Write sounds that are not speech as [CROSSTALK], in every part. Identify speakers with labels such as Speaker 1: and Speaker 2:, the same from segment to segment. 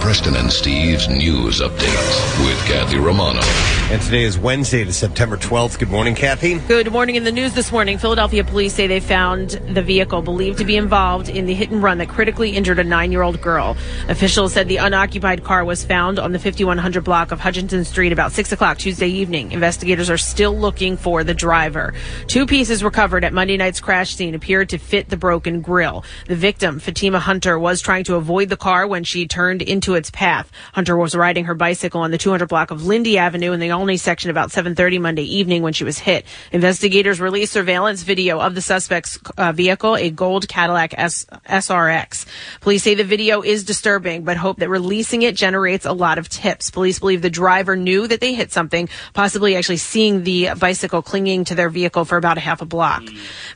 Speaker 1: Preston and Steve's news update with Kathy Romano.
Speaker 2: And today is Wednesday, the September 12th. Good morning, Kathy.
Speaker 3: Good morning. In the news this morning, Philadelphia police say they found the vehicle believed to be involved in the hit and run that critically injured a nine year old girl. Officials said the unoccupied car was found on the 5100 block of Hutchinson Street about 6 o'clock Tuesday evening. Investigators are still looking for the driver. Two pieces recovered at Monday night's crash scene appeared to fit the broken grill. The victim, Fatima Hunter, was trying to avoid the car when she turned into its path. Hunter was riding her bicycle on the 200 block of Lindy Avenue in the only section about 7:30 Monday evening when she was hit. Investigators released surveillance video of the suspect's uh, vehicle, a gold Cadillac S- SRX. Police say the video is disturbing, but hope that releasing it generates a lot of tips. Police believe the driver knew that they hit something, possibly actually seeing the bicycle clinging to their vehicle for about a half a block.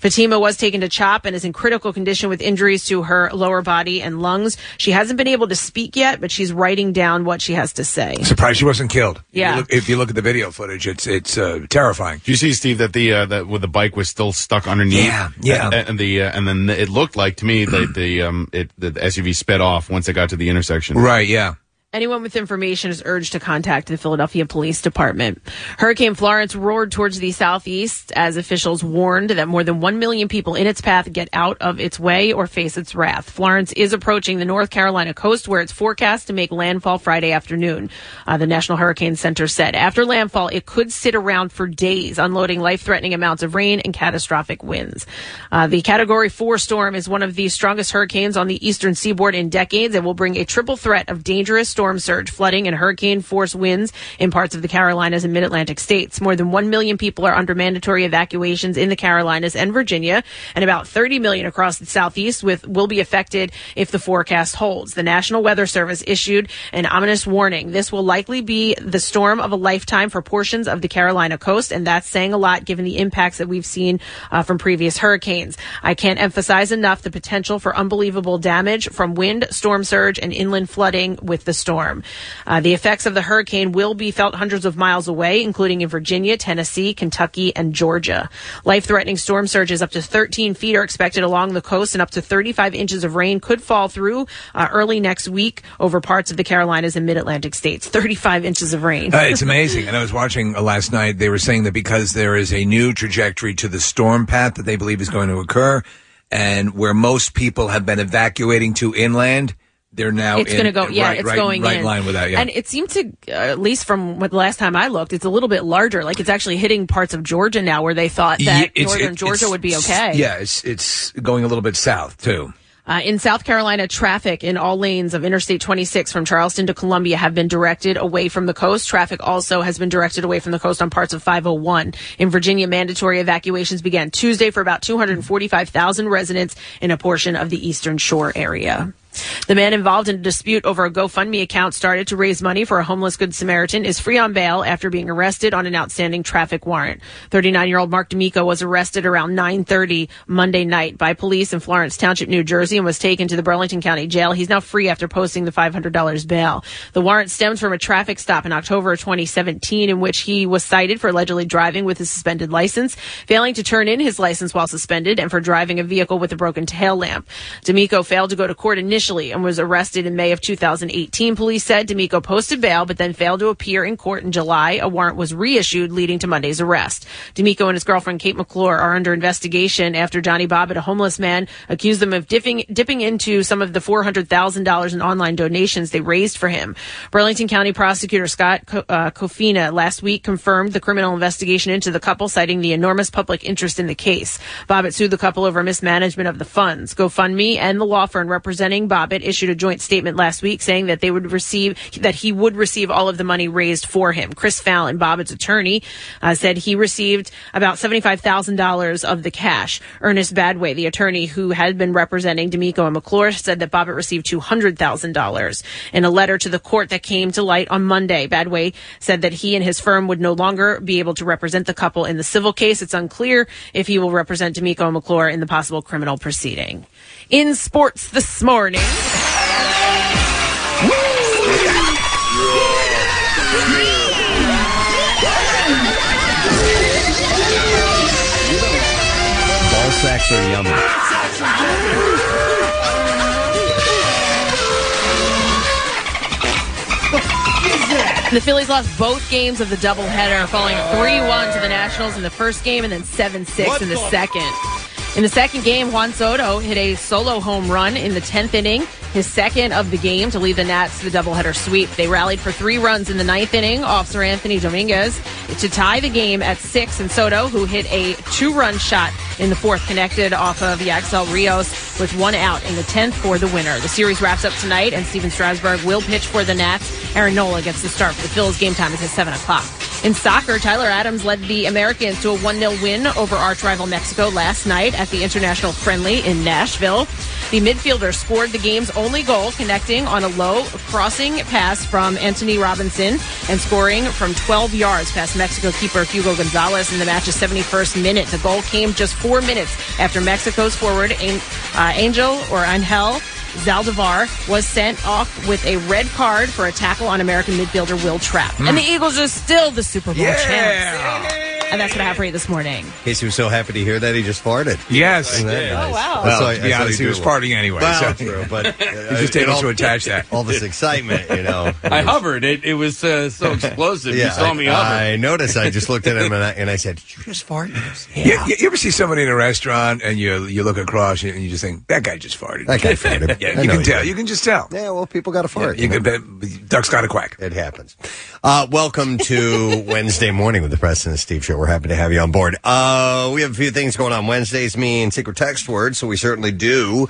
Speaker 3: Fatima was taken to CHOP and is in critical condition with injuries to her lower body and lungs. She hasn't been able to speak yet, but she's writing down what she has to say.
Speaker 4: Surprised she wasn't killed.
Speaker 3: Yeah.
Speaker 4: If you look, if you look at the video footage, it's it's uh, terrifying.
Speaker 5: Do you see, Steve, that the uh, that with the bike was still stuck underneath?
Speaker 4: Yeah, yeah.
Speaker 5: And, and the uh, and then it looked like to me
Speaker 2: Mm.
Speaker 5: that the um it the SUV sped off once it got to the intersection.
Speaker 4: Right? Yeah.
Speaker 3: Anyone with information is urged to contact the Philadelphia Police Department. Hurricane Florence roared towards the southeast as officials warned that more than 1 million people in its path get out of its way or face its wrath. Florence is approaching the North Carolina coast where it's forecast to make landfall Friday afternoon. Uh, the National Hurricane Center said after landfall, it could sit around for days, unloading life threatening amounts of rain and catastrophic winds. Uh, the Category 4 storm is one of the strongest hurricanes on the eastern seaboard in decades and will bring a triple threat of dangerous storm surge, flooding, and hurricane force winds in parts of the Carolinas and mid Atlantic states. More than 1 million people are under mandatory evacuations in the Carolinas and Virginia, and about 30 million across the southeast with, will be affected if the forecast holds. The National Weather Service issued an ominous warning. This will likely be the storm of a lifetime for portions of the Carolina coast, and that's saying a lot given the impacts that we've seen uh, from previous hurricanes. I can't emphasize enough the potential for unbelievable damage from wind, storm surge, and inland flooding with the storm. Uh, the effects of the hurricane will be felt hundreds of miles away, including in Virginia, Tennessee, Kentucky, and Georgia. Life threatening storm surges up to 13 feet are expected along the coast, and up to 35 inches of rain could fall through uh, early next week over parts of the Carolinas and mid Atlantic states. 35 inches of rain.
Speaker 4: Uh, it's
Speaker 3: [LAUGHS]
Speaker 4: amazing. And I was watching uh, last night. They were saying that because there is a new trajectory to the storm path that they believe is going to occur, and where most people have been evacuating to inland, they're now
Speaker 3: it's going to
Speaker 4: in-
Speaker 3: go. Yeah,
Speaker 4: right,
Speaker 3: it's
Speaker 4: right-
Speaker 3: going
Speaker 4: right
Speaker 3: in.
Speaker 4: line with that. Yeah.
Speaker 3: And it seemed to, uh, at least from what the last time I looked, it's a little bit larger. Like it's actually hitting parts of Georgia now, where they thought
Speaker 4: Yeah,
Speaker 3: uh, that
Speaker 4: it's-
Speaker 3: northern
Speaker 4: it-
Speaker 3: Georgia
Speaker 4: it's-
Speaker 3: would be okay.
Speaker 4: Yeah, it's it's going a little bit south too.
Speaker 3: Uh, in South Carolina, traffic in all lanes of Interstate 26 from Charleston to Columbia have been directed away from the coast. Traffic also has been directed away from the coast on parts of 501. In Virginia, mandatory evacuations began Tuesday for about 245,000 residents in a portion of the Eastern Shore area. The man involved in a dispute over a GoFundMe account started to raise money for a homeless Good Samaritan is free on bail after being arrested on an outstanding traffic warrant. 39-year-old Mark D'Amico was arrested around 9:30 Monday night by police in Florence Township, New Jersey, and was taken to the Burlington County Jail. He's now free after posting the $500 bail. The warrant stems from a traffic stop in October of 2017 in which he was cited for allegedly driving with his suspended license, failing to turn in his license while suspended, and for driving a vehicle with a broken tail lamp. D'Amico failed to go to court initially and was arrested in May of 2018. Police said D'Amico posted bail, but then failed to appear in court in July. A warrant was reissued, leading to Monday's arrest. D'Amico and his girlfriend Kate McClure are under investigation after Johnny Bobbitt, a homeless man, accused them of dipping, dipping into some of the $400,000 in online donations they raised for him. Burlington County Prosecutor Scott Co- uh, Kofina last week confirmed the criminal investigation into the couple, citing the enormous public interest in the case. Bobbitt sued the couple over mismanagement of the funds. GoFundMe and the law firm representing Bobbitt issued a joint statement last week saying that they would receive that he would receive all of the money raised for him. Chris Fallon, Bobbitt's attorney, uh, said he received about seventy-five thousand dollars of the cash. Ernest Badway, the attorney who had been representing D'Amico and McClure, said that Bobbitt received two hundred thousand dollars. In a letter to the court that came to light on Monday, Badway said that he and his firm would no longer be able to represent the couple in the civil case. It's unclear if he will represent D'Amico and McClure in the possible criminal proceeding. In sports this morning.
Speaker 2: snacks are yummy.
Speaker 3: The Phillies lost both games of the doubleheader, falling 3 1 to the Nationals in the first game and then 7 6 in the, second. In the second game, Juan Soto hit a solo home run in the 10th inning, his second of the game to lead the Nats to the doubleheader sweep. They rallied for three runs in the ninth inning off Sir Anthony Dominguez to tie the game at six, and Soto, who hit a two run shot in the fourth, connected off of Yaxel Rios with one out in the 10th for the winner. The series wraps up tonight, and Steven Strasburg will pitch for the Nats. Aaron Nola gets the start for the Phillies. Game time is at 7 o'clock. In soccer, Tyler Adams led the Americans to a 1 0 win over arch rival Mexico last night at the International Friendly in Nashville. The midfielder scored the game's only goal, connecting on a low crossing pass from Anthony Robinson and scoring from 12 yards past Mexico keeper Hugo Gonzalez in the match's 71st minute. The goal came just four minutes after Mexico's forward An- uh, Angel or Angel Zaldivar was sent off with a red card for a tackle on American midfielder Will Trapp. And the Eagles are still the Super Bowl champs. And that's what I have for you this morning.
Speaker 2: Casey was so happy to hear that he just farted.
Speaker 4: Yes.
Speaker 2: Isn't that
Speaker 4: Yeah.
Speaker 2: nice?
Speaker 3: Oh, wow.
Speaker 2: I
Speaker 4: Well,
Speaker 2: saw- I
Speaker 4: to
Speaker 2: saw
Speaker 4: be honest,
Speaker 2: you
Speaker 4: he was
Speaker 2: do one.
Speaker 4: farting anyway,
Speaker 6: [LAUGHS]
Speaker 2: Well, [LAUGHS]
Speaker 4: so-
Speaker 2: true,
Speaker 4: [LAUGHS]
Speaker 2: but uh,
Speaker 4: He's just
Speaker 2: it
Speaker 4: able
Speaker 2: all-
Speaker 4: to attach that.
Speaker 2: [LAUGHS] all this excitement,
Speaker 4: [LAUGHS]
Speaker 2: you know.
Speaker 7: I hovered. It, it was uh, so explosive. you saw
Speaker 2: I,
Speaker 7: me hover.
Speaker 2: I noticed. I just looked at him and I, and I said, "Did you just fart?" [LAUGHS]
Speaker 4: You, you- you ever see somebody in a restaurant and you you look across and you just think that guy just farted.
Speaker 2: That guy
Speaker 4: [LAUGHS]
Speaker 2: farted.
Speaker 4: yeah,
Speaker 2: I
Speaker 4: you
Speaker 2: know
Speaker 4: can
Speaker 2: he
Speaker 4: tell.
Speaker 2: did.
Speaker 4: You can just tell.
Speaker 2: Yeah, well, people got to fart.
Speaker 4: You can bet ducks got a quack.
Speaker 2: It happens. Uh, welcome to Wednesday morning with the President and Steve Show. We're happy to have you on board. Uh, we have a few things going on. Wednesdays mean secret text word, so we certainly do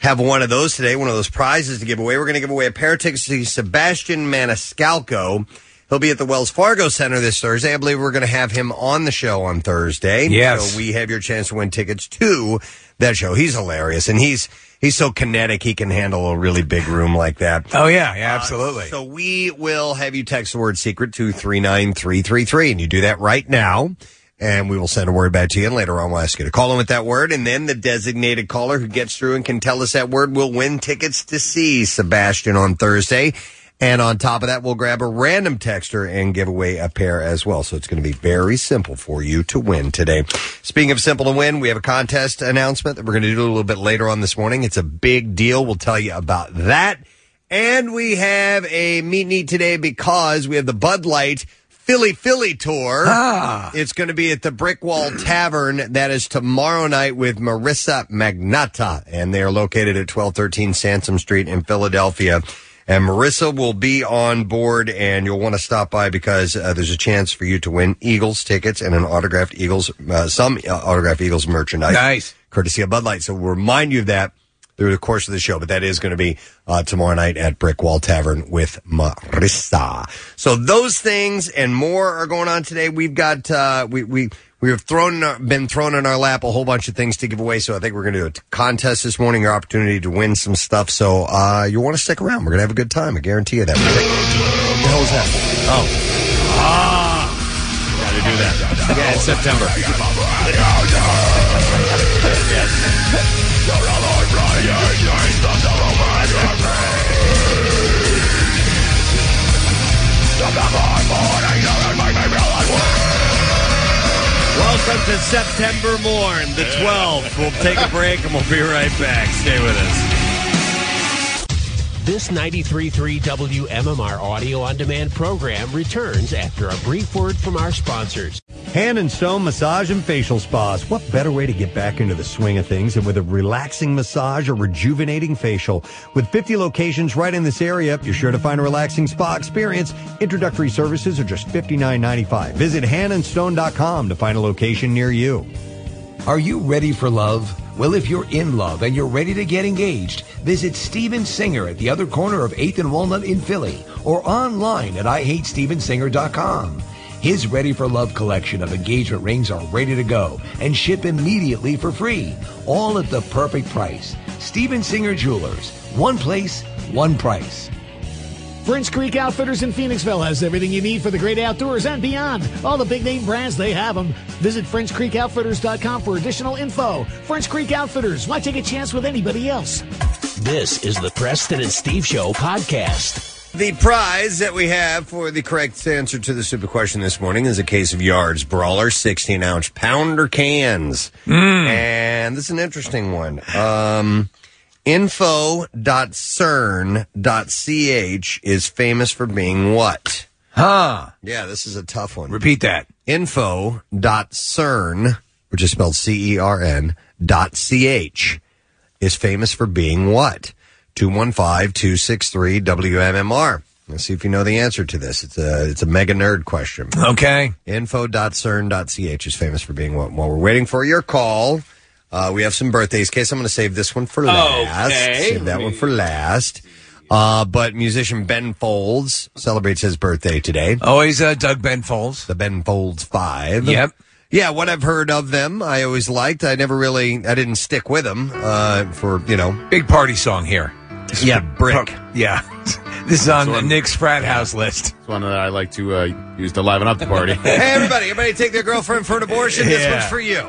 Speaker 2: have one of those today, one of those prizes to give away. We're going to give away a pair of tickets to Sebastian Maniscalco. He'll be at the Wells Fargo Center this Thursday. I believe we're going to have him on the show on Thursday.
Speaker 4: Yes.
Speaker 2: So we have your chance to win tickets to that show. He's hilarious, and he's he's so kinetic. He can handle a really big room like that.
Speaker 4: Oh yeah,
Speaker 2: Uh,
Speaker 4: yeah, absolutely.
Speaker 2: So we will have you text the word secret to 39333, and you do that right now. And we will send a word back to you, and later on we'll ask you to call in with that word. And then the designated caller who gets through and can tell us that word will win tickets to see Sebastian on Thursday. And on top of that, we'll grab a random texter and give away a pair as well. So it's going to be very simple for you to win today. Speaking of simple to win, we have a contest announcement that we're going to do a little bit later on this morning. It's a big deal. We'll tell you about that. And we have a meet need today because we have the Bud Light Philly Philly tour. It's going to be at the Brick Wall Tavern. That is tomorrow night with Marissa Magnata, and they are located at 1213 Sansom Street in Philadelphia. And Marissa will be on board, and you'll want to stop by because uh, there's a chance for you to win Eagles tickets and an autographed Eagles, uh, some uh, autographed Eagles merchandise.
Speaker 4: Nice.
Speaker 2: Courtesy of Bud Light. So we'll remind you of that through the course of the show, but that is going to be uh, tomorrow night at Brick Wall Tavern with Marissa. So those things and more are going on today. We've got uh, we we we have thrown in our, been thrown in our lap a whole bunch of things to give away. So I think we're going to do a t- contest this morning, your opportunity to win some stuff. So uh, you want to stick around? We're going to have a good time. I guarantee you that. What the hell is that? Oh.
Speaker 8: Ah.
Speaker 2: Got to do that. Yeah, it's September.
Speaker 8: Welcome to September Morn, the 12th. We'll take a break and we'll be right back. Stay with us.
Speaker 9: This 93.3 WMMR audio on demand program returns after a brief word from our sponsors.
Speaker 2: Hand and Stone Massage and Facial Spas. What better way to get back into the swing of things than with a relaxing massage or rejuvenating facial? With 50 locations right in this area, you're sure to find a relaxing spa experience. Introductory services are just $59.95. Visit handandstone.com to find a location near you.
Speaker 10: Are you ready for love? Well, if you're in love and you're ready to get engaged, visit Steven Singer at the other corner of 8th and Walnut in Philly or online at IHateStevenSinger.com. His Ready for Love collection of engagement rings are ready to go and ship immediately for free, all at the perfect price. Steven Singer Jewelers. One place, one price.
Speaker 11: French Creek Outfitters in Phoenixville has everything you need for the great outdoors and beyond. All the big name brands, they have them. Visit FrenchCreekOutfitters.com for additional info. French Creek Outfitters, why take a chance with anybody else?
Speaker 9: This is the Preston and Steve Show podcast.
Speaker 2: The prize that we have for the correct answer to the super question this morning is a case of Yards Brawler 16 ounce pounder cans.
Speaker 4: Hmm.
Speaker 2: And this is an interesting one. Um, info.cern.ch is famous for being what?
Speaker 4: Huh.
Speaker 2: Yeah, this is a tough one.
Speaker 4: Repeat that.
Speaker 2: Info.cern, which is spelled C E R N, dot CH, is famous for being what? 215 263 WMMR. Let's see if you know the answer to this. It's a it's a mega nerd question.
Speaker 4: Okay.
Speaker 2: Info.cern.ch is famous for being what? While we're waiting for your call, uh, we have some birthdays. Case I'm going to save this one for last.
Speaker 8: Okay.
Speaker 2: Save that one for last. Uh, but musician Ben Folds celebrates his birthday today.
Speaker 4: Always uh, Doug Ben Folds.
Speaker 2: The Ben Folds Five.
Speaker 4: Yep.
Speaker 2: Yeah, what I've heard of them, I always liked. I never really, I didn't stick with them uh, for you know.
Speaker 4: Big party song here.
Speaker 2: Yeah, brick.
Speaker 4: Yeah. [LAUGHS] This is on Nick's frat house list.
Speaker 5: It's one that I like to uh, use to liven up the
Speaker 2: [LAUGHS]
Speaker 5: party.
Speaker 2: Hey, everybody! Everybody, take their girlfriend for an abortion. This
Speaker 4: Yeah.
Speaker 2: one's for you.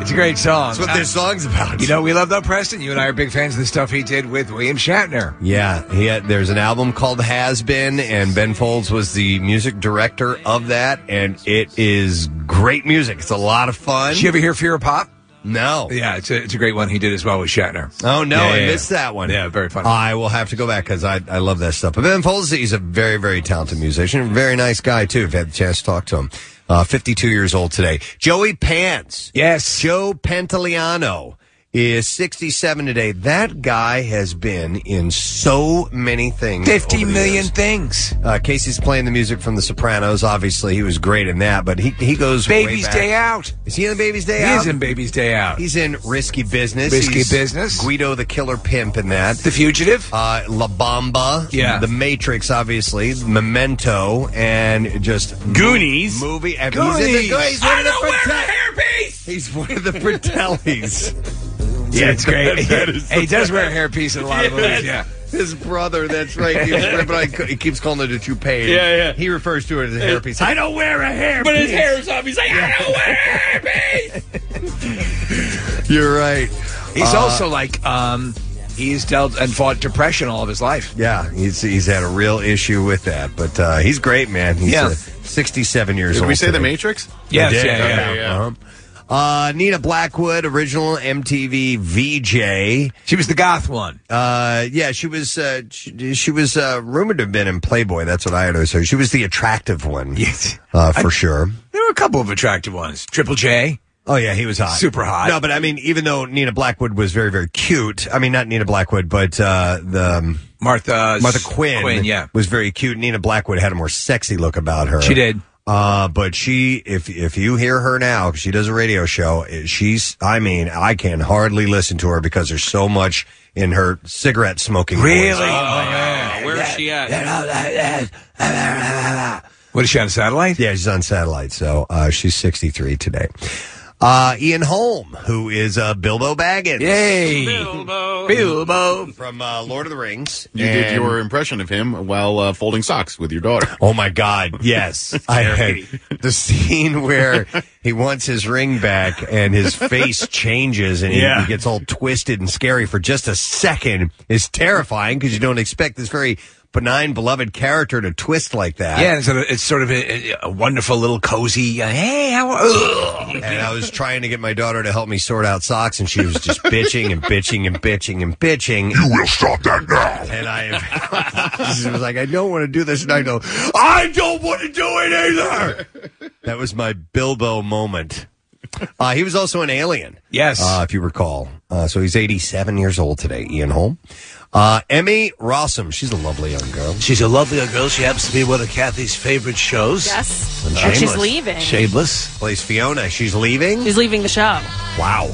Speaker 4: It's a great song.
Speaker 2: That's what this song's about.
Speaker 4: You know, we love Doug Preston. You and I are big fans of the stuff he did with William Shatner.
Speaker 2: Yeah, he had, there's an album called Has Been, and Ben Folds was the music director of that, and it is great music. It's a lot of fun.
Speaker 4: Did you ever hear Fear of Pop?
Speaker 2: No.
Speaker 4: Yeah, it's a, it's a great one he did as well with Shatner.
Speaker 2: Oh no,
Speaker 4: Yeah,
Speaker 2: I
Speaker 4: yeah,
Speaker 2: missed
Speaker 4: yeah.
Speaker 2: that one.
Speaker 4: Yeah, very funny.
Speaker 2: I will have to go back because I, I love that stuff. But Ben Folds, he's a very very talented musician, very nice guy too. If you had the chance to talk to him, uh, 52 years old today. Joey Pants,
Speaker 4: yes,
Speaker 2: Joe Pantoliano is 67 today. That guy has been in so many things.
Speaker 4: Fifty
Speaker 2: over the
Speaker 4: million
Speaker 2: years.
Speaker 4: things.
Speaker 2: Uh, Casey's playing the music from The Sopranos. Obviously, he was great in that, but he he goes way
Speaker 4: Baby's
Speaker 2: back.
Speaker 4: Day Out.
Speaker 2: Is he in the Baby's Day
Speaker 4: He
Speaker 2: Out?
Speaker 4: is in Baby's Day Out.
Speaker 2: He's in Risky Business.
Speaker 4: Risky
Speaker 2: He's
Speaker 4: Business.
Speaker 2: Guido the Killer Pimp in that.
Speaker 4: The Fugitive.
Speaker 2: Uh, La Bamba.
Speaker 4: Yeah.
Speaker 2: The Matrix, obviously. Memento. And just.
Speaker 7: Goonies.
Speaker 2: Movie. and He's, in the, he's one of the Fratellis.
Speaker 4: hairpiece.
Speaker 2: He's one of the Fratellis.
Speaker 4: Yeah, it's great.
Speaker 2: [LAUGHS]
Speaker 7: That is
Speaker 4: Hey, he does wear a hairpiece in a lot of movies. Yeah.
Speaker 2: His brother, that's right.
Speaker 9: [LAUGHS]
Speaker 2: He, [LAUGHS] was- but I, he keeps calling it a toupee.
Speaker 7: Yeah, yeah.
Speaker 2: He refers to it as a hairpiece. I don't wear a hair.
Speaker 7: But his hair is up. He's like, I don't wear [LAUGHS] hairpiece.
Speaker 2: You're right. Uh,
Speaker 4: He's also like, um, he's dealt and fought depression all of his life.
Speaker 2: Yeah, he's he's had a real issue with that, but uh, he's great, man. He's
Speaker 4: Yeah.
Speaker 2: uh, 67 years
Speaker 5: Did
Speaker 2: old.
Speaker 5: we say The
Speaker 2: today.
Speaker 5: Matrix?
Speaker 4: Yes,
Speaker 2: Yes,
Speaker 4: yeah, yeah.
Speaker 2: Uh-huh. Uh, Nina Blackwood, original MTV VJ.
Speaker 4: She was the goth one.
Speaker 2: Uh, yeah, she was uh, she, she was uh, rumored to have been in Playboy. That's what I had always heard. She was the attractive one,
Speaker 4: Yes.
Speaker 2: uh, for sure.
Speaker 4: There were a couple of attractive ones. Triple J.
Speaker 2: Oh yeah, he was hot,
Speaker 4: Super hot.
Speaker 2: No, but I mean, even though Nina Blackwood was very very cute, I mean not Nina Blackwood, but uh, the um,
Speaker 4: Martha. uh,
Speaker 2: Martha Quinn,
Speaker 4: Quinn, yeah.
Speaker 2: was very cute. Nina Blackwood had a more sexy look about her.
Speaker 4: She did.
Speaker 2: Uh, but she, if if you hear her now, 'cause she does a radio show. eh, She's, I mean, I can hardly listen to her because there's so much in her cigarette smoking. voice. Oh,
Speaker 4: Really?
Speaker 7: Oh, Where is she at?
Speaker 4: What is she on satellite?
Speaker 2: Yeah, she's on satellite, so uh, she's 63 today. Uh, Ian Holm, who is uh, Bilbo Baggins
Speaker 4: Yay. Bilbo.
Speaker 2: from uh, Lord of the Rings.
Speaker 5: You did
Speaker 2: And-
Speaker 5: your impression of him while uh, folding socks with your daughter.
Speaker 2: Oh my God!
Speaker 5: [LAUGHS]
Speaker 2: Yes, I had the scene where he wants his ring back and his face changes and he,
Speaker 4: Yeah.
Speaker 2: he gets all twisted and scary for just a second is terrifying because you don't expect this very benign, beloved character to twist like that.
Speaker 4: Yeah, it's sort of, it's sort of a, a- a wonderful little cozy. Uh, hey, how are ugh.
Speaker 2: And I was trying to get my daughter to help me sort out socks, and she was just bitching and bitching and bitching and bitching. You will stop that now. And [LAUGHS] I, she was like, I don't want to do this, and I go, I don't want to do it either. That was my Bilbo moment. Uh, he was also an alien.
Speaker 4: Yes.
Speaker 2: Uh, if you recall. Uh, so he's 87 years old today, Ian Holm. Uh, Emmy Rossum. She's a lovely young girl.
Speaker 12: She's a lovely young girl. She happens to be one of Kathy's favorite shows.
Speaker 3: Yes.
Speaker 2: And
Speaker 3: But she's
Speaker 2: shameless.
Speaker 3: leaving.
Speaker 12: Shameless.
Speaker 2: Plays Fiona. She's leaving.
Speaker 3: She's leaving the show.
Speaker 2: Wow.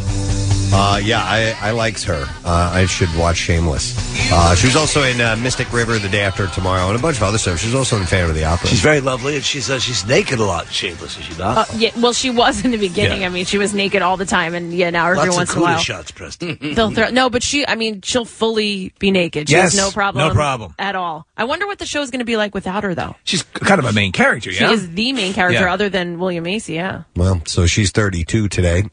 Speaker 2: Uh, yeah, I, I likes her. Uh, I should watch Shameless. Uh, she was also in uh, Mystic River the day after tomorrow and a bunch of other stuff. She was also in Phantom of the Opera.
Speaker 12: She's very lovely, and she's uh, she's naked a lot. Shameless, is she not?
Speaker 3: Uh, yeah, well, she was in the beginning.
Speaker 12: Yeah.
Speaker 3: I mean, she was naked all the time, and yeah, now every
Speaker 12: Lots
Speaker 3: once
Speaker 12: of
Speaker 3: in a
Speaker 12: cooler
Speaker 3: while
Speaker 12: shots, Preston.
Speaker 3: [LAUGHS] they'll throw. No, but she, I mean, she'll fully be naked. She
Speaker 4: Yes,
Speaker 3: has no problem,
Speaker 4: no problem.
Speaker 3: at all. I wonder what the show's going to be like without her, though.
Speaker 4: She's kind of a main character,
Speaker 3: She
Speaker 4: yeah?
Speaker 3: is the main character,
Speaker 4: Yeah.
Speaker 3: other than William Macy. Yeah,
Speaker 2: [CLEARS THROAT] Well, so she's 32 today.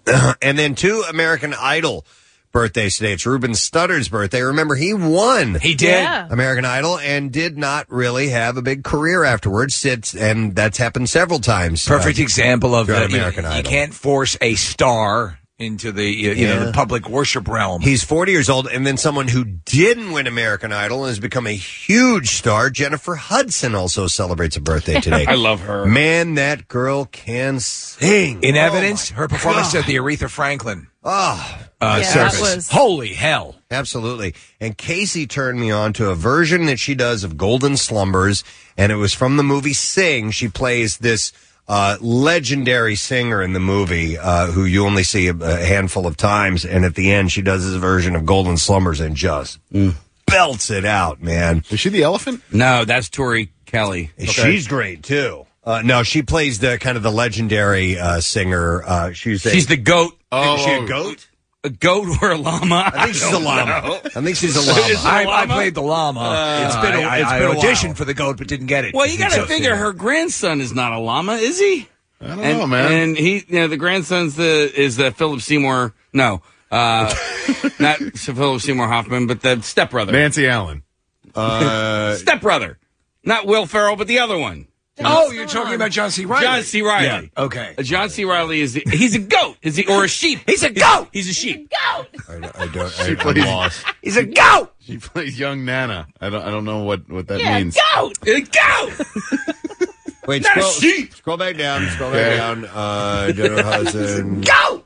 Speaker 2: and then two American Idol birthdays today. It's Ruben Studdard's birthday. Remember, he won. He
Speaker 4: did. Yeah.
Speaker 2: American Idol and did not really have a big career afterwards. It's, and that's happened several times.
Speaker 4: Perfect
Speaker 2: uh,
Speaker 4: example of
Speaker 2: throughout
Speaker 4: the-
Speaker 2: American
Speaker 4: you,
Speaker 2: Idol.
Speaker 4: You can't force a star into the you, you know
Speaker 2: Yeah.
Speaker 4: the public worship realm.
Speaker 2: He's 40 years old, and then someone who didn't win American Idol and has become a huge star, Jennifer Hudson, also celebrates a birthday today.
Speaker 4: [LAUGHS] I love her.
Speaker 2: Man, that girl can sing.
Speaker 4: In
Speaker 2: Oh,
Speaker 4: evidence,
Speaker 2: my
Speaker 4: her performance
Speaker 2: God.
Speaker 4: at the Aretha Franklin.
Speaker 2: Oh,
Speaker 4: uh,
Speaker 2: Yeah, that
Speaker 4: service.
Speaker 2: was-
Speaker 4: Holy hell.
Speaker 2: Absolutely. And Casey turned me on to a version that she does of Golden Slumbers, and it was from the movie Sing. She plays this uh, legendary singer in the movie uh, who you only see a, a handful of times, and at the end, she does this version of Golden Slumbers and just belts it out, man.
Speaker 5: Is she the elephant?
Speaker 2: No, that's Tori Kelly. She's great, too. Uh, no, she plays the kind of the legendary uh, singer. Uh, she's a,
Speaker 6: She's the goat.
Speaker 4: Oh,
Speaker 2: Is she a goat?
Speaker 6: Oh, A goat or a llama?
Speaker 2: I think she's a llama. I think she's a
Speaker 6: [LAUGHS]
Speaker 2: llama.
Speaker 4: I, I played the llama.
Speaker 6: Uh,
Speaker 4: it's been a,
Speaker 6: I- I-
Speaker 4: it's
Speaker 6: I
Speaker 4: been a
Speaker 6: auditioned
Speaker 4: audition for the goat, but didn't get it.
Speaker 6: Well, you got to
Speaker 4: So-
Speaker 6: figure her grandson is not a llama, is he? I
Speaker 5: don't
Speaker 6: and,
Speaker 5: know, man.
Speaker 6: And he, you know, the grandson's the is the Philip Seymour. No, uh, not Philip Seymour Hoffman, but the stepbrother,
Speaker 5: Nancy Allen.
Speaker 6: Uh, [LAUGHS] stepbrother, not Will Ferrell, but the other one.
Speaker 4: Oh, you're talking about John C. Riley.
Speaker 6: John C. Riley.
Speaker 4: Yeah, okay.
Speaker 6: Uh, John C. Riley is the, he's a goat. Is he or a sheep? He's a goat. He's, a sheep.
Speaker 2: I don't.
Speaker 5: She
Speaker 2: I, am
Speaker 5: plays-
Speaker 2: lost.
Speaker 6: He's a goat.
Speaker 5: She plays young Nana. I don't. I don't know what what that
Speaker 6: Yeah,
Speaker 5: means.
Speaker 6: goat. Uh, A goat.
Speaker 2: Wait,
Speaker 6: Not a
Speaker 2: scroll,
Speaker 6: sheep.
Speaker 2: scroll back down. Scroll back
Speaker 5: Yeah.
Speaker 2: down.
Speaker 6: [LAUGHS]
Speaker 2: Uh, Jennifer [LAUGHS] Hudson.
Speaker 6: Goat.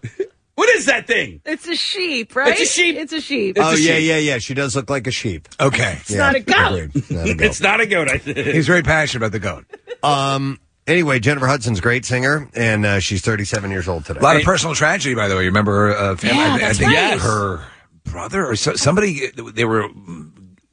Speaker 6: What is that thing?
Speaker 3: It's a sheep, right?
Speaker 6: It's a sheep.
Speaker 3: It's a sheep.
Speaker 2: oh yeah, yeah, yeah. She does look like a sheep.
Speaker 4: Okay,
Speaker 6: It's not a goat. It's not a goat. I
Speaker 4: He's very passionate about the goat.
Speaker 2: Um. Anyway, Jennifer Hudson's a great singer, and uh, she's 37 years old today.
Speaker 4: A lot of personal tragedy, by the way. You remember her uh, family?
Speaker 2: Yeah,
Speaker 4: I,
Speaker 2: that's
Speaker 4: I think
Speaker 2: right.
Speaker 4: her brother or so, somebody. They were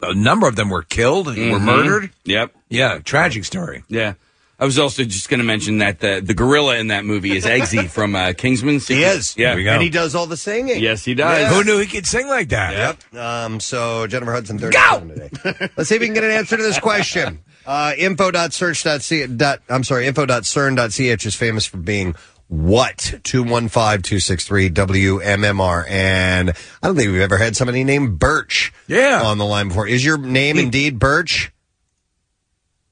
Speaker 4: a number of them were killed, were
Speaker 2: Mm-hmm.
Speaker 6: Mhm.
Speaker 4: murdered.
Speaker 6: Yep.
Speaker 4: Yeah, tragic story.
Speaker 6: Yeah. I was also just going to mention that the, the gorilla in that movie is Eggsy from uh, Kingsman. He is. Yeah.
Speaker 2: and he does all the singing.
Speaker 6: Yes, he does.
Speaker 2: Yeah.
Speaker 6: Who
Speaker 4: knew he could sing like that?
Speaker 2: Yep. Um, so Jennifer Hudson, 37 today. Let's see if we can get an answer to this question. Uh, info.search.c. Dot, I'm sorry, info.cern.ch is famous for being what? 215-263-WMMR. And I don't think we've ever had somebody named Birch yeah. on the line before. Is your name indeed Birch?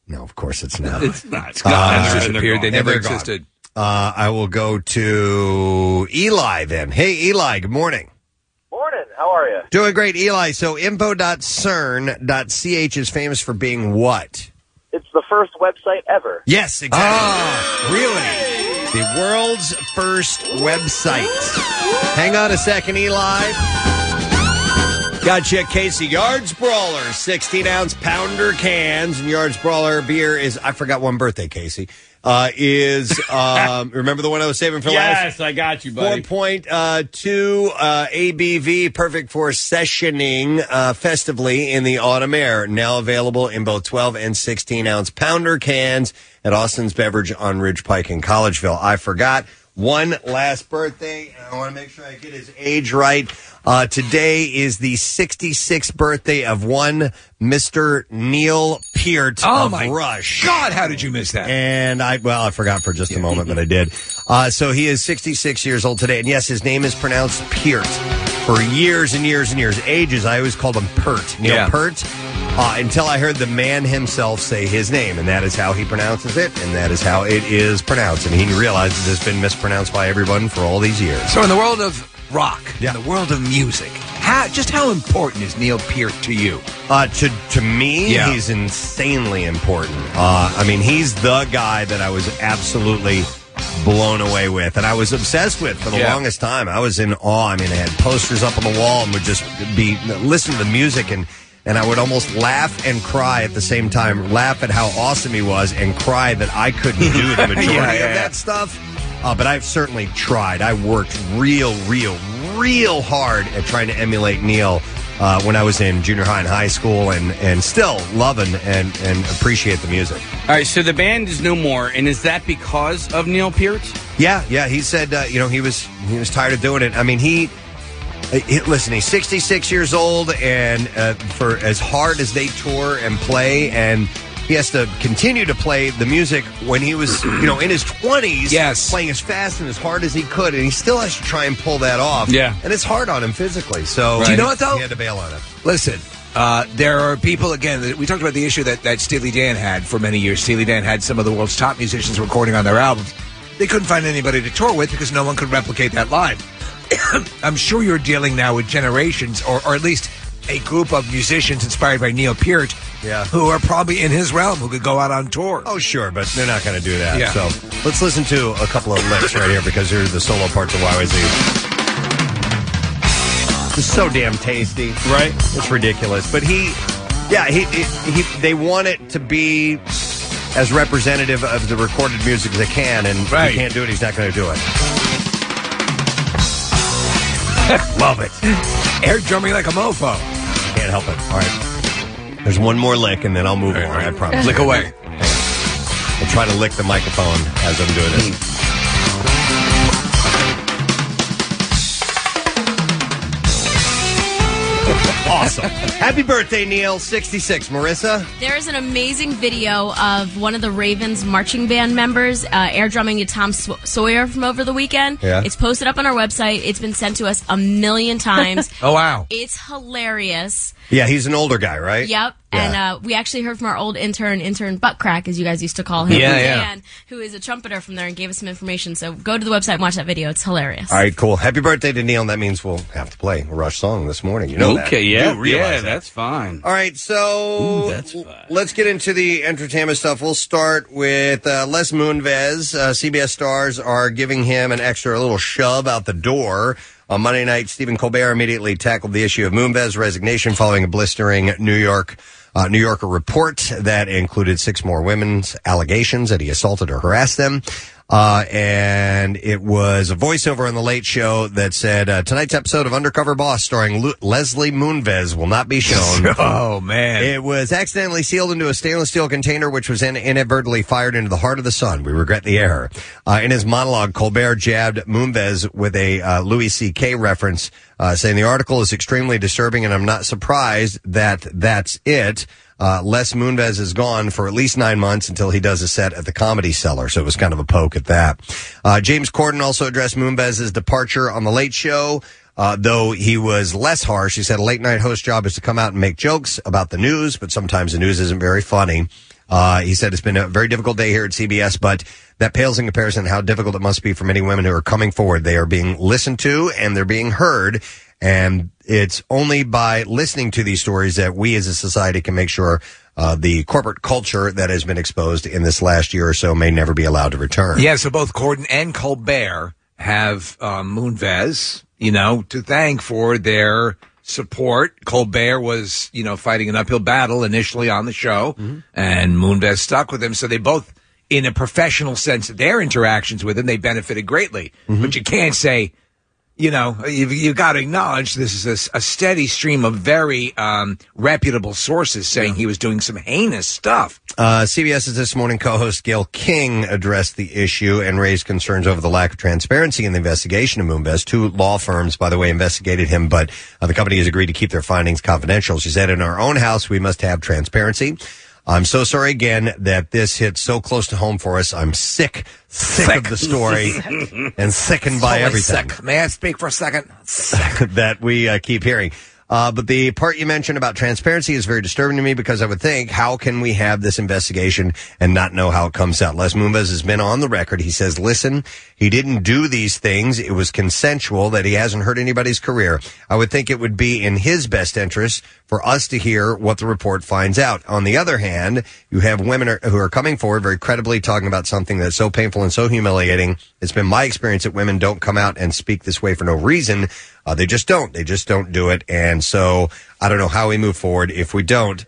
Speaker 2: No, of course it's not.
Speaker 4: It's not. It's gone. It's disappeared. They never
Speaker 2: They're gone.
Speaker 4: existed.
Speaker 2: Uh, I will go to Eli then. Hey, Eli, good morning.
Speaker 13: Morning. How are you?
Speaker 2: Doing great, Eli. So info.cern.ch is famous for being what?
Speaker 13: It's the first website ever. Ah.
Speaker 2: Yes, exactly. Ah, really? The world's first website. Hang on a second, Eli. Gotcha, Casey. Yards Brawler, 16 ounce pounder cans. And Yards Brawler beer is, I forgot one birthday, Casey. Uh,
Speaker 13: [LAUGHS]
Speaker 2: is, um, remember the one I was saving for last?
Speaker 7: Yes, I got you, buddy.
Speaker 2: 4.2 uh, ABV, perfect for sessioning uh, festively in the autumn air. Now available in both 12 and 16 ounce pounder cans at Austin's Beverage on Ridge Pike in Collegeville. I forgot one last birthday, and I want to make sure I get his age right. Uh, today is the 66th birthday of one Mr. Neil Peart
Speaker 4: Oh
Speaker 2: of
Speaker 4: my
Speaker 2: Rush.
Speaker 4: God, how did you miss that?
Speaker 2: And I, well, I forgot for just a moment that I did. Uh, so he is 66 years old today. And yes, his name is pronounced Peart for years and years and years. Ages, I always called him Pert. Neil
Speaker 4: Yeah.
Speaker 2: Pert. Uh, until I heard the man himself say his name. And that is how he pronounces it. And that is how it is pronounced. And he realizes it's been mispronounced by everyone for all these years.
Speaker 4: So in the world of rock, in the world of music, how just how important is Neil Peart to you?
Speaker 2: Uh, to to me,
Speaker 4: Yeah.
Speaker 2: he's insanely important. Uh, I mean, he's the guy that I was absolutely blown away with, and I was obsessed with for the
Speaker 4: Yeah.
Speaker 2: longest time. I was in awe. I mean, I had posters up on the wall and would just be listen to the music and. And I would almost laugh and cry at the same time. Laugh at how awesome he was, and cry that I couldn't [LAUGHS] do the majority
Speaker 4: Yeah,
Speaker 2: of
Speaker 4: yeah,
Speaker 2: that stuff. Uh, but I've certainly tried. I worked real, real, real hard at trying to emulate Neil uh, when I was in junior high and high school, and and still loving and and appreciate the music.
Speaker 6: All right, so the band is no more, and is that because of Neil Peart?
Speaker 2: Yeah, yeah. He said, uh, you know, he was he was tired of doing it. I mean, he. uh, he- Listen, he's 66 years old, and uh, for as hard as they tour and play, and He has to continue to play the music when he was, you know, in his 20s. Yes. Playing as fast and as hard as he could. And he still has to try and pull that off.
Speaker 4: Yeah.
Speaker 2: And it's hard on him physically. So,
Speaker 4: Do you know what, though?
Speaker 2: He had to bail on it.
Speaker 4: Listen, uh, there are people, again, that- we talked about the issue that, that Steely Dan had for many years. Steely Dan had some of the world's top musicians recording on their albums. They couldn't find anybody to tour with because no one could replicate that live. [COUGHS] I'm sure you're dealing now with generations, or, or at least a group of musicians inspired by Neil Peart, uh,
Speaker 2: Yeah.
Speaker 4: who are probably in his realm, who could go out on tour.
Speaker 2: Oh, sure, but they're not going to do that.
Speaker 4: Yeah.
Speaker 2: So let's listen to a couple of licks right here because here are the solo parts of YYZ. It's so damn tasty, right? It's ridiculous, but he, yeah, he, he, he they want it to be as representative of the recorded music as they can, and if
Speaker 4: Right.
Speaker 2: he can't do it. He's not going to do it. [LAUGHS] Love it.
Speaker 4: Air drumming like a mofo.
Speaker 2: Can't help it. All right. There's one more lick, and then I'll move on. I promise.
Speaker 4: Lick away.
Speaker 2: Hang on. I'll try to lick the microphone as I'm doing this. awesome. Happy birthday, Neil. 66. Marissa?
Speaker 14: There is an amazing video of one of the Ravens marching band members uh, air drumming to Tom Sw- Sawyer from over the weekend.
Speaker 2: Yeah.
Speaker 14: It's posted up on our website. It's been sent to us a
Speaker 2: [LAUGHS]
Speaker 14: million times.
Speaker 2: Oh, wow.
Speaker 14: It's hilarious.
Speaker 2: Yeah, he's an older guy, right?
Speaker 14: Yep. And uh, we actually heard from our old intern, intern Buttcrack, as you guys used to call him,
Speaker 2: Yeah, yeah.
Speaker 14: Dan, who is a trumpeter from there and gave us some information. So go to the website and watch that video. It's hilarious.
Speaker 2: All right, cool. Happy birthday to Neil. And that means we'll have to play a Rush song this morning. You know that.
Speaker 6: okay, yeah,
Speaker 2: You realize
Speaker 6: yeah,
Speaker 2: that.
Speaker 6: that's fine.
Speaker 2: All right, so let's get into the entertainment stuff. We'll start with uh, Les Moonves. Uh, CBS stars are giving him an extra little shove out the door. On Monday night, Stephen Colbert immediately tackled the issue of Moonves' resignation following a blistering New York uh, New Yorker report that included six more women's allegations that he assaulted or harassed them. Uh, and it was a voiceover on the Late Show that said uh, tonight's episode of Undercover Boss, starring Lu- Leslie Moonves, will not be shown.
Speaker 4: [LAUGHS] Oh, man.
Speaker 2: It was accidentally sealed into a stainless steel container, which was in- inadvertently fired into the heart of the sun. We regret the error. Uh, in his monologue, Colbert jabbed Moonves with a uh, Louis C.K. reference, uh, saying the article is extremely disturbing, and I'm not surprised that that's it. Uh, Les Moonves is gone for at least nine months until he does a set at the Comedy Cellar. So it was kind of a poke at that. Uh, James Corden also addressed Moonves' departure on The Late Show. Uh, though he was less harsh, he said a late night host job is to come out and make jokes about the news, but sometimes the news isn't very funny. Uh, he said it's been a very difficult day here at CBS, but that pales in comparison to how difficult it must be for many women who are coming forward. They are being listened to and they're being heard. And it's only by listening to these stories that we as a society can make sure uh, the corporate culture that has been exposed in this last year or so may never be allowed to return.
Speaker 4: Yeah, so both Corden and Colbert have um, Moonves, you know, to thank for their support. Colbert was, you know, fighting an uphill battle initially on the show, and Moonves stuck with him. So they both, in a professional sense, their interactions with him, they benefited greatly. But you can't say, you know, you've, you've got to acknowledge this is a s- a, steady stream of very um, reputable sources saying he was doing some heinous stuff.
Speaker 2: Uh, CBS's This Morning co host Gail King addressed the issue and raised concerns over the lack of transparency in the investigation of Moonves. Two law firms, by the way, investigated him, but uh, the company has agreed to keep their findings confidential. She said, In our own house, we must have transparency. I'm so sorry again that this hit so close to home for us. I'm sick, sick, of
Speaker 4: [LAUGHS]
Speaker 2: the story and sickened by
Speaker 4: Holy
Speaker 2: everything
Speaker 4: sick. May I speak for a second?
Speaker 2: [LAUGHS] that we uh, keep hearing. Uh, but the part you mentioned about transparency is very disturbing to me because I would think, how can we have this investigation and not know how it comes out? Les Moonves has been on the record. He says, listen, he didn't do these things. It was consensual that he hasn't hurt anybody's career. I would think it would be in his best interest for us to hear what the report finds out. On the other hand, you have women are, who are coming forward very credibly talking about something that's so painful and so humiliating. It's been my experience that women don't come out and speak this way for no reason. Uh, they just don't. They just don't do it. And so I don't know how we move forward if we don't.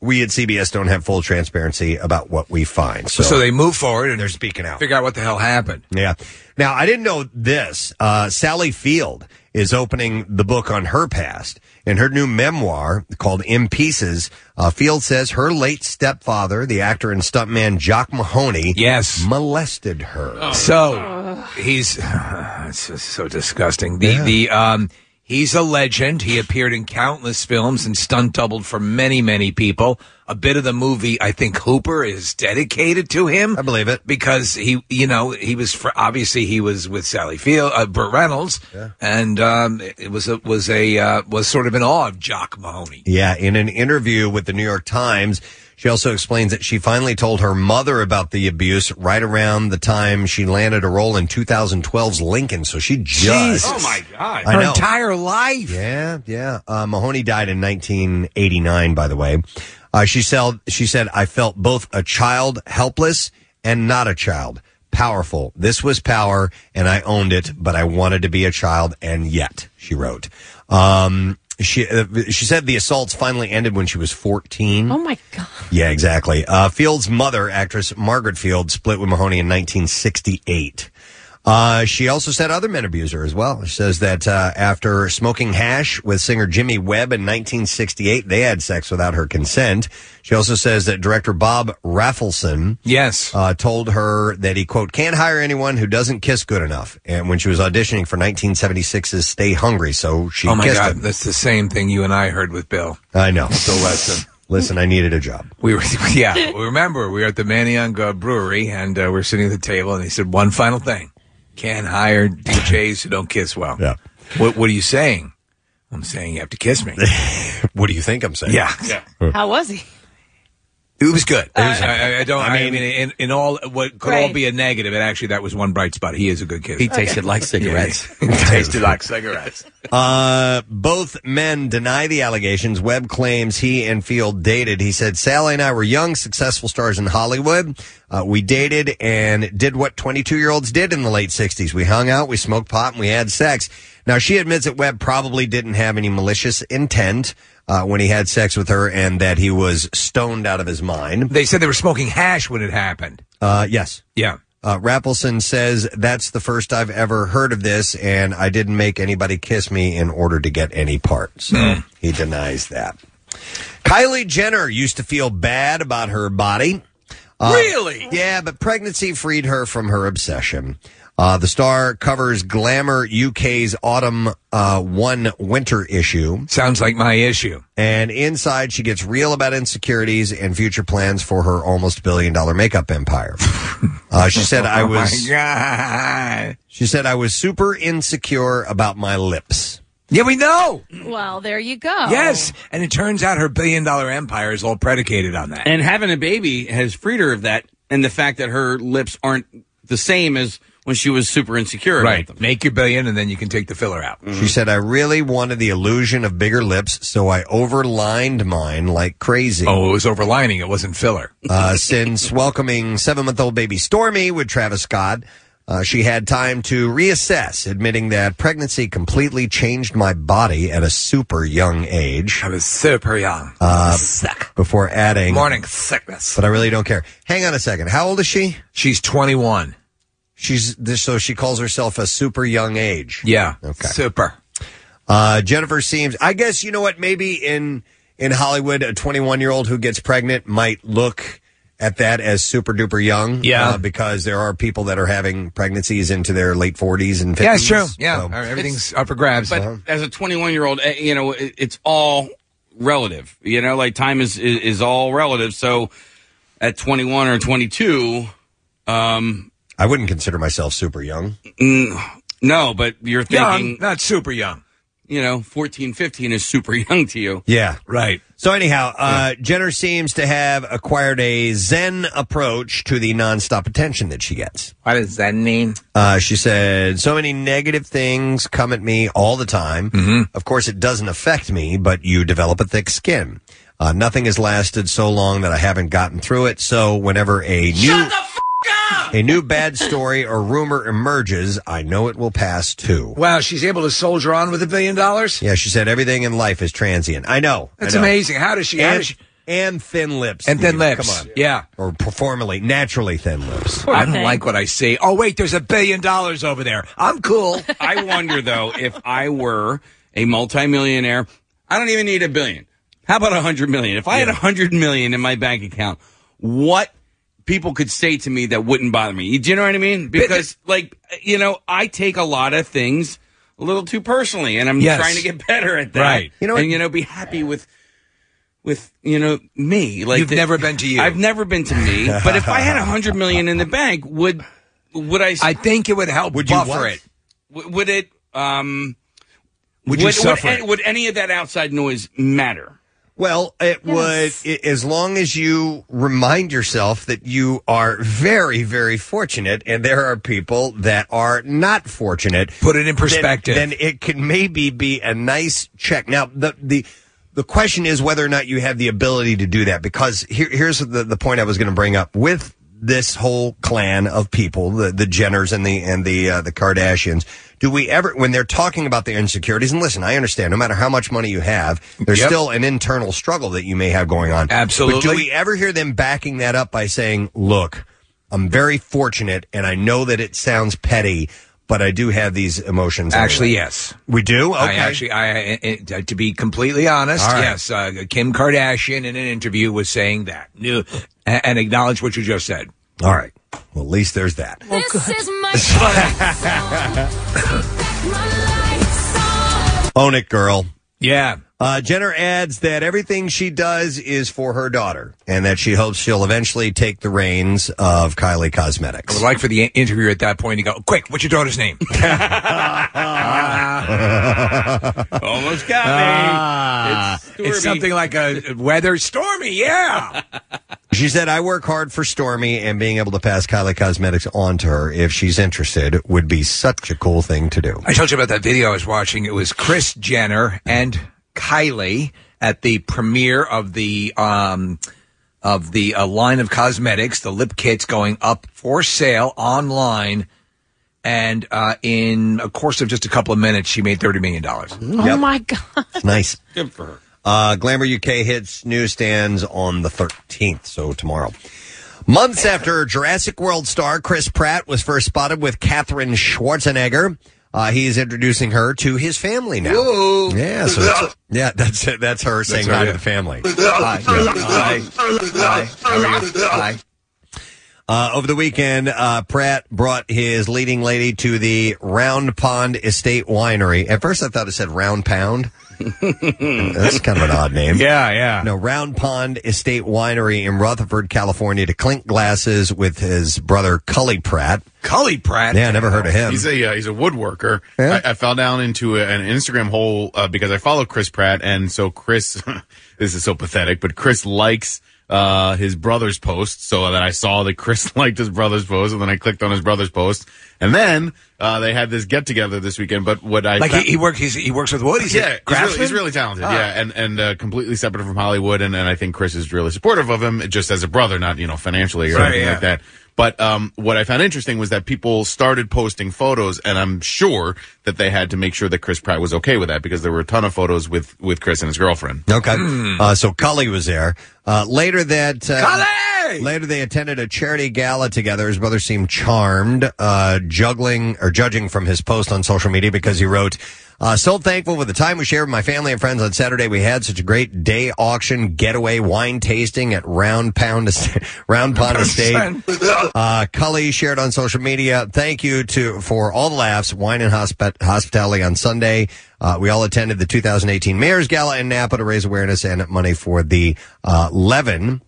Speaker 2: We at CBS don't have full transparency about what we find.
Speaker 4: So,
Speaker 2: So,
Speaker 4: they move forward and
Speaker 2: they're speaking out.
Speaker 4: Figure out what the hell happened.
Speaker 2: yeah. Now I didn't know this. Uh, Sally Field is opening the book on her past. In her new memoir called In Pieces, uh, Field says her late stepfather, the actor and stuntman Jock Mahoney,
Speaker 4: yes,
Speaker 2: molested her.
Speaker 4: [SIGHS] So he's it's just so disgusting. The the um He's a legend. He appeared in countless films and stunt doubled for many, many people. A bit of the movie, I think Hooper is dedicated to him. I
Speaker 2: believe it
Speaker 4: because he, you know, he was for, obviously he was with Sally Field, uh, Burt Reynolds, and um, it was a, was a uh, was sort of in awe of Jock Mahoney.
Speaker 2: Yeah, in an interview with the New York Times, she also explains that she finally told her mother about the abuse right around the time she landed a role in 2012's Lincoln. So she just.
Speaker 4: Jesus. Oh, my God.
Speaker 2: I
Speaker 4: Her
Speaker 2: know.
Speaker 4: entire life.
Speaker 2: [LAUGHS] Yeah, yeah. Uh, Mahoney died in 1989, by the way. Uh, she, said, she said, I felt both a child, helpless, and not a child. Powerful. This was power, and I owned it, but I wanted to be a child, and yet, she wrote. Um, she, uh, she said the assaults finally ended when she was 14.
Speaker 3: Oh, my God.
Speaker 2: Yeah, exactly. Uh, Field's mother, actress Margaret Field, split with Mahoney in 1968. Uh, she also said other men abuse her as well. She says that uh, after smoking hash with singer Jimmy Webb in 1968, they had sex without her consent. She also says that director Bob Raffleson,
Speaker 4: yes,
Speaker 2: uh, told her that he quote can't hire anyone who doesn't kiss good enough. And when she was auditioning for 1976's Stay Hungry, so she
Speaker 4: oh my
Speaker 2: kissed
Speaker 4: God,
Speaker 2: him.
Speaker 4: that's the same thing you and I heard with Bill. [LAUGHS]
Speaker 2: I know.
Speaker 4: So lesson.
Speaker 2: Listen, I needed a job.
Speaker 4: We were, [LAUGHS]
Speaker 2: [LAUGHS]
Speaker 4: yeah. we Remember, we were at the Manianga Brewery, and uh, we're sitting at the table, and he said one final thing: can't hire DJs who don't kiss well. Yeah. What What are you saying? I'm saying you have to kiss me.
Speaker 2: [LAUGHS] what do you think I'm saying?
Speaker 4: Yeah.
Speaker 3: How was he?
Speaker 4: [LAUGHS] It was good. I, I- I don't.
Speaker 3: I
Speaker 4: I mean, in, in all what could all
Speaker 3: Right.
Speaker 4: be a negative, and actually that was one bright spot. He is a good kid.
Speaker 2: He tasted like cigarettes.
Speaker 4: he [LAUGHS] tasted
Speaker 2: [LAUGHS]
Speaker 4: like cigarettes.
Speaker 2: Uh, both men deny the allegations. Webb claims he and Field dated. He said, Sally and I were young, successful stars in Hollywood. Uh, we dated and did what 22 year olds did in the late 60s. We hung out, we smoked pot, and we had sex. Now, she admits that Webb probably didn't have any malicious intent uh, when he had sex with her and that he was stoned out of his mind.
Speaker 4: They said they were smoking hash when it happened.
Speaker 2: Uh, yes.
Speaker 4: Yeah.
Speaker 2: Uh, Rappelson says, that's the first I've ever heard of this, and I didn't make anybody kiss me in order to get any part. So he denies that. Kylie Jenner used to feel bad about her body. really? Yeah, but pregnancy freed her from her obsession. Uh, the star covers Glamour UK's autumn uh, one winter issue.
Speaker 4: Sounds like my issue.
Speaker 2: And inside, she gets real about insecurities and future plans for her almost billion dollar makeup
Speaker 4: [LAUGHS]
Speaker 2: empire. Uh, she said, "I
Speaker 4: Oh, my
Speaker 2: was."
Speaker 4: God.
Speaker 2: She said, "I was super insecure about my lips."
Speaker 4: Yeah, we know.
Speaker 3: Well, there you go.
Speaker 4: Yes, and it turns out her billion dollar empire is all predicated on that.
Speaker 6: And having a baby has freed her of that, and the fact that her lips aren't the same as when she was super insecure.
Speaker 4: Right. Make your billion, and then you can take the filler out.
Speaker 2: She said, "I really wanted the illusion of bigger lips, so I overlined mine like crazy."
Speaker 4: Oh, it was overlining; it wasn't filler. [LAUGHS]
Speaker 2: uh, since welcoming seven-month-old baby Stormy with Travis Scott. Uh, she had time to reassess, admitting that pregnancy completely changed my body at a super young age.
Speaker 4: I was super young.
Speaker 2: Uh, Before adding,
Speaker 4: Morning sickness.
Speaker 2: But I really don't care. Hang on a second. How old is she?
Speaker 4: She's 21.
Speaker 2: She's this, so she calls herself a super young age.
Speaker 4: Yeah. Okay. Super.
Speaker 2: Uh, Jennifer seems. I guess you know what? Maybe in in Hollywood, a 21 year old who gets pregnant might look at that as super duper young.
Speaker 4: Yeah.
Speaker 2: uh, because there are people that are having pregnancies into their late 40s and 50s.
Speaker 4: Yeah, it's true. Yeah,
Speaker 2: So-
Speaker 4: all right, everything's up for grabs.
Speaker 6: But
Speaker 2: Uh-huh.
Speaker 6: as a 21 year old, you know, it- it's all relative. You know, like time is is, is all relative. So at 21 or 22, um,
Speaker 2: I wouldn't consider myself super young.
Speaker 4: Mm,
Speaker 6: no, but you're
Speaker 4: Young,
Speaker 6: thinking
Speaker 4: not super young.
Speaker 6: You know, 14, 15 is super [LAUGHS] young to you.
Speaker 2: Yeah.
Speaker 4: Right.
Speaker 2: So anyhow, uh, Jenner seems to have acquired a Zen approach to the nonstop attention that she gets.
Speaker 4: What does that mean?
Speaker 2: Uh, she said, "So many negative things come at me all the time.
Speaker 4: Mm-hmm.
Speaker 2: Of course, it doesn't affect me, but you develop a thick skin. Uh, nothing has lasted so long that I haven't gotten through it. So whenever a new a new bad story or rumor emerges, I know it will pass too."
Speaker 4: Wow, she's able to soldier on with a billion dollars.
Speaker 2: Yeah, she said everything in life is transient. I know. I
Speaker 4: That's
Speaker 2: know.
Speaker 4: amazing. How does she? how
Speaker 2: And-
Speaker 4: does she-
Speaker 2: and thin lips.
Speaker 4: And thin
Speaker 2: Steve.
Speaker 4: lips.
Speaker 2: Come on.
Speaker 4: Yeah.
Speaker 2: Or performally, naturally thin lips.
Speaker 4: I don't like what I see. Oh wait, there's a billion dollars over there. I'm cool.
Speaker 6: I wonder though if I were a multimillionaire, I don't even need a billion. How about a hundred million? If I had a hundred million in my bank account, what people could say to me that wouldn't bother me? Do you know what I mean? Because like you know, I take a lot of things a little too personally, and I'm
Speaker 5: Yes.
Speaker 6: trying to get better at that.
Speaker 5: Right.
Speaker 6: You know, and you know, be happy with with you know me. Like
Speaker 4: You've never been to you.
Speaker 6: I've never been to me. but if I had a hundred million in the bank, would would I?
Speaker 4: I think it would help
Speaker 6: Would
Speaker 4: buffer it.
Speaker 6: W- would it? Um,
Speaker 2: Would you suffer
Speaker 6: Would,
Speaker 2: it?
Speaker 6: an- would any of that outside noise matter?
Speaker 2: Well, it would i- as long as you remind yourself that you are very, very fortunate, and there are people that are not fortunate.
Speaker 4: Put it in perspective.
Speaker 2: Then, then it can maybe be a nice check. Now, the the the question is whether or not you have the ability to do that. Because here, here's the the point I was going to bring up with this whole clan of people, the the Jenners and the and the uh, the Kardashians. Do we ever, when they're talking about their insecurities, and listen, I understand. No matter how much money you have, there's
Speaker 4: Yep.
Speaker 2: still an internal struggle that you may have going on.
Speaker 4: Absolutely.
Speaker 2: But do we ever hear them backing that up by saying, look, I'm very fortunate and I know that it sounds petty, but I do have these emotions. anyway."
Speaker 4: Actually, yes.
Speaker 2: We do? Okay.
Speaker 4: I actually, I, I- I- to be completely honest,
Speaker 2: All right.
Speaker 4: yes. Uh, Kim Kardashian in an interview was saying that Knew- and and acknowledged what you just said.
Speaker 2: All right. Well, at least there's that.
Speaker 14: This is my
Speaker 2: [LAUGHS] Own it, girl.
Speaker 4: Yeah.
Speaker 2: Uh, Jenner adds that everything she does is for her daughter and that she hopes she'll eventually take the reins of Kylie Cosmetics.
Speaker 4: I would like for the interviewer at that point to go, quick, what's your daughter's name? Ah.
Speaker 6: Almost got
Speaker 7: me.
Speaker 4: Ah. it's, something like a weather stormy, yeah.
Speaker 2: She said, I work hard for Stormy, and being able to pass Kylie Cosmetics on to her if she's interested would be such a cool thing to do.
Speaker 4: I told you about that video I was watching. It was Chris Jenner and Kylie at the premiere of the um, of the uh, line of cosmetics, the lip kits going up for sale online. And uh, in a course of just a couple of minutes, she made thirty million dollars.
Speaker 9: Mm.
Speaker 3: Oh my god!
Speaker 2: nice.
Speaker 6: Good for her.
Speaker 2: Uh, Glamour UK hits newsstands on the 13th, so tomorrow. Months after Jurassic World star Chris Pratt was first spotted with Katherine Schwarzenegger, uh, he is introducing her to his family now. Yeah, so it's- yeah, that's it. That's her saying
Speaker 7: her,
Speaker 2: hi
Speaker 7: yeah.
Speaker 2: to the family.
Speaker 4: Uh,
Speaker 2: Hi. Hi. Hi. How are you? Hi. Uh, over the weekend, uh, Pratt brought his leading lady to the Round Pond Estate Winery. At first, I thought it said
Speaker 4: [LAUGHS]
Speaker 2: Round Pound. That's kind of an odd name.
Speaker 4: Yeah, yeah.
Speaker 2: No, Round Pond Estate Winery in Rutherford, California, to clink glasses with his brother Cully Pratt.
Speaker 4: Cully Pratt.
Speaker 2: Yeah, I never heard of him.
Speaker 5: He's a uh, he's a woodworker. I, I fell down into a, an Instagram hole uh, because I follow Chris Pratt, and so Chris, [LAUGHS] this is so pathetic, but Chris likes uh, his brother's post, so that I saw that Chris [LAUGHS] liked his brother's post, and then I clicked on his brother's post, and then uh, they had this get together this weekend. But what I
Speaker 4: Like
Speaker 5: found-
Speaker 4: he, he works, he's, he works with wood. He's a
Speaker 5: yeah, he's really, he's
Speaker 4: craftsman?
Speaker 5: really talented.
Speaker 4: Ah.
Speaker 5: Yeah, and and uh, completely separate from Hollywood, and, and I think Chris is really supportive of him, just as a brother, not you know financially or
Speaker 4: Right,
Speaker 5: anything
Speaker 4: yeah.
Speaker 5: like that. But um, what I found interesting was that people started posting photos, and I'm sure that they had to make sure that Chris Pratt was okay with that because there were a ton of photos with with Chris and his girlfriend.
Speaker 2: Okay.
Speaker 4: Hmm.
Speaker 2: Uh, so Cully was there. Uh, later that. Uh, Later, they attended a charity gala together. His brother seemed charmed, uh, juggling or judging from his post on social media because he wrote, uh, So thankful for the time we shared with my family and friends on Saturday. We had such a great day auction, getaway, wine tasting at Round Pound, Est- [LAUGHS] Round Pond Estate. Uh, Cully shared on social media. Thank you to for all the laughs, wine and hospi- hospitality on Sunday. Uh, we all attended the 2018 Mayor's Gala in Napa to raise awareness and money for the uh, Levin.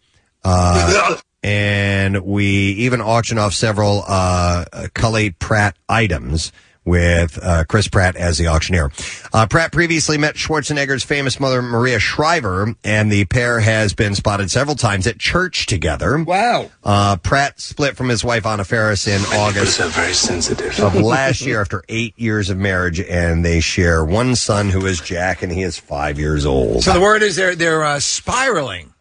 Speaker 2: Uh, and we even auctioned off several uh, Cully Pratt items with uh, Chris Pratt as the auctioneer. Uh, Pratt previously met Schwarzenegger's famous mother, Maria Shriver, and the pair has been spotted several times at church together.
Speaker 4: Wow.
Speaker 2: Uh, Pratt split from his wife, Anna Ferris, in August
Speaker 12: very sensitive.
Speaker 2: of last year after eight years of marriage, and they share one son who is Jack, and he is five years old.
Speaker 4: So the word is they're they're uh, spiraling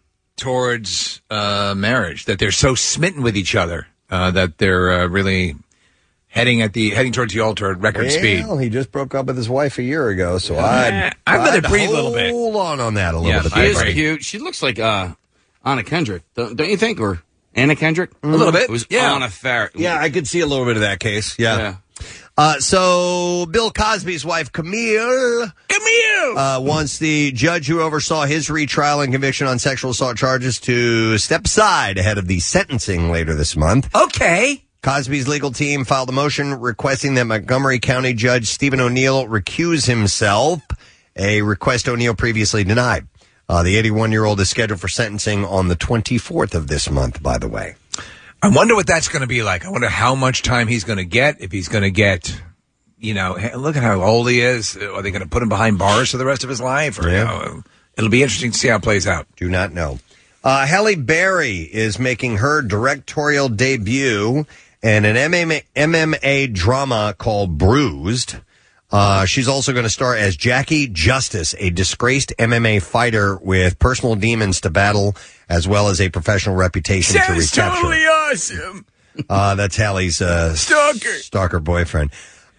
Speaker 4: towards uh, marriage. That they're so smitten with each other uh, that they're uh, really heading at the heading towards the altar at record speed.
Speaker 2: Well, he just broke up with his wife a year ago, so I'd,
Speaker 4: I'd let it
Speaker 2: I'd
Speaker 4: breathe a little bit.
Speaker 2: Hold on on that a little
Speaker 6: yeah,
Speaker 2: bit.
Speaker 6: she is
Speaker 2: Right.
Speaker 6: cute. She looks like uh, Anna Kendrick, don't, don't you think? Or Anna Kendrick? Mm.
Speaker 2: A little bit.
Speaker 6: It was
Speaker 2: Yeah.
Speaker 6: Anna Ferris.
Speaker 2: Yeah, I could see a little bit of that case. Yeah. Uh, so Bill Cosby's wife, Camille,
Speaker 6: Camille,
Speaker 2: uh, wants the judge who oversaw his retrial and conviction on sexual assault charges to step aside ahead of the sentencing later this month.
Speaker 4: Okay.
Speaker 2: Cosby's legal team filed a motion requesting that Montgomery County Judge Stephen O'Neill recuse himself, a request O'Neill previously denied. Uh, the 81 year old is scheduled for sentencing on the 24th of this month, by the way.
Speaker 4: I wonder what that's going to be like. I wonder how much time he's going to get. If he's going to get, you know, hey, look at how old he is. Are they going to put him behind bars for the rest of his life? Or you know, it'll be interesting to see how it plays out.
Speaker 2: Do not know. Uh, Halle Berry is making her directorial debut in an MMA, MMA drama called Bruised. Uh, she's also going to star as Jackie Justice, a disgraced MMA fighter with personal demons to battle, as well as a professional reputation to
Speaker 7: Sounds
Speaker 2: recapture.
Speaker 7: totally
Speaker 4: awesome.
Speaker 2: Uh, that's Hallie's uh,
Speaker 7: Stalker.
Speaker 2: stalker boyfriend.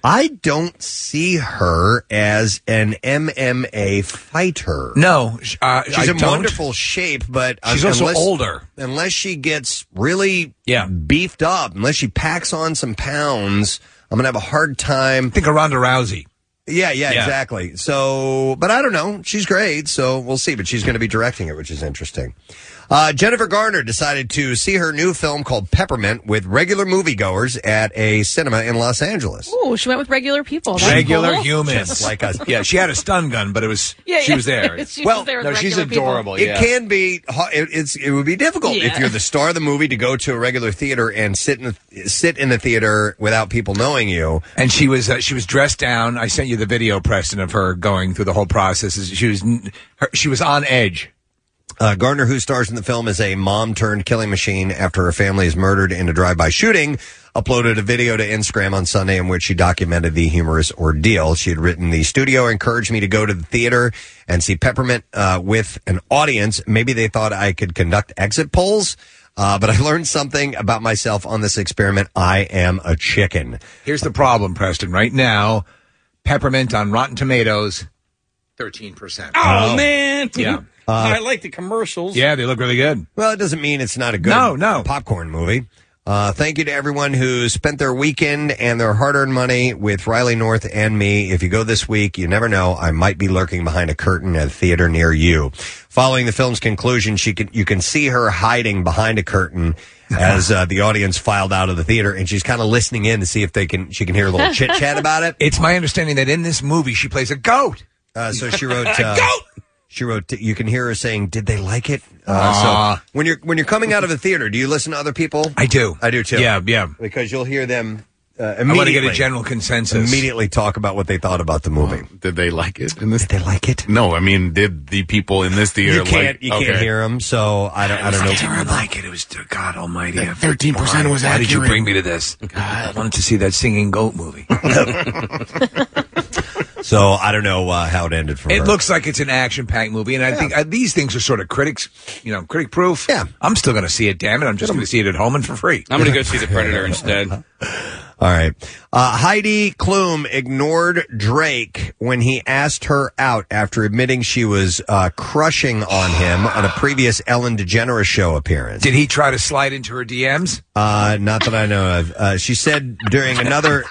Speaker 2: I don't see her as an MMA fighter.
Speaker 4: No, uh,
Speaker 2: she's
Speaker 4: I
Speaker 2: in
Speaker 4: don't.
Speaker 2: wonderful shape, but
Speaker 4: She's also older.
Speaker 2: Unless she gets really beefed up, unless she packs on some pounds, I'm gonna have a hard time.
Speaker 4: Think of Ronda Rousey.
Speaker 2: Yeah, yeah,
Speaker 4: Yeah.
Speaker 2: exactly. So, but I don't know. She's great, so we'll see. But she's going to be directing it, which is interesting. Uh, Jennifer Garner decided to see her new film called Peppermint with regular moviegoers at a cinema in Los Angeles.
Speaker 3: Ooh, she went with regular people. That's
Speaker 4: regular
Speaker 3: cool.
Speaker 4: humans
Speaker 3: [LAUGHS]
Speaker 2: Just like us.
Speaker 4: Yeah, she had a stun gun, but it was
Speaker 3: Yeah,
Speaker 4: she
Speaker 3: yeah.
Speaker 4: was there.
Speaker 3: [LAUGHS] She was Well, there with no, she's regular people. adorable,
Speaker 2: It
Speaker 4: yeah.
Speaker 2: can [LAUGHS] be. ha- it- It's it would be difficult if
Speaker 4: Yeah.
Speaker 2: you're the star of the movie to go to a regular theater and sit in the, sit in the theater without people knowing you.
Speaker 4: And she was uh, she was dressed down. I sent you the video, Preston, of her going through the whole process. She was her, she was on edge.
Speaker 2: Uh, Gardner, who stars in the film, is a mom turned killing machine after her family is murdered in a drive by shooting. Uploaded a video to Instagram on Sunday in which she documented the humorous ordeal. She had written, The studio encouraged me to go to the theater and see Peppermint uh, with an audience. Maybe they thought I could conduct exit polls, uh, but I learned something about myself on this experiment. I am a chicken.
Speaker 4: Here's the problem, Preston. Right now, peppermint on Rotten Tomatoes, thirteen percent.
Speaker 6: Oh, man.
Speaker 4: Yeah.
Speaker 2: Uh,
Speaker 6: I like the commercials.
Speaker 4: Yeah, they look really good.
Speaker 2: Well, it doesn't mean it's not a good
Speaker 4: No, no.
Speaker 2: popcorn movie. Uh, thank you to everyone who spent their weekend and their hard earned money with Riley North and me. If you go this week, you never know. I might be lurking behind a curtain at a theater near you. Following the film's conclusion, she can, you can see her hiding behind
Speaker 4: [LAUGHS]
Speaker 2: a curtain as uh, the audience filed out of the theater and she's kind of listening in to see if they can, she can hear a
Speaker 4: [LAUGHS]
Speaker 2: little chit chat about it.
Speaker 4: It's my understanding that in this movie she plays a goat.
Speaker 2: Uh, so
Speaker 4: [LAUGHS]
Speaker 2: she wrote. Uh, She wrote. You can hear her saying, "Did they like it?" Uh,
Speaker 4: Aw.
Speaker 2: so when you're when you're coming out of a theater, do you listen to other people?
Speaker 4: I do.
Speaker 2: I do too.
Speaker 4: Yeah, yeah.
Speaker 2: Because you'll hear them uh,
Speaker 4: I
Speaker 2: immediately.
Speaker 4: want to get a general consensus.
Speaker 2: Immediately talk about what they thought about the movie.
Speaker 5: Um, Did they like it? In this,
Speaker 2: did they like it?
Speaker 5: No, I mean, did the people in this theater?
Speaker 2: You can't
Speaker 5: Like,
Speaker 2: you can't
Speaker 5: okay.
Speaker 2: hear them, so I don't I don't
Speaker 4: [LAUGHS]
Speaker 2: know.
Speaker 4: like it. It was God Almighty.
Speaker 5: Thirteen percent was
Speaker 4: Why
Speaker 5: accurate.
Speaker 4: did you bring me to this? I wanted to see that singing goat movie.
Speaker 2: [LAUGHS] So I don't know uh, how it ended for
Speaker 4: It
Speaker 2: her.
Speaker 4: looks like it's an action-packed movie, and I think uh, these things are sort of critics, you know, critic-proof. Yeah, I'm still going to see it. Damn it, I'm just going to see it at home and for free.
Speaker 6: I'm going to go see The Predator instead.
Speaker 2: All right. Uh, Heidi Klum ignored Drake when he asked her out after admitting she was uh, crushing on him on a previous Ellen DeGeneres show appearance.
Speaker 4: Did he try to slide into her DMs?
Speaker 2: Uh, not that I know of. Uh, she said during another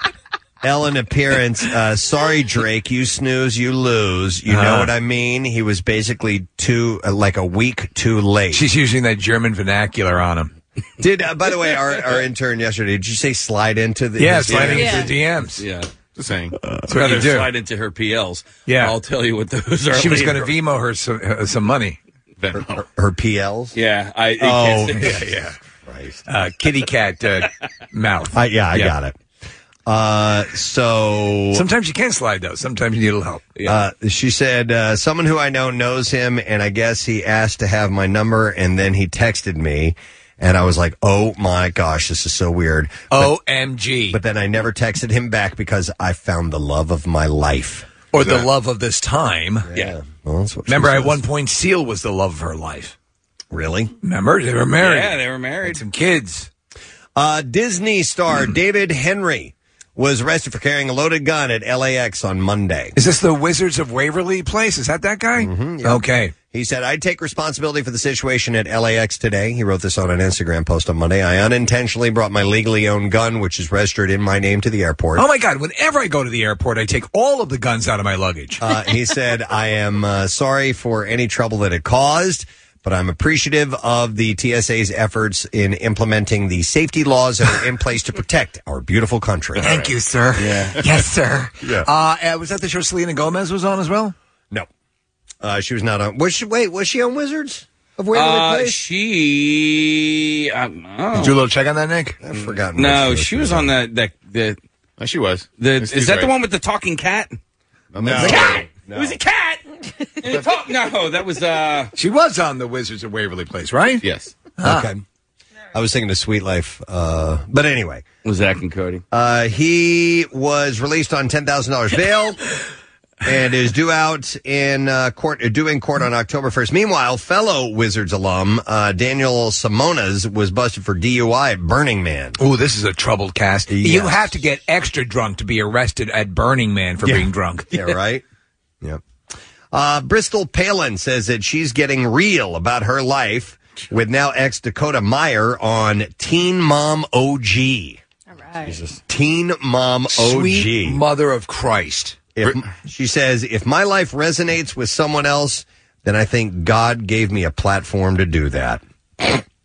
Speaker 2: Ellen appearance, uh, sorry, Drake, you snooze, you lose. You know
Speaker 4: Uh-huh.
Speaker 2: what I mean? He
Speaker 4: [LAUGHS]
Speaker 2: was basically too, uh, like a week too late.
Speaker 4: She's using that German vernacular on him.
Speaker 2: Did, uh, by the way, our, our intern yesterday, did you say slide into the?
Speaker 4: Yeah,
Speaker 2: his
Speaker 4: sliding
Speaker 2: DMs?
Speaker 4: into the DMs.
Speaker 6: Yeah.
Speaker 5: Just saying.
Speaker 4: That's what you do.
Speaker 6: slide into her PLs.
Speaker 4: Yeah.
Speaker 6: I'll tell you what those are.
Speaker 4: She was
Speaker 6: later.
Speaker 4: going to Vimo her some, uh, some money.
Speaker 5: Her,
Speaker 2: her PLs?
Speaker 6: Yeah. I,
Speaker 4: [LAUGHS] Oh,
Speaker 6: it's-
Speaker 4: yeah, yeah. Uh, kitty cat
Speaker 6: [LAUGHS]
Speaker 4: uh, mouth.
Speaker 2: I, yeah, I got it. Uh, so
Speaker 4: Sometimes you can slide though. Sometimes you need a little help.
Speaker 2: Uh, she said, uh, someone who I know knows him, and I guess he asked to have my number, and then he texted me, and I was like, oh my gosh, this is so weird. But-
Speaker 4: OMG.
Speaker 2: But then I never texted him back because I found the love of my life.
Speaker 4: Or the love of this time. Yeah.
Speaker 2: Well, that's what she
Speaker 4: Remember, at
Speaker 2: says.
Speaker 4: one point, Seal was the love of her life.
Speaker 2: Really?
Speaker 4: Remember, they were married.
Speaker 6: Yeah, they were married.
Speaker 4: Some kids.
Speaker 2: Uh,
Speaker 6: [CLEARS THROAT]
Speaker 2: Disney star David Henry was arrested for carrying a loaded gun at LAX on Monday. Mm-hmm.
Speaker 4: Is this the Wizards of Waverly place? Is that that guy? Okay.
Speaker 2: He said, I take responsibility for the situation at LAX today. He wrote this on an Instagram post on Monday. I unintentionally brought my legally owned gun, which is registered in my name, to the airport.
Speaker 4: Oh my God! Whenever I go to the airport, I take all of the guns out of my luggage.
Speaker 2: Uh, he said, I am uh, sorry for any trouble that it caused. But I'm appreciative of the TSA's efforts in implementing the safety laws that are in place to protect our beautiful country.
Speaker 4: Thank you, sir.
Speaker 2: Yeah.
Speaker 4: [LAUGHS] Yes, sir.
Speaker 2: Yeah.
Speaker 4: Uh, uh, was that the show Selena Gomez was on as well?
Speaker 2: No. Uh, she was not on. Was she, wait, was she on Wizards of Waverly
Speaker 6: Uh,
Speaker 2: Place?
Speaker 6: she. Um,
Speaker 2: Oh.
Speaker 4: Did you do a little check on that, Nick?
Speaker 2: I've forgotten.
Speaker 6: No, she was on the the. the
Speaker 5: she was.
Speaker 6: is that the one with the talking cat?
Speaker 4: No.
Speaker 6: Cat! It was a cat. And it talked- no, that was uh.
Speaker 4: She was on the Wizards of Waverly Place, right?
Speaker 5: Yes.
Speaker 6: Ah.
Speaker 2: Okay. I was thinking of Sweet Life. Uh, but anyway.
Speaker 6: Was Zach and Cody?
Speaker 2: Uh, he was released on
Speaker 6: [LAUGHS]
Speaker 2: $10,000 bail and is due out in uh, court, uh, due in court on October 1st. Meanwhile, fellow Wizards alum, uh, Daniel Simonas was busted for DUI at Burning Man.
Speaker 4: Oh, this is a troubled cast. You
Speaker 2: Yes.
Speaker 4: have to get extra drunk to be arrested at Burning Man for
Speaker 2: Yeah.
Speaker 4: being drunk. [LAUGHS]
Speaker 2: Yeah, right? Yep. Uh, Bristol Palin says that she's getting real about her life with now ex Dakota Meyer on Teen Mom OG. All right. Teen Mom OG.
Speaker 4: Sweet Mother of Christ.
Speaker 2: If, she says, if my life resonates with someone else, then I think God gave me a platform to do that.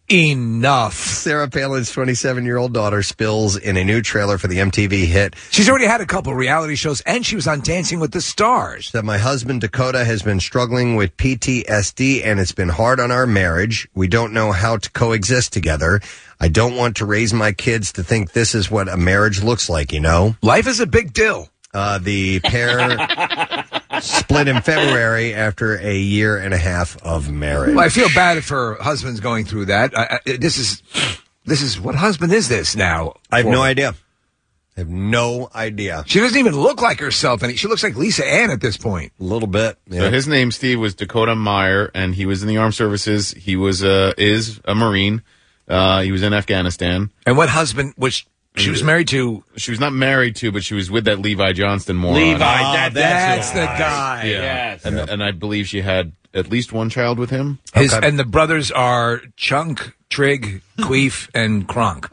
Speaker 4: Enough.
Speaker 2: Sarah Palin's 27 year old daughter spills in a new trailer for the MTV hit.
Speaker 4: She's already had a couple reality shows, and she was on Dancing with the Stars.
Speaker 2: That my husband Dakota has been struggling with PTSD and it's been hard on our marriage. We don't know how to coexist together. I don't want to raise my kids to think this is what a marriage looks like, you know?
Speaker 4: Life is a big deal.
Speaker 2: Uh,
Speaker 4: [LAUGHS]
Speaker 2: the pair split in February after a year and a half of marriage.
Speaker 4: Well, I feel bad for husbands going through that. I, I, this is this is what husband is this now?
Speaker 2: I have
Speaker 4: For-
Speaker 2: no idea. I have no idea.
Speaker 4: She doesn't even look like herself, and she looks like Lisa Ann at this point.
Speaker 2: A little bit.
Speaker 5: So his name, Steve, was Dakota Meyer, and he was in the armed services. He was uh, is a Marine. Uh, he was in Afghanistan.
Speaker 4: And what husband was she was married to?
Speaker 5: She was not married to, but she was with that Levi Johnston moron.
Speaker 6: Levi, that-
Speaker 4: Oh, Ah, that's the
Speaker 6: who-
Speaker 4: guy.
Speaker 5: Yeah.
Speaker 6: Yes.
Speaker 5: And, and I believe she had at least one child with him.
Speaker 4: His, And the brothers are Chunk, Trig, Queef, and Kronk.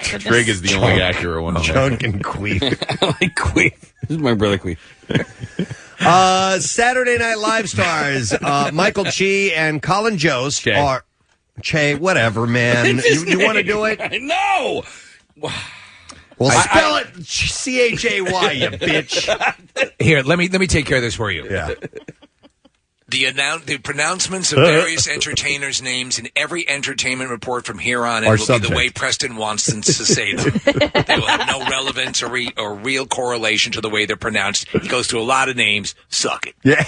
Speaker 5: Trig is the only accurate one.
Speaker 4: [LAUGHS]
Speaker 2: Chunk and
Speaker 6: [LAUGHS]
Speaker 2: Queef.
Speaker 6: like Queef. This is my brother Queef.
Speaker 2: Uh, Saturday Night Live stars uh, Michael Chi and Colin Jost are. Che, whatever, man.
Speaker 6: It's his
Speaker 2: you want to
Speaker 6: name.
Speaker 2: do it?
Speaker 6: No.
Speaker 2: Well,
Speaker 4: I-
Speaker 2: spell it C H A Y, you bitch.
Speaker 4: Here, let me let me take care of this for you.
Speaker 2: Yeah.
Speaker 4: The announ- the pronouncements of
Speaker 2: [LAUGHS]
Speaker 4: various entertainers' names in every entertainment report from here on in
Speaker 2: Are
Speaker 4: will be
Speaker 2: subject.
Speaker 4: the way Preston wants them to say them. they will have no relevance or, re- or real correlation to the way they're pronounced. He goes through a lot of names. Suck it.
Speaker 2: Yeah.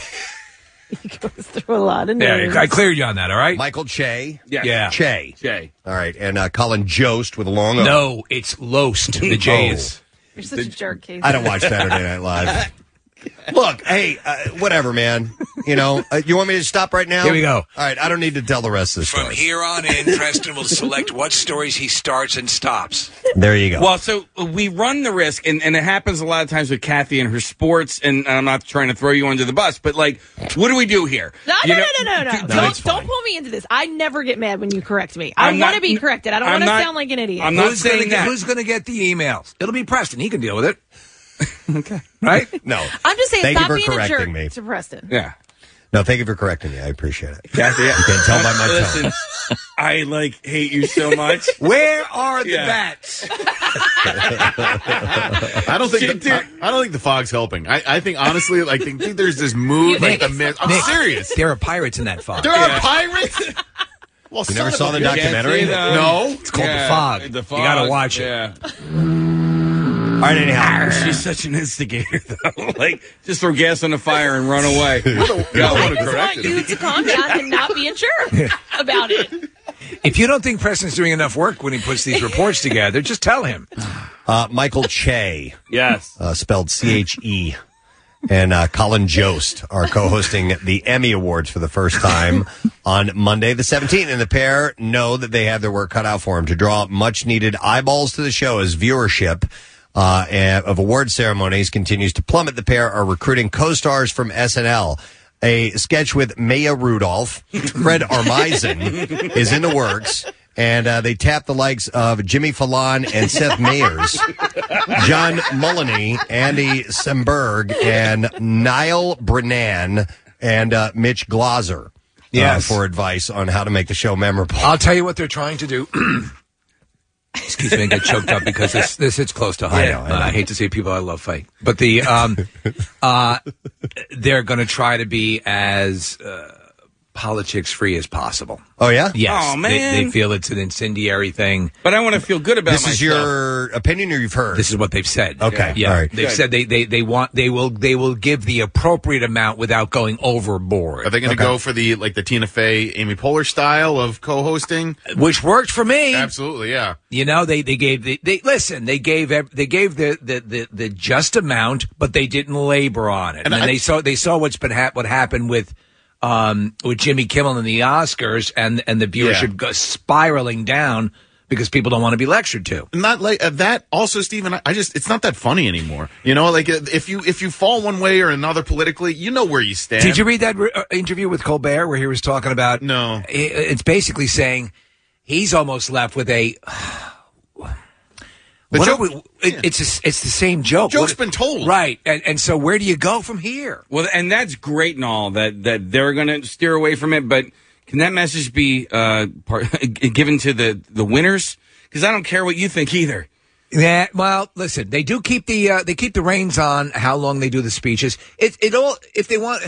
Speaker 3: through a lot of names.
Speaker 4: I cleared you on that. All right.
Speaker 2: Michael Che.
Speaker 4: Yes.
Speaker 2: Yeah. Che.
Speaker 6: Che.
Speaker 2: All right. And uh, Colin Jost with a long O.
Speaker 4: No, it's Lost.
Speaker 2: [LAUGHS]
Speaker 4: The J
Speaker 2: Oh.
Speaker 4: is.
Speaker 3: You're such a jerk, Casey.
Speaker 2: I don't watch Saturday Night Live. Look, hey, uh, whatever, man. You know, uh, you want me to stop right now?
Speaker 4: Here we go.
Speaker 2: All right, I don't need to tell the rest of the
Speaker 4: From
Speaker 2: story.
Speaker 4: here on in, Preston will select what stories he starts and stops.
Speaker 2: There you go.
Speaker 6: Well, so uh, we run the risk, and, and it happens a lot of times with Kathy and her sports. And I'm not trying to throw you under the bus, but like, what do we do here?
Speaker 3: [LAUGHS] No,
Speaker 6: You
Speaker 3: no,
Speaker 6: know-
Speaker 3: no, no, no,
Speaker 2: [LAUGHS]
Speaker 3: no.
Speaker 6: D-
Speaker 3: Don't, don't pull me into this. I never get mad when you correct me. I
Speaker 6: I'm
Speaker 3: want to
Speaker 6: not-
Speaker 3: be corrected. I don't
Speaker 6: I'm
Speaker 3: want to
Speaker 6: not-
Speaker 3: sound like an idiot.
Speaker 4: Who's gonna get- Who's going to get the emails? It'll be Preston. He can deal with it.
Speaker 2: [LAUGHS]
Speaker 4: okay. Right?
Speaker 2: No.
Speaker 3: I'm just saying,
Speaker 2: Thank you
Speaker 3: stop
Speaker 2: for
Speaker 3: being a
Speaker 2: correcting
Speaker 3: jerk
Speaker 2: me.
Speaker 3: to Preston.
Speaker 6: Yeah.
Speaker 2: No, thank you for correcting me. I appreciate it.
Speaker 6: Kathy,
Speaker 2: You can tell by my tone.
Speaker 6: Listen, I like hate you so
Speaker 2: [LAUGHS]
Speaker 6: much.
Speaker 4: Where are the
Speaker 6: Yeah.
Speaker 4: bats?
Speaker 5: [LAUGHS] I don't think the, I, I don't think the fog's helping. I, I think honestly, like think, think there's this mood like the myth. I'm
Speaker 4: Nick,
Speaker 5: serious.
Speaker 4: There are pirates in that fog.
Speaker 5: There are pirates.
Speaker 2: [LAUGHS]
Speaker 5: Well,
Speaker 2: You never
Speaker 5: son
Speaker 2: saw
Speaker 5: of
Speaker 2: the
Speaker 5: a bitch.
Speaker 2: documentary?
Speaker 5: No.
Speaker 4: It's called The Fog.
Speaker 6: The fog.
Speaker 4: You got to watch it.
Speaker 6: Yeah.
Speaker 2: All right, anyhow.
Speaker 6: She's such an instigator, [LAUGHS] though. like, just throw gas on the fire and run [LAUGHS] away.
Speaker 5: Yeah, I
Speaker 3: I
Speaker 5: would've
Speaker 3: just want
Speaker 5: corrected
Speaker 3: you to calm down and not be a
Speaker 2: [LAUGHS]
Speaker 3: jerk about it.
Speaker 4: If you don't think Preston's doing enough work when he puts these reports together, just tell him.
Speaker 2: [SIGHS] Uh, Michael Che,
Speaker 6: Yes.
Speaker 2: uh, spelled C H E, and uh, Colin Jost are co hosting the Emmy Awards for the first time on Monday the 17th. And the pair know that they have their work cut out for them to draw much needed eyeballs to the show as viewership. Uh, and- of award ceremonies continues to plummet. The pair are recruiting co-stars from SNL. A sketch with Maya Rudolph, Fred Armisen is in the works, and uh, they tap the likes of Jimmy Fallon and Seth Meyers. John Mulaney, Andy Semberg, and Niall Brennan, and uh, Mitch Glazer.
Speaker 4: Yes.
Speaker 2: for advice on how to make the show memorable.
Speaker 4: I'll tell you what they're trying to do. [CLEARS THROAT] Excuse me, I get choked up because this this hits close to home.
Speaker 2: I know, I know.
Speaker 4: Uh, I hate to see people I love fight, but the um, [LAUGHS] uh, they're going to try to be as uh, politics free as possible.
Speaker 2: Oh yeah,
Speaker 4: Yes,
Speaker 6: Oh,
Speaker 4: They- They,
Speaker 6: man.
Speaker 4: feel it's an incendiary thing.
Speaker 6: But I want to feel good about
Speaker 4: This
Speaker 6: myself.
Speaker 4: is your
Speaker 2: opinion, or you've heard?
Speaker 4: This is what they've said.
Speaker 2: Okay,
Speaker 4: yeah.
Speaker 2: all right.
Speaker 4: They've
Speaker 2: Good.
Speaker 4: said they, they they want they will they will give the appropriate amount without going overboard.
Speaker 5: Are they going to go for the like the Tina Fey, Amy Poehler style of co-hosting,
Speaker 4: which worked for me?
Speaker 5: Absolutely, yeah.
Speaker 4: You know, they they gave the, they listen. They gave ev- they gave the, the the the just amount, but they didn't labor on it. And,
Speaker 5: And I-
Speaker 4: they saw they saw what's been hap what happened with um with Jimmy Kimmel and the Oscars, and and the viewership go spiraling down because people don't want to be lectured to.
Speaker 5: Not like uh, that. Also, Stephen, I- I just it's not that funny anymore. You know, like uh, if you if you fall one way or another politically, you know where you stand.
Speaker 4: Did you read that re- uh, interview with Colbert where he was talking about?
Speaker 5: No,
Speaker 4: it's basically saying he's almost left with a. [SIGHS]
Speaker 5: The
Speaker 4: What are
Speaker 5: joke-
Speaker 4: we- it- It's a- it's the same joke.
Speaker 6: Joke's
Speaker 4: Joke's
Speaker 6: been told.
Speaker 4: right? And, and so where do you go from here?
Speaker 6: Well, and that's great and all that that they're going to steer away from it, but can that message be uh, part, [LAUGHS] given to the the winners? Because I don't care what you think either.
Speaker 4: Yeah, well, listen, they do keep the uh, they keep the reins on how long they do the speeches. It it all if they want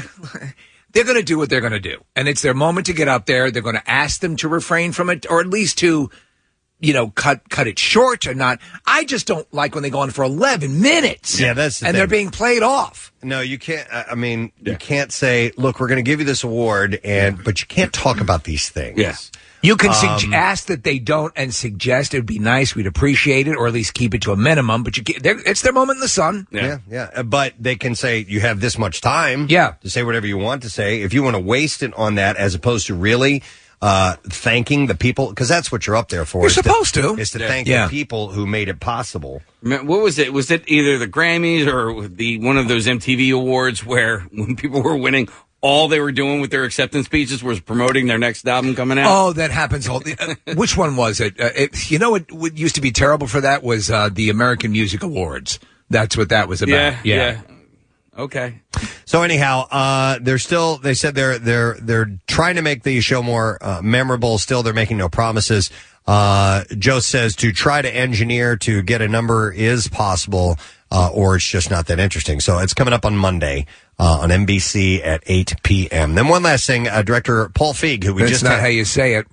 Speaker 4: [LAUGHS] they're going to do what they're going to do. And it's their moment to get up there. They're going to ask them to refrain from it or at least to you know cut cut it short or not. I just don't like when they go on for 11 minutes.
Speaker 2: Yeah, that's the
Speaker 4: And
Speaker 2: thing.
Speaker 4: they're being played off.
Speaker 2: No, you can't. I I mean, you can't say, "Look, we're going to give you this award," and but you can't talk about these things. Yes,
Speaker 4: You can sug-
Speaker 2: Um,
Speaker 4: ask that they don't and suggest it would be nice. We'd appreciate it or at least keep it to a minimum, but you can, they're- it's their moment in the sun.
Speaker 2: Yeah. yeah, Uh, But they can say you have this much time.
Speaker 4: Yeah.
Speaker 2: to say whatever you want to say. If you want to waste it on that, as opposed to really uh, thanking the people, because that's what you're up there for.
Speaker 6: You're
Speaker 2: is
Speaker 6: supposed to.
Speaker 2: Is to
Speaker 6: Yeah.
Speaker 2: thank
Speaker 6: Yeah.
Speaker 2: the people who made it possible.
Speaker 6: Remem- What was it? Was it either the Grammys or the one of those MTV awards where when people were winning, all they were doing with their acceptance speeches was promoting their next album coming out?
Speaker 4: Oh, that happens all. the- uh, [LAUGHS] which one was it? Uh, it you know what, what used to be terrible for that was uh, the American Music Awards. That's what that was about.
Speaker 6: yeah, yeah, Okay.
Speaker 2: So anyhow, uh, they're still. They said they're they're they're trying to make the show more uh, memorable. Still, they're making no promises. Uh, Joe says to try to engineer to get a number is possible, uh, or it's just not that interesting. So it's coming up on Monday uh, on NBC at 8 p.m. Then one last thing, uh, director Paul Feig, who we
Speaker 4: That's
Speaker 2: just
Speaker 4: not
Speaker 2: had-
Speaker 4: how you say it.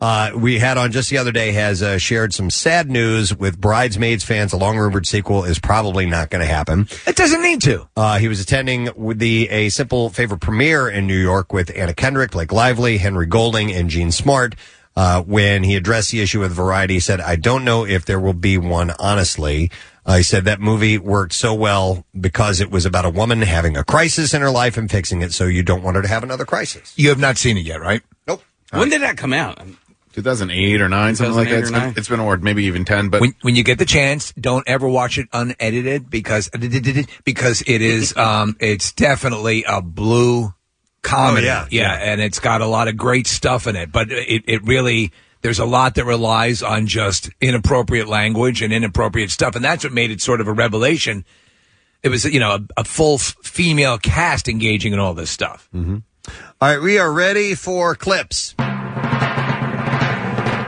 Speaker 2: uh, we had on just the other day has uh, shared some sad news with Bridesmaids fans. A long rumored sequel is probably not going to happen.
Speaker 4: It doesn't need to.
Speaker 2: Uh, he was attending with the A Simple Favor premiere in New York with Anna Kendrick, Blake Lively, Henry Golding, and Gene Smart. Uh, when he addressed the issue with Variety, he said, I don't know if there will be one, honestly. Uh, he said that movie worked so well because it was about a woman having a crisis in her life and fixing it, so you don't want her to have another crisis.
Speaker 4: You have not seen it yet, right?
Speaker 2: Nope.
Speaker 6: When did that come out?
Speaker 5: 2008 or nine, something like
Speaker 4: 2008
Speaker 5: that.
Speaker 4: or
Speaker 5: It's been,
Speaker 4: nine.
Speaker 5: it's been award, maybe even ten. But
Speaker 4: When, when you get the chance, don't ever watch it unedited because because it
Speaker 12: [LAUGHS]
Speaker 4: is um, it's definitely a blue comedy.
Speaker 12: Oh, yeah,
Speaker 4: and it's got a lot of great stuff in it, but it, it really there's a lot that relies on just inappropriate language and inappropriate stuff, and that's what made it sort of a revelation. It was you know a, a full f- female cast engaging in all this stuff.
Speaker 12: Mm-hmm.
Speaker 2: All right, we are ready for clips.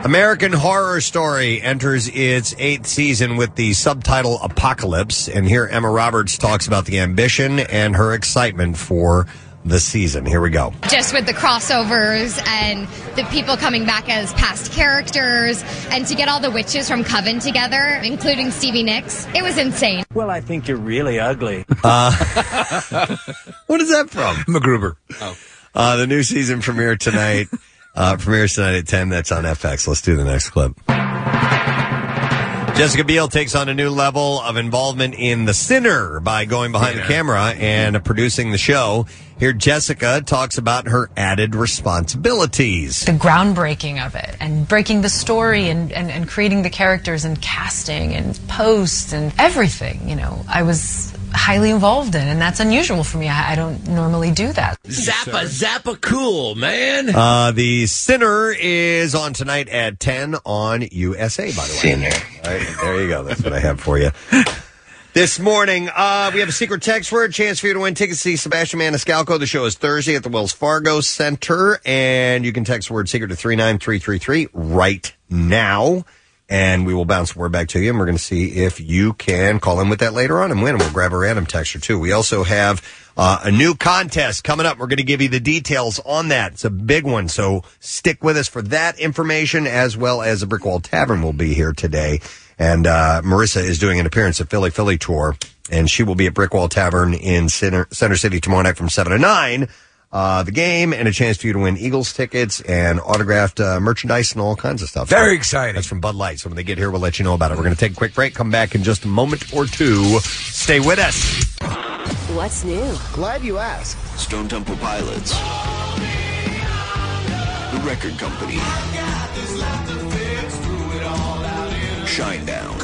Speaker 2: American Horror Story enters its eighth season with the subtitle Apocalypse, and here Emma Roberts talks about the ambition and her excitement for the season. Here we go.
Speaker 15: just with the crossovers and the people coming back as past characters and to get all the witches from Coven together, including Stevie Nicks. It was insane.
Speaker 12: Well, I think you're really ugly.
Speaker 2: What is that from?
Speaker 4: MacGruber.
Speaker 12: Oh.
Speaker 2: Uh, the new season premiere [LAUGHS] tonight. uh, premieres tonight at 10. That's on FX. Let's do the next clip. Jessica Biel takes on a new level of involvement in The Sinner by going behind the camera and producing the show. Here, Jessica talks about her added responsibilities.
Speaker 16: the groundbreaking of it and breaking the story and, and, and creating the characters and casting and posts and everything, you know, I was highly involved in. And that's unusual for me. I, I don't normally do that.
Speaker 2: Zappa,
Speaker 16: zappa cool, man.
Speaker 2: Uh, the Sinner is on tonight at 10 on USA, by the way. Sinner. All right, there you go. That's what I have for you. This morning, uh, we have a secret text word. Chance for you to win tickets to see Sebastian Maniscalco. The show is Thursday at the Wells Fargo Center, and you can text word secret to 39333 right now. And we will bounce the word back to you, and we're going to see if you can call in with that later on and win. And we'll grab a random texture, too. We also have uh, a new contest coming up. We're going to give you the details on that. It's a big one, so stick with us for that information, as well as the Brick Wall Tavern will be here today. And uh, Marissa is doing an appearance at Philly Philly Tour, and she will be at Brickwall Tavern in Center, Center City tomorrow night from 7 to 9. Uh, the game and a chance for you to win Eagles tickets and autographed uh, merchandise and all kinds of stuff.
Speaker 4: Very exciting.
Speaker 2: That's from Bud Light. So when they get here, we'll let you know about it. We're going to take a quick break, come back in just a moment or two. Stay with us.
Speaker 17: What's new? Glad you asked.
Speaker 18: Stone Temple Pilots. The record company. Shinedown.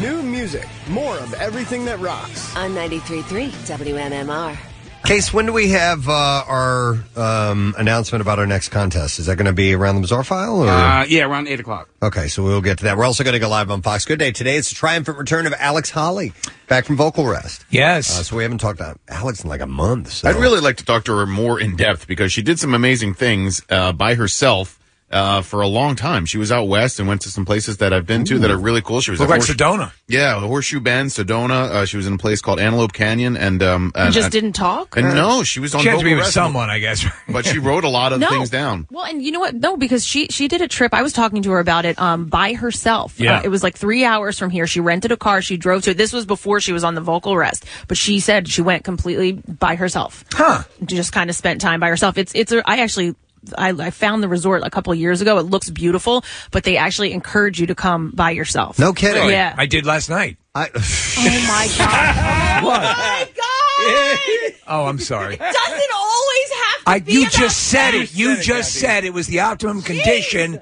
Speaker 17: New music. More of everything that rocks. On 93.3 WMMR.
Speaker 2: Case, when do we have uh, our um, announcement about our next contest? Is that going to be around the bizarre file? Or?
Speaker 6: Uh, yeah, around 8
Speaker 2: [LAUGHS]
Speaker 6: o'clock.
Speaker 2: Okay, so we'll get to that. We're also going to go live on Fox Good Day today. It's the triumphant return of Alex Holly back from vocal rest.
Speaker 4: Yes.
Speaker 2: Uh, so we haven't talked to Alex in like a month. So.
Speaker 5: I'd really like to talk to her more in depth because she did some amazing things uh, by herself uh, for a long time. She was out west and went to some places that I've been to that are really cool. She was
Speaker 4: Look
Speaker 5: at
Speaker 4: like
Speaker 5: Horse-
Speaker 4: Sedona.
Speaker 5: Yeah, the Horseshoe Bend, Sedona. Uh, she was in a place called Antelope Canyon, and um,
Speaker 3: You
Speaker 5: and,
Speaker 3: just
Speaker 5: and-
Speaker 3: didn't talk?
Speaker 5: And
Speaker 3: or-
Speaker 5: no, she was on.
Speaker 4: She had to
Speaker 5: vocal
Speaker 4: be with
Speaker 5: rest-
Speaker 4: someone, I guess. [LAUGHS]
Speaker 5: but she wrote a lot of
Speaker 3: No.
Speaker 5: things down.
Speaker 3: Well, and you know what? No, because she she did a trip. I was talking to her about it um, by herself.
Speaker 5: Yeah.
Speaker 3: Uh, it was like three hours from here. She rented a car. She drove to it. This was before she was on the vocal rest, but she said she went completely by herself.
Speaker 4: Huh?
Speaker 3: Just kind of spent time by herself. It's it's. A, I actually. I, I found the resort a couple years ago. It looks beautiful, but they actually encourage you to come by yourself.
Speaker 4: No kidding.
Speaker 3: Yeah.
Speaker 4: I did last night. [LAUGHS]
Speaker 2: I,
Speaker 3: Oh my god.
Speaker 4: What?
Speaker 3: Oh my god.
Speaker 4: oh, I'm
Speaker 3: [LAUGHS]
Speaker 4: sorry.
Speaker 3: Doesn't always have to
Speaker 4: I,
Speaker 3: be
Speaker 4: you
Speaker 3: about
Speaker 4: just said it. You
Speaker 3: sex.
Speaker 4: just said it was the optimum condition.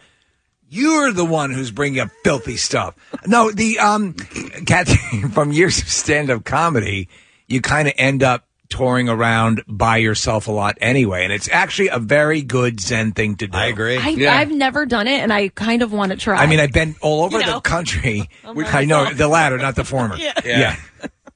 Speaker 4: You're the one who's bringing up filthy stuff. No, the um, Kathy, [LAUGHS] from years of stand-up comedy, you kind of end up touring around by yourself a lot anyway, and it's actually a very good Zen thing to do. I agree.
Speaker 3: I, I've never done it, and I kind of want to try.
Speaker 4: I mean, I've been all over
Speaker 3: You know.
Speaker 4: the country.
Speaker 3: [LAUGHS] I'm
Speaker 4: I know the latter, not the former.
Speaker 3: [LAUGHS] Yeah.
Speaker 6: Yeah.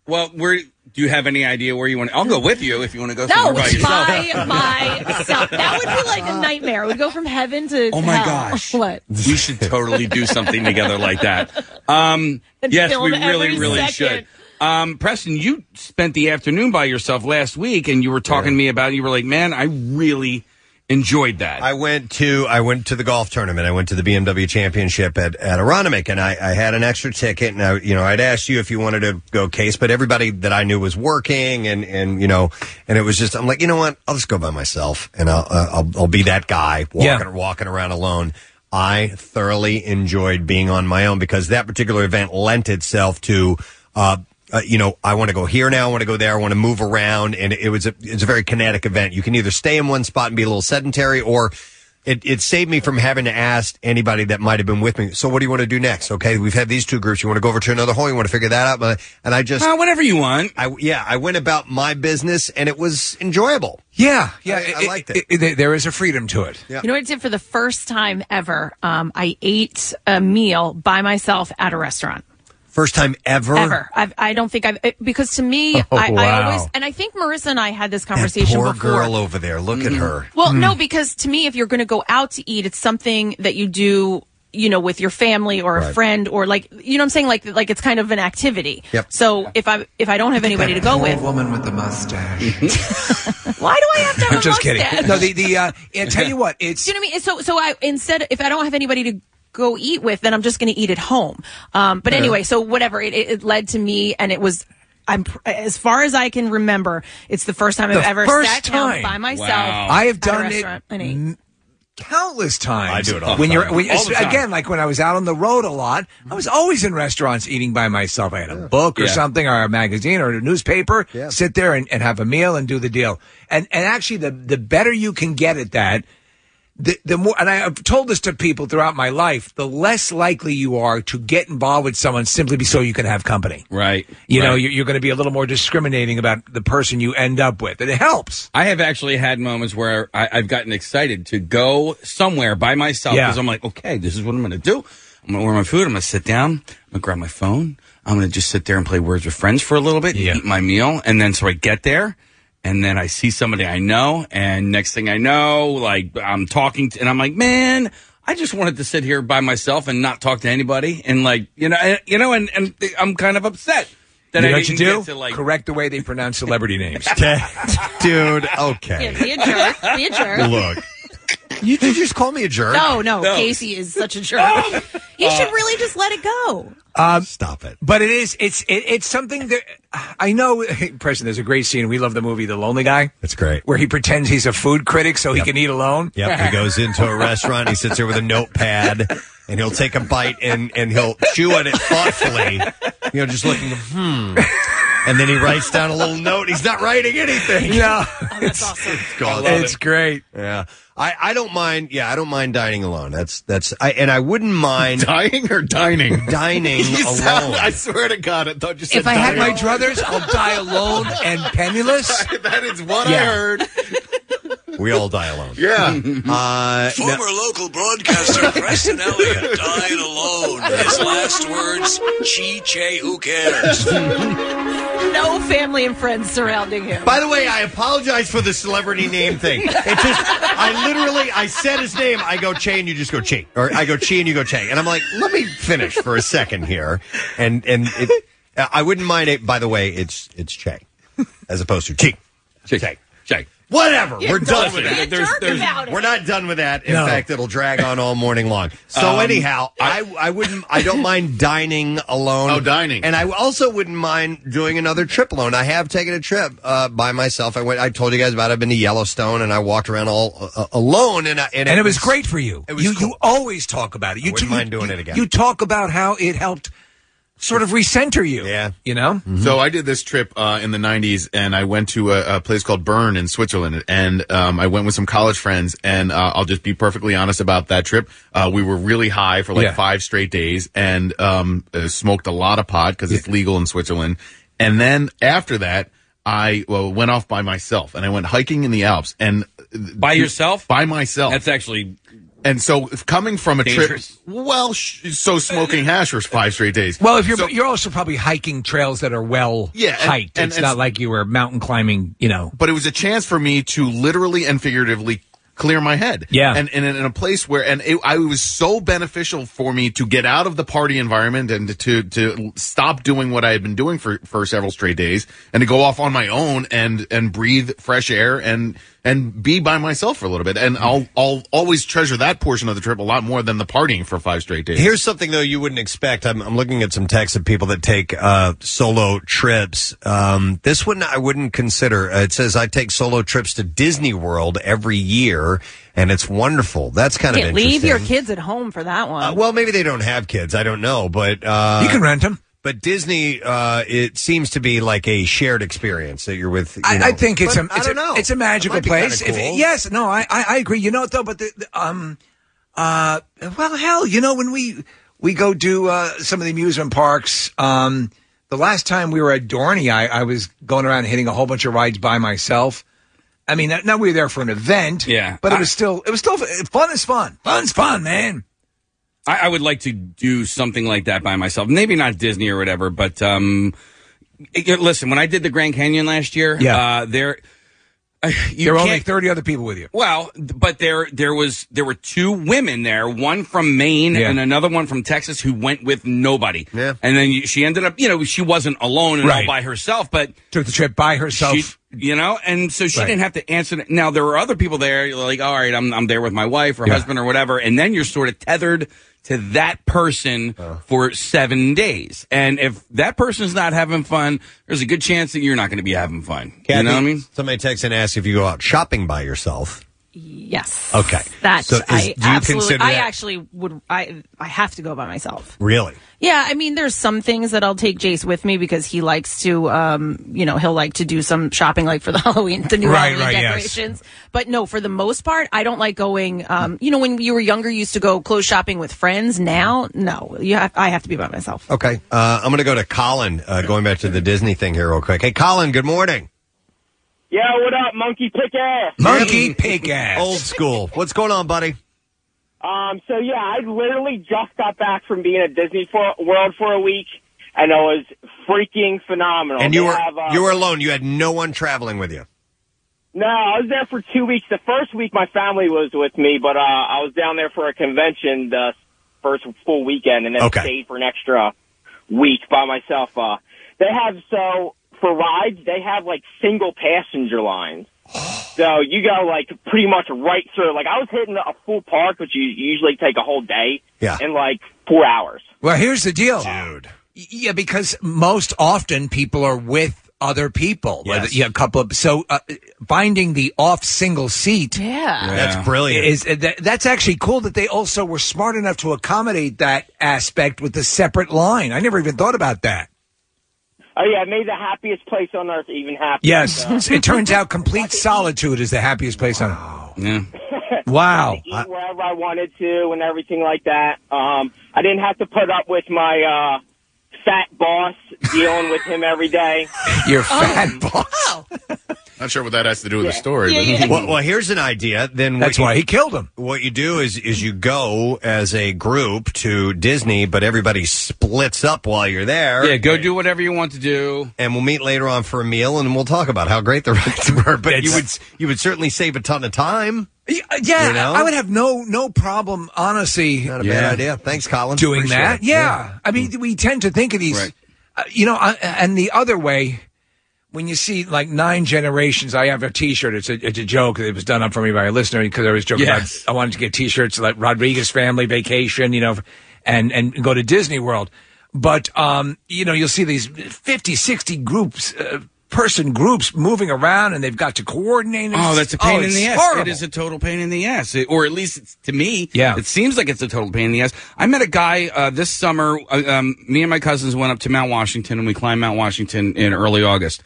Speaker 6: Well, where do you have any idea where you want? to... I'll go with you if you want to go
Speaker 3: No,
Speaker 6: somewhere by
Speaker 3: it's
Speaker 6: yourself.
Speaker 3: by myself. That would be like a nightmare. It would go from heaven to
Speaker 6: Oh my
Speaker 3: hell.
Speaker 6: gosh.
Speaker 3: [LAUGHS] What?
Speaker 6: we should totally do something together like that.
Speaker 3: [LAUGHS]
Speaker 6: Um, yes, we
Speaker 3: film
Speaker 6: really,
Speaker 3: every
Speaker 6: really
Speaker 3: second.
Speaker 6: should. Um, Preston, you spent the afternoon by yourself last week, and you were talking to me about. it. You were like, "Man, I really enjoyed that."
Speaker 2: I went to I went to the golf tournament. I went to the BMW Championship at at Aronimick, and I, I had an extra ticket. And I, you know, I'd asked you if you wanted to go case, but everybody that I knew was working, and and you know, and it was just I'm like, you know what? I'll just go by myself, and I'll uh, I'll, I'll be that guy
Speaker 8: Yeah.
Speaker 2: walking walking around alone. I thoroughly enjoyed being on my own because that particular event lent itself to. Uh, uh, you know, I want to go here now. I want to go there. I want to move around, and it was a it's a very kinetic event. You can either stay in one spot and be a little sedentary, or it, it saved me from having to ask anybody that might have been with me. So, what do you want to do next? Okay, we've had these two groups. You want to go over to another hole? You want to figure that out? But- And I just
Speaker 6: Uh, whatever you want.
Speaker 2: I yeah, I went about my business, and it was enjoyable.
Speaker 4: Yeah, yeah,
Speaker 2: I- I
Speaker 4: it-
Speaker 2: liked
Speaker 4: it- it- there is a freedom to it.
Speaker 3: You know what I did for the first time ever? Um, I ate a meal by myself at a restaurant.
Speaker 2: First time ever.
Speaker 3: Ever. I've, I don't think I've, it- because to me,
Speaker 2: Oh,
Speaker 3: I, I
Speaker 2: wow.
Speaker 3: always, and I think Marissa and I had this conversation
Speaker 2: Poor
Speaker 3: before. Mm-hmm.
Speaker 2: girl over there. Look at her. Hmm.
Speaker 3: Well, no, because to me, if you're going to go out to eat, it's something that you do, you know, with your family or a
Speaker 2: Right.
Speaker 3: friend or like, you know what I'm saying? Like, like it's kind of an activity.
Speaker 4: Yep.
Speaker 3: So if I, if I don't have anybody to go with,
Speaker 4: woman with the mustache.
Speaker 3: [LAUGHS] why do I have to have
Speaker 4: I'm
Speaker 3: a
Speaker 4: just kidding.
Speaker 3: mustache?
Speaker 4: No, the the uh, yeah, tell you what, it's
Speaker 3: Do you know what I mean? So, so I instead, if I don't have anybody to go eat with, then I'm just going to eat at home. Um, but
Speaker 4: Yeah.
Speaker 3: anyway, so whatever, it, it, it led to me, and it was. I'm pr- as far as I can remember, it's the first time
Speaker 4: the
Speaker 3: I've ever
Speaker 4: first
Speaker 3: sat
Speaker 4: time
Speaker 3: down by myself.
Speaker 4: I have
Speaker 3: at a
Speaker 4: done it
Speaker 3: restaurant and ate.
Speaker 4: m- countless times.
Speaker 8: I do it all the
Speaker 4: when
Speaker 8: time.
Speaker 4: you're when,
Speaker 8: All the time.
Speaker 4: again, like when I was out on the road a lot, I was always in restaurants eating by myself. I had a book or
Speaker 8: Yeah.
Speaker 4: something, or a magazine, or a newspaper. Sit there and, and have a meal and do the deal. And and actually, the the better you can get at that. The, the more, and I have told this to people throughout my life, the less likely you are to get involved with someone simply be so you can have company.
Speaker 6: Right.
Speaker 4: You know,
Speaker 6: Right.
Speaker 4: you're, you're going to be a little more discriminating about the person you end up with, and it helps.
Speaker 6: I have actually had moments where I, I've gotten excited to go somewhere by myself
Speaker 4: Yeah.
Speaker 6: because I'm like, okay, this is what I'm going to do. I'm gonna order my food. I'm gonna sit down. I'm gonna grab my phone. I'm gonna just sit there and play Words with Friends for a little bit, eat my meal, and then so I get there, and then I see somebody I know, and next thing I know, like I'm talking, to, and I'm like, man, I just wanted to sit here by myself and not talk to anybody, and like you know, and, you know, and, and I'm kind of upset that
Speaker 4: you
Speaker 6: I
Speaker 4: know what
Speaker 6: didn't
Speaker 4: you do?
Speaker 6: get to like
Speaker 4: Correct the way they pronounce
Speaker 2: [LAUGHS]
Speaker 4: celebrity names.
Speaker 2: Dude, okay.
Speaker 3: Be a jerk. Be
Speaker 4: [LAUGHS]
Speaker 3: a jerk.
Speaker 2: Look. You, did you just call me a jerk?
Speaker 3: No, no, Casey is such a jerk. he should really just let it go.
Speaker 4: Um,
Speaker 2: Stop it.
Speaker 4: But it is. It's it, it's something that I know. Preston, there's a great scene. We love the movie The Lonely Guy.
Speaker 2: That's great.
Speaker 4: Where he pretends he's a food critic so he can eat alone.
Speaker 2: Yep,
Speaker 4: [LAUGHS]
Speaker 2: he goes into a restaurant. He sits there with a notepad, and he'll take a bite and and he'll chew on it thoughtfully. You know, just looking. Hmm. And then he writes down a little note. He's not writing anything. [LAUGHS]
Speaker 4: Yeah,
Speaker 3: Oh,
Speaker 2: that's awesome. It's,
Speaker 4: I love It's it. great.
Speaker 2: Yeah, I, I don't mind. Yeah, I don't mind dining alone. That's that's. I and I wouldn't
Speaker 5: [LAUGHS]
Speaker 2: mind
Speaker 5: dying or dining.
Speaker 2: Dining
Speaker 5: [LAUGHS] You
Speaker 2: alone.
Speaker 5: sound- I swear to God, I thought you said.
Speaker 4: If I had
Speaker 5: dining.
Speaker 4: my druthers, I'll die alone and
Speaker 5: [LAUGHS]
Speaker 4: penniless.
Speaker 5: that is what I
Speaker 4: Yeah.
Speaker 5: heard.
Speaker 2: Uh, we all die alone.
Speaker 5: Yeah.
Speaker 2: Uh,
Speaker 18: Former local
Speaker 4: [LAUGHS]
Speaker 18: broadcaster Preston Elliott died alone. His last words, Chi Che, who cares?
Speaker 3: No family and friends surrounding him.
Speaker 2: By the way, I apologize for the celebrity name thing. It just, I literally, I said his name. I go Che, and you just go Chi, or I go Chi, and you go Che, and I'm like, let me finish for a second here, and and it, I wouldn't mind it. By the way, it's it's Che, as opposed to Chi, Che,
Speaker 6: Che.
Speaker 2: Whatever.
Speaker 7: You're
Speaker 2: we're done
Speaker 7: done
Speaker 2: with
Speaker 7: with
Speaker 2: that.
Speaker 7: it. There's- there's- about it.
Speaker 2: We're not done with that. In
Speaker 7: No.
Speaker 2: fact, it'll drag on all morning long. So
Speaker 7: Um,
Speaker 2: anyhow, I, I wouldn't I don't mind dining alone.
Speaker 5: Oh, dining.
Speaker 2: And I also wouldn't mind doing another trip alone. I have taken a trip uh, by myself. I went I told you guys about it. I've been to Yellowstone and I walked around all uh, alone and I,
Speaker 4: And, it was great for you. you you always talk about it. You
Speaker 2: wouldn't mind doing it again.
Speaker 4: You talk about how it helped sort of recenter you. Yeah. You know?
Speaker 5: So I did this trip uh, in the '90s, and I went to a, a place called Bern in Switzerland, and um, I went with some college friends. And uh, I'll just be perfectly honest about that trip. Uh, we were really high for like
Speaker 4: Yeah.
Speaker 5: five straight days, and um, uh, smoked a lot of pot because it's legal in Switzerland. And then after that, I well, went off by myself, and I went hiking in the Alps, and by
Speaker 6: yourself,
Speaker 5: by myself.
Speaker 6: That's actually.
Speaker 5: And so, if coming from a
Speaker 6: Dangerous.
Speaker 5: trip, well, sh- so smoking hash for five straight days.
Speaker 4: Well, if you're
Speaker 5: So-
Speaker 4: you're also probably hiking trails that are well
Speaker 5: Yeah, and-
Speaker 4: hiked.
Speaker 5: and
Speaker 4: it's
Speaker 5: it's-
Speaker 4: not like you were mountain climbing, you know.
Speaker 5: but it was a chance for me to literally and figuratively clear my head.
Speaker 4: Yeah.
Speaker 5: And, and in a place where, and it, I it was so beneficial for me to get out of the party environment and to, to stop doing what I had been doing for, for several straight days and to go off on my own and, and breathe fresh air and, and be by myself for a little bit. And I'll, I'll always treasure that portion of the trip a lot more than the partying for five straight days.
Speaker 2: Here's something though you wouldn't expect. I'm, I'm looking at some texts of people that take uh, solo trips. Um, this one I wouldn't consider. Uh, it says I take solo trips to Disney World every year, and it's wonderful. That's kind of
Speaker 3: Can't leave
Speaker 2: interesting.
Speaker 3: your kids at home for that one.
Speaker 2: Uh, well, maybe they don't have kids. I don't know, but uh,
Speaker 4: you can rent them.
Speaker 2: But Disney, uh, it seems to be like a shared experience that you're with. You
Speaker 4: I,
Speaker 2: know.
Speaker 4: I think it's
Speaker 2: But
Speaker 4: a it's,
Speaker 2: I don't
Speaker 4: a,
Speaker 2: know.
Speaker 4: it's a magical
Speaker 2: It might be kinda
Speaker 4: place.
Speaker 2: cool.
Speaker 4: yes, no, I, I I agree. You know what though, but the, the, um, uh, well, hell, you know when we we go do uh, some of the amusement parks. Um, the last time we were at Dorney, I, I was going around hitting a whole bunch of rides by myself. I mean, now we were there for an event,
Speaker 6: Yeah.
Speaker 4: but it
Speaker 6: I-
Speaker 4: was still it was still fun is fun, fun's Oh, fun, man.
Speaker 6: I, I would like to do something like that by myself. Maybe not Disney or whatever, but um, it- it- listen, when I did the Grand Canyon last year,
Speaker 4: Yeah.
Speaker 6: uh, there.
Speaker 4: there
Speaker 6: You're
Speaker 4: were only thirty other people with you.
Speaker 6: Well, th- but there there was there were two women there, one from Maine
Speaker 4: Yeah.
Speaker 6: and another one from Texas who went with nobody. Yeah. And then you- she ended up, you know, she wasn't alone and all
Speaker 4: Right.
Speaker 6: by herself, but
Speaker 4: Took the trip by herself.
Speaker 6: she, you know, and so she
Speaker 4: Right.
Speaker 6: didn't have to answer. to- Now there were other people there, you're like, all right, I'm I'm there with my wife or husband or whatever, and then you're sort of tethered to that person for seven days. And if that person's not having fun, there's a good chance that you're not going to be having fun. you know what I mean?
Speaker 2: Somebody texts and asks if you go out shopping by yourself.
Speaker 3: yes.
Speaker 2: Okay.
Speaker 3: That
Speaker 2: So is-
Speaker 3: I
Speaker 2: do you
Speaker 3: absolutely.
Speaker 2: consider
Speaker 3: I
Speaker 2: that-
Speaker 3: actually would. I I have to go by myself.
Speaker 2: Really?
Speaker 3: Yeah, I mean, there's some things that I'll take Jace with me because he likes to, um, you know, he'll like to do some shopping, like for the [LAUGHS] Halloween, the new
Speaker 7: Right,
Speaker 3: Halloween
Speaker 7: right, yes.
Speaker 3: decorations. But no, for the most part, I don't like going. Um, you know, when you were younger, you used to go clothes shopping with friends. Now, no, you have, I have to be by myself.
Speaker 2: Okay. Uh, I'm going to go to Colin, uh, going back to the Disney thing here real quick. Hey, Colin, good morning.
Speaker 19: Yeah, what up, monkey pick ass?
Speaker 2: Monkey
Speaker 4: pig ass.
Speaker 2: Old school. What's going on, buddy?
Speaker 19: Um, so yeah, I literally just got back from being at Disney for, World for a week, and it was freaking phenomenal.
Speaker 2: And you
Speaker 19: They
Speaker 2: were
Speaker 19: have, uh,
Speaker 2: you were alone. You had no one traveling with you.
Speaker 19: No, I was there for two weeks. The first week, my family was with me, but uh, I was down there for a convention the first full weekend, and then
Speaker 2: Okay.
Speaker 19: stayed for an extra week by myself. Uh, they have so for rides, they have like single
Speaker 4: [GASPS]
Speaker 19: passenger lines. So you go like pretty much right through. Like I was hitting a full park, which you usually take a whole day,
Speaker 4: Yeah.
Speaker 19: in like four hours.
Speaker 4: Well, here's the deal, dude. Yeah, because most often people are with other people. Whether, yeah, a couple of so uh, finding the off single seat.
Speaker 3: Yeah,
Speaker 2: That's brilliant.
Speaker 4: Is uh, that, that's actually cool that they also were smart enough to accommodate that aspect with the separate line. I never even thought about that.
Speaker 19: Oh yeah, it made the happiest place on earth even happier.
Speaker 4: [LAUGHS] Yes,
Speaker 19: So-
Speaker 4: it
Speaker 19: [LAUGHS]
Speaker 4: turns out complete solitude is the happiest place on earth.
Speaker 6: Yeah.
Speaker 19: [LAUGHS]
Speaker 4: Wow.
Speaker 19: I could eat wherever I wanted to and everything like that. Um, I didn't have to put up with my uh, fat boss dealing with him every day.
Speaker 4: [LAUGHS] Your fat boss.
Speaker 5: Not sure what that has to do with the story.
Speaker 19: Yeah,
Speaker 5: but [LAUGHS]
Speaker 19: yeah.
Speaker 2: well, well, here's an idea. Then
Speaker 4: That's why he killed him.
Speaker 2: What you do is is you go as a group to Disney, but everybody splits up while you're there.
Speaker 6: Yeah, go do whatever you want to do,
Speaker 2: and we'll meet later on for a meal, and we'll talk about how great the rides [LAUGHS] were. But you would you would certainly save a ton of time.
Speaker 4: Yeah,
Speaker 2: You know?
Speaker 4: I would have no no problem. Honestly, not
Speaker 2: a bad Yeah. idea. Thanks, Colin.
Speaker 4: Doing
Speaker 2: Appreciate
Speaker 4: that,
Speaker 2: it.
Speaker 4: yeah.
Speaker 2: Yeah.
Speaker 4: I mean, we tend to think of these, uh, you know. I, and the other way, when you see like nine generations, I have a T-shirt. It's a, it's a joke. It was done up for me by a listener because I was joking
Speaker 6: Yes.
Speaker 4: about I wanted to get T-shirts like Rodriguez family vacation, you know, and and go to Disney World. But um, you know, you'll see these 50, 60 groups. Uh, Person groups moving around and they've got to coordinate.
Speaker 6: Oh, that's a pain in
Speaker 4: it's
Speaker 6: the ass.
Speaker 4: horrible.
Speaker 6: It is a total pain in the ass, It- or at least it's, to me.
Speaker 4: Yeah.
Speaker 6: it seems like it's a total pain in the ass. I met a guy uh, this summer. Uh, um, me and my cousins went up to Mount Washington, and we climbed Mount Washington in early August.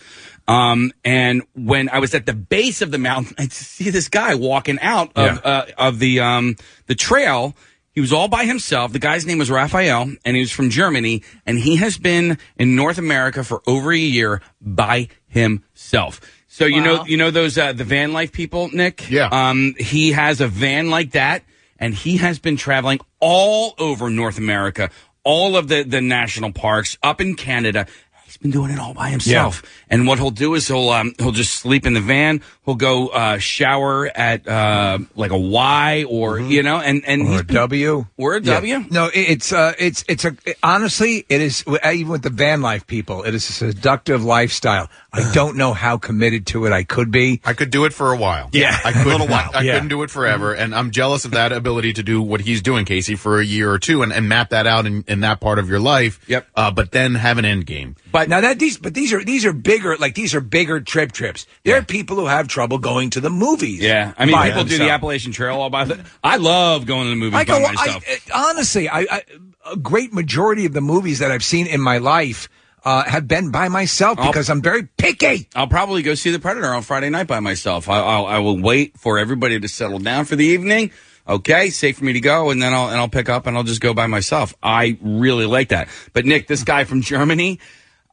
Speaker 6: Um, and when I was at the base of the mountain, I just see this guy walking out of uh, of the um, the trail. He was all by himself. The guy's name was Raphael, and he was from Germany, and he has been in North America for over a year by himself. So you know you know those uh, the van life people, Nick. Yeah. Um, he has a van like that, and he has been traveling all over North America, all of the the national parks, up in Canada. He's been doing it all by himself. And what he'll do is he'll um, he'll just sleep in the van. He'll go uh, shower at uh, like a Y or you know, and and he's been-
Speaker 4: Mm-hmm. W.
Speaker 6: or a W.
Speaker 4: Yeah. No, it- it's uh, it's it's a honestly, it is even with the van life people, it is a seductive lifestyle. I don't know how committed to it I could be.
Speaker 5: I could do it for a while.
Speaker 4: Yeah,
Speaker 5: I
Speaker 4: [LAUGHS]
Speaker 5: couldn't, I
Speaker 4: Yeah.
Speaker 5: couldn't do it forever, and I'm jealous of that ability to do what he's doing, Casey, for a year or two, and, and map that out in, in that part of your life. Yep. Uh, but then have an end game.
Speaker 4: But now that these, but these are these are bigger, like these are bigger trip trips. There are people who have trouble going to the movies.
Speaker 6: Yeah, I mean,
Speaker 4: by
Speaker 6: people do the
Speaker 4: themselves.
Speaker 6: Appalachian Trail all by. The, I love going to the movies
Speaker 4: I go.
Speaker 6: by
Speaker 4: I,
Speaker 6: myself.
Speaker 4: I- honestly, I, I a great majority of the movies that I've seen in my life uh, have been by myself because I'm very picky.
Speaker 6: I'll probably go see The Predator on Friday night by myself. I, I'll, I will wait for everybody to settle down for the evening. Okay, safe for me to go, and then I'll and I'll pick up and I'll just go by myself. I really like that. But Nick, this guy from Germany,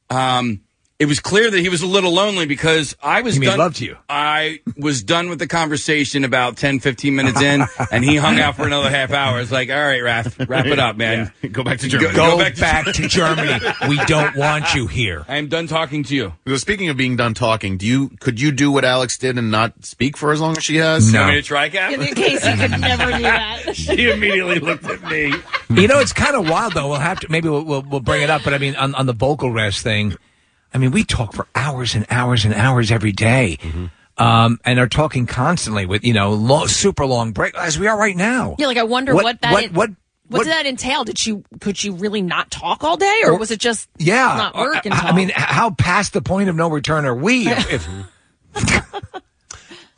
Speaker 6: um, it was clear that he was a little lonely because I was
Speaker 4: You mean
Speaker 6: done,
Speaker 4: loved you.
Speaker 6: I was done with the conversation about 10, 15 minutes in, and he hung out for another half hour. It's like, all right, Raph, wrap it up, man.
Speaker 5: Go back to
Speaker 4: Go,
Speaker 5: Germany.
Speaker 4: back, to Germany. we don't want you here.
Speaker 6: I am done talking to you.
Speaker 5: So speaking of being done talking, do you could you do what Alex did and not speak for as long as she has?
Speaker 6: No. Want me to try, Cap?
Speaker 7: In case [LAUGHS] you could never do that.
Speaker 2: [LAUGHS]
Speaker 6: she [LAUGHS] immediately looked at me.
Speaker 4: [LAUGHS] you know, it's kind of wild though. We'll have to maybe we'll, we'll we'll bring it up, but I mean, on on the vocal rest thing, I mean, we talk for hours and hours and hours every day,
Speaker 2: Mm-hmm.
Speaker 4: um, and are talking constantly with you know long, super long break as we are right now.
Speaker 3: Yeah, like I wonder what, that
Speaker 4: what what
Speaker 3: what, did that entail? Did she could she really not talk all day, or was it just
Speaker 4: yeah Uh,
Speaker 3: not work?
Speaker 4: I,
Speaker 3: and
Speaker 4: I
Speaker 3: talk?
Speaker 4: mean, h- how past the point of no return are we? If,
Speaker 3: [LAUGHS]
Speaker 4: if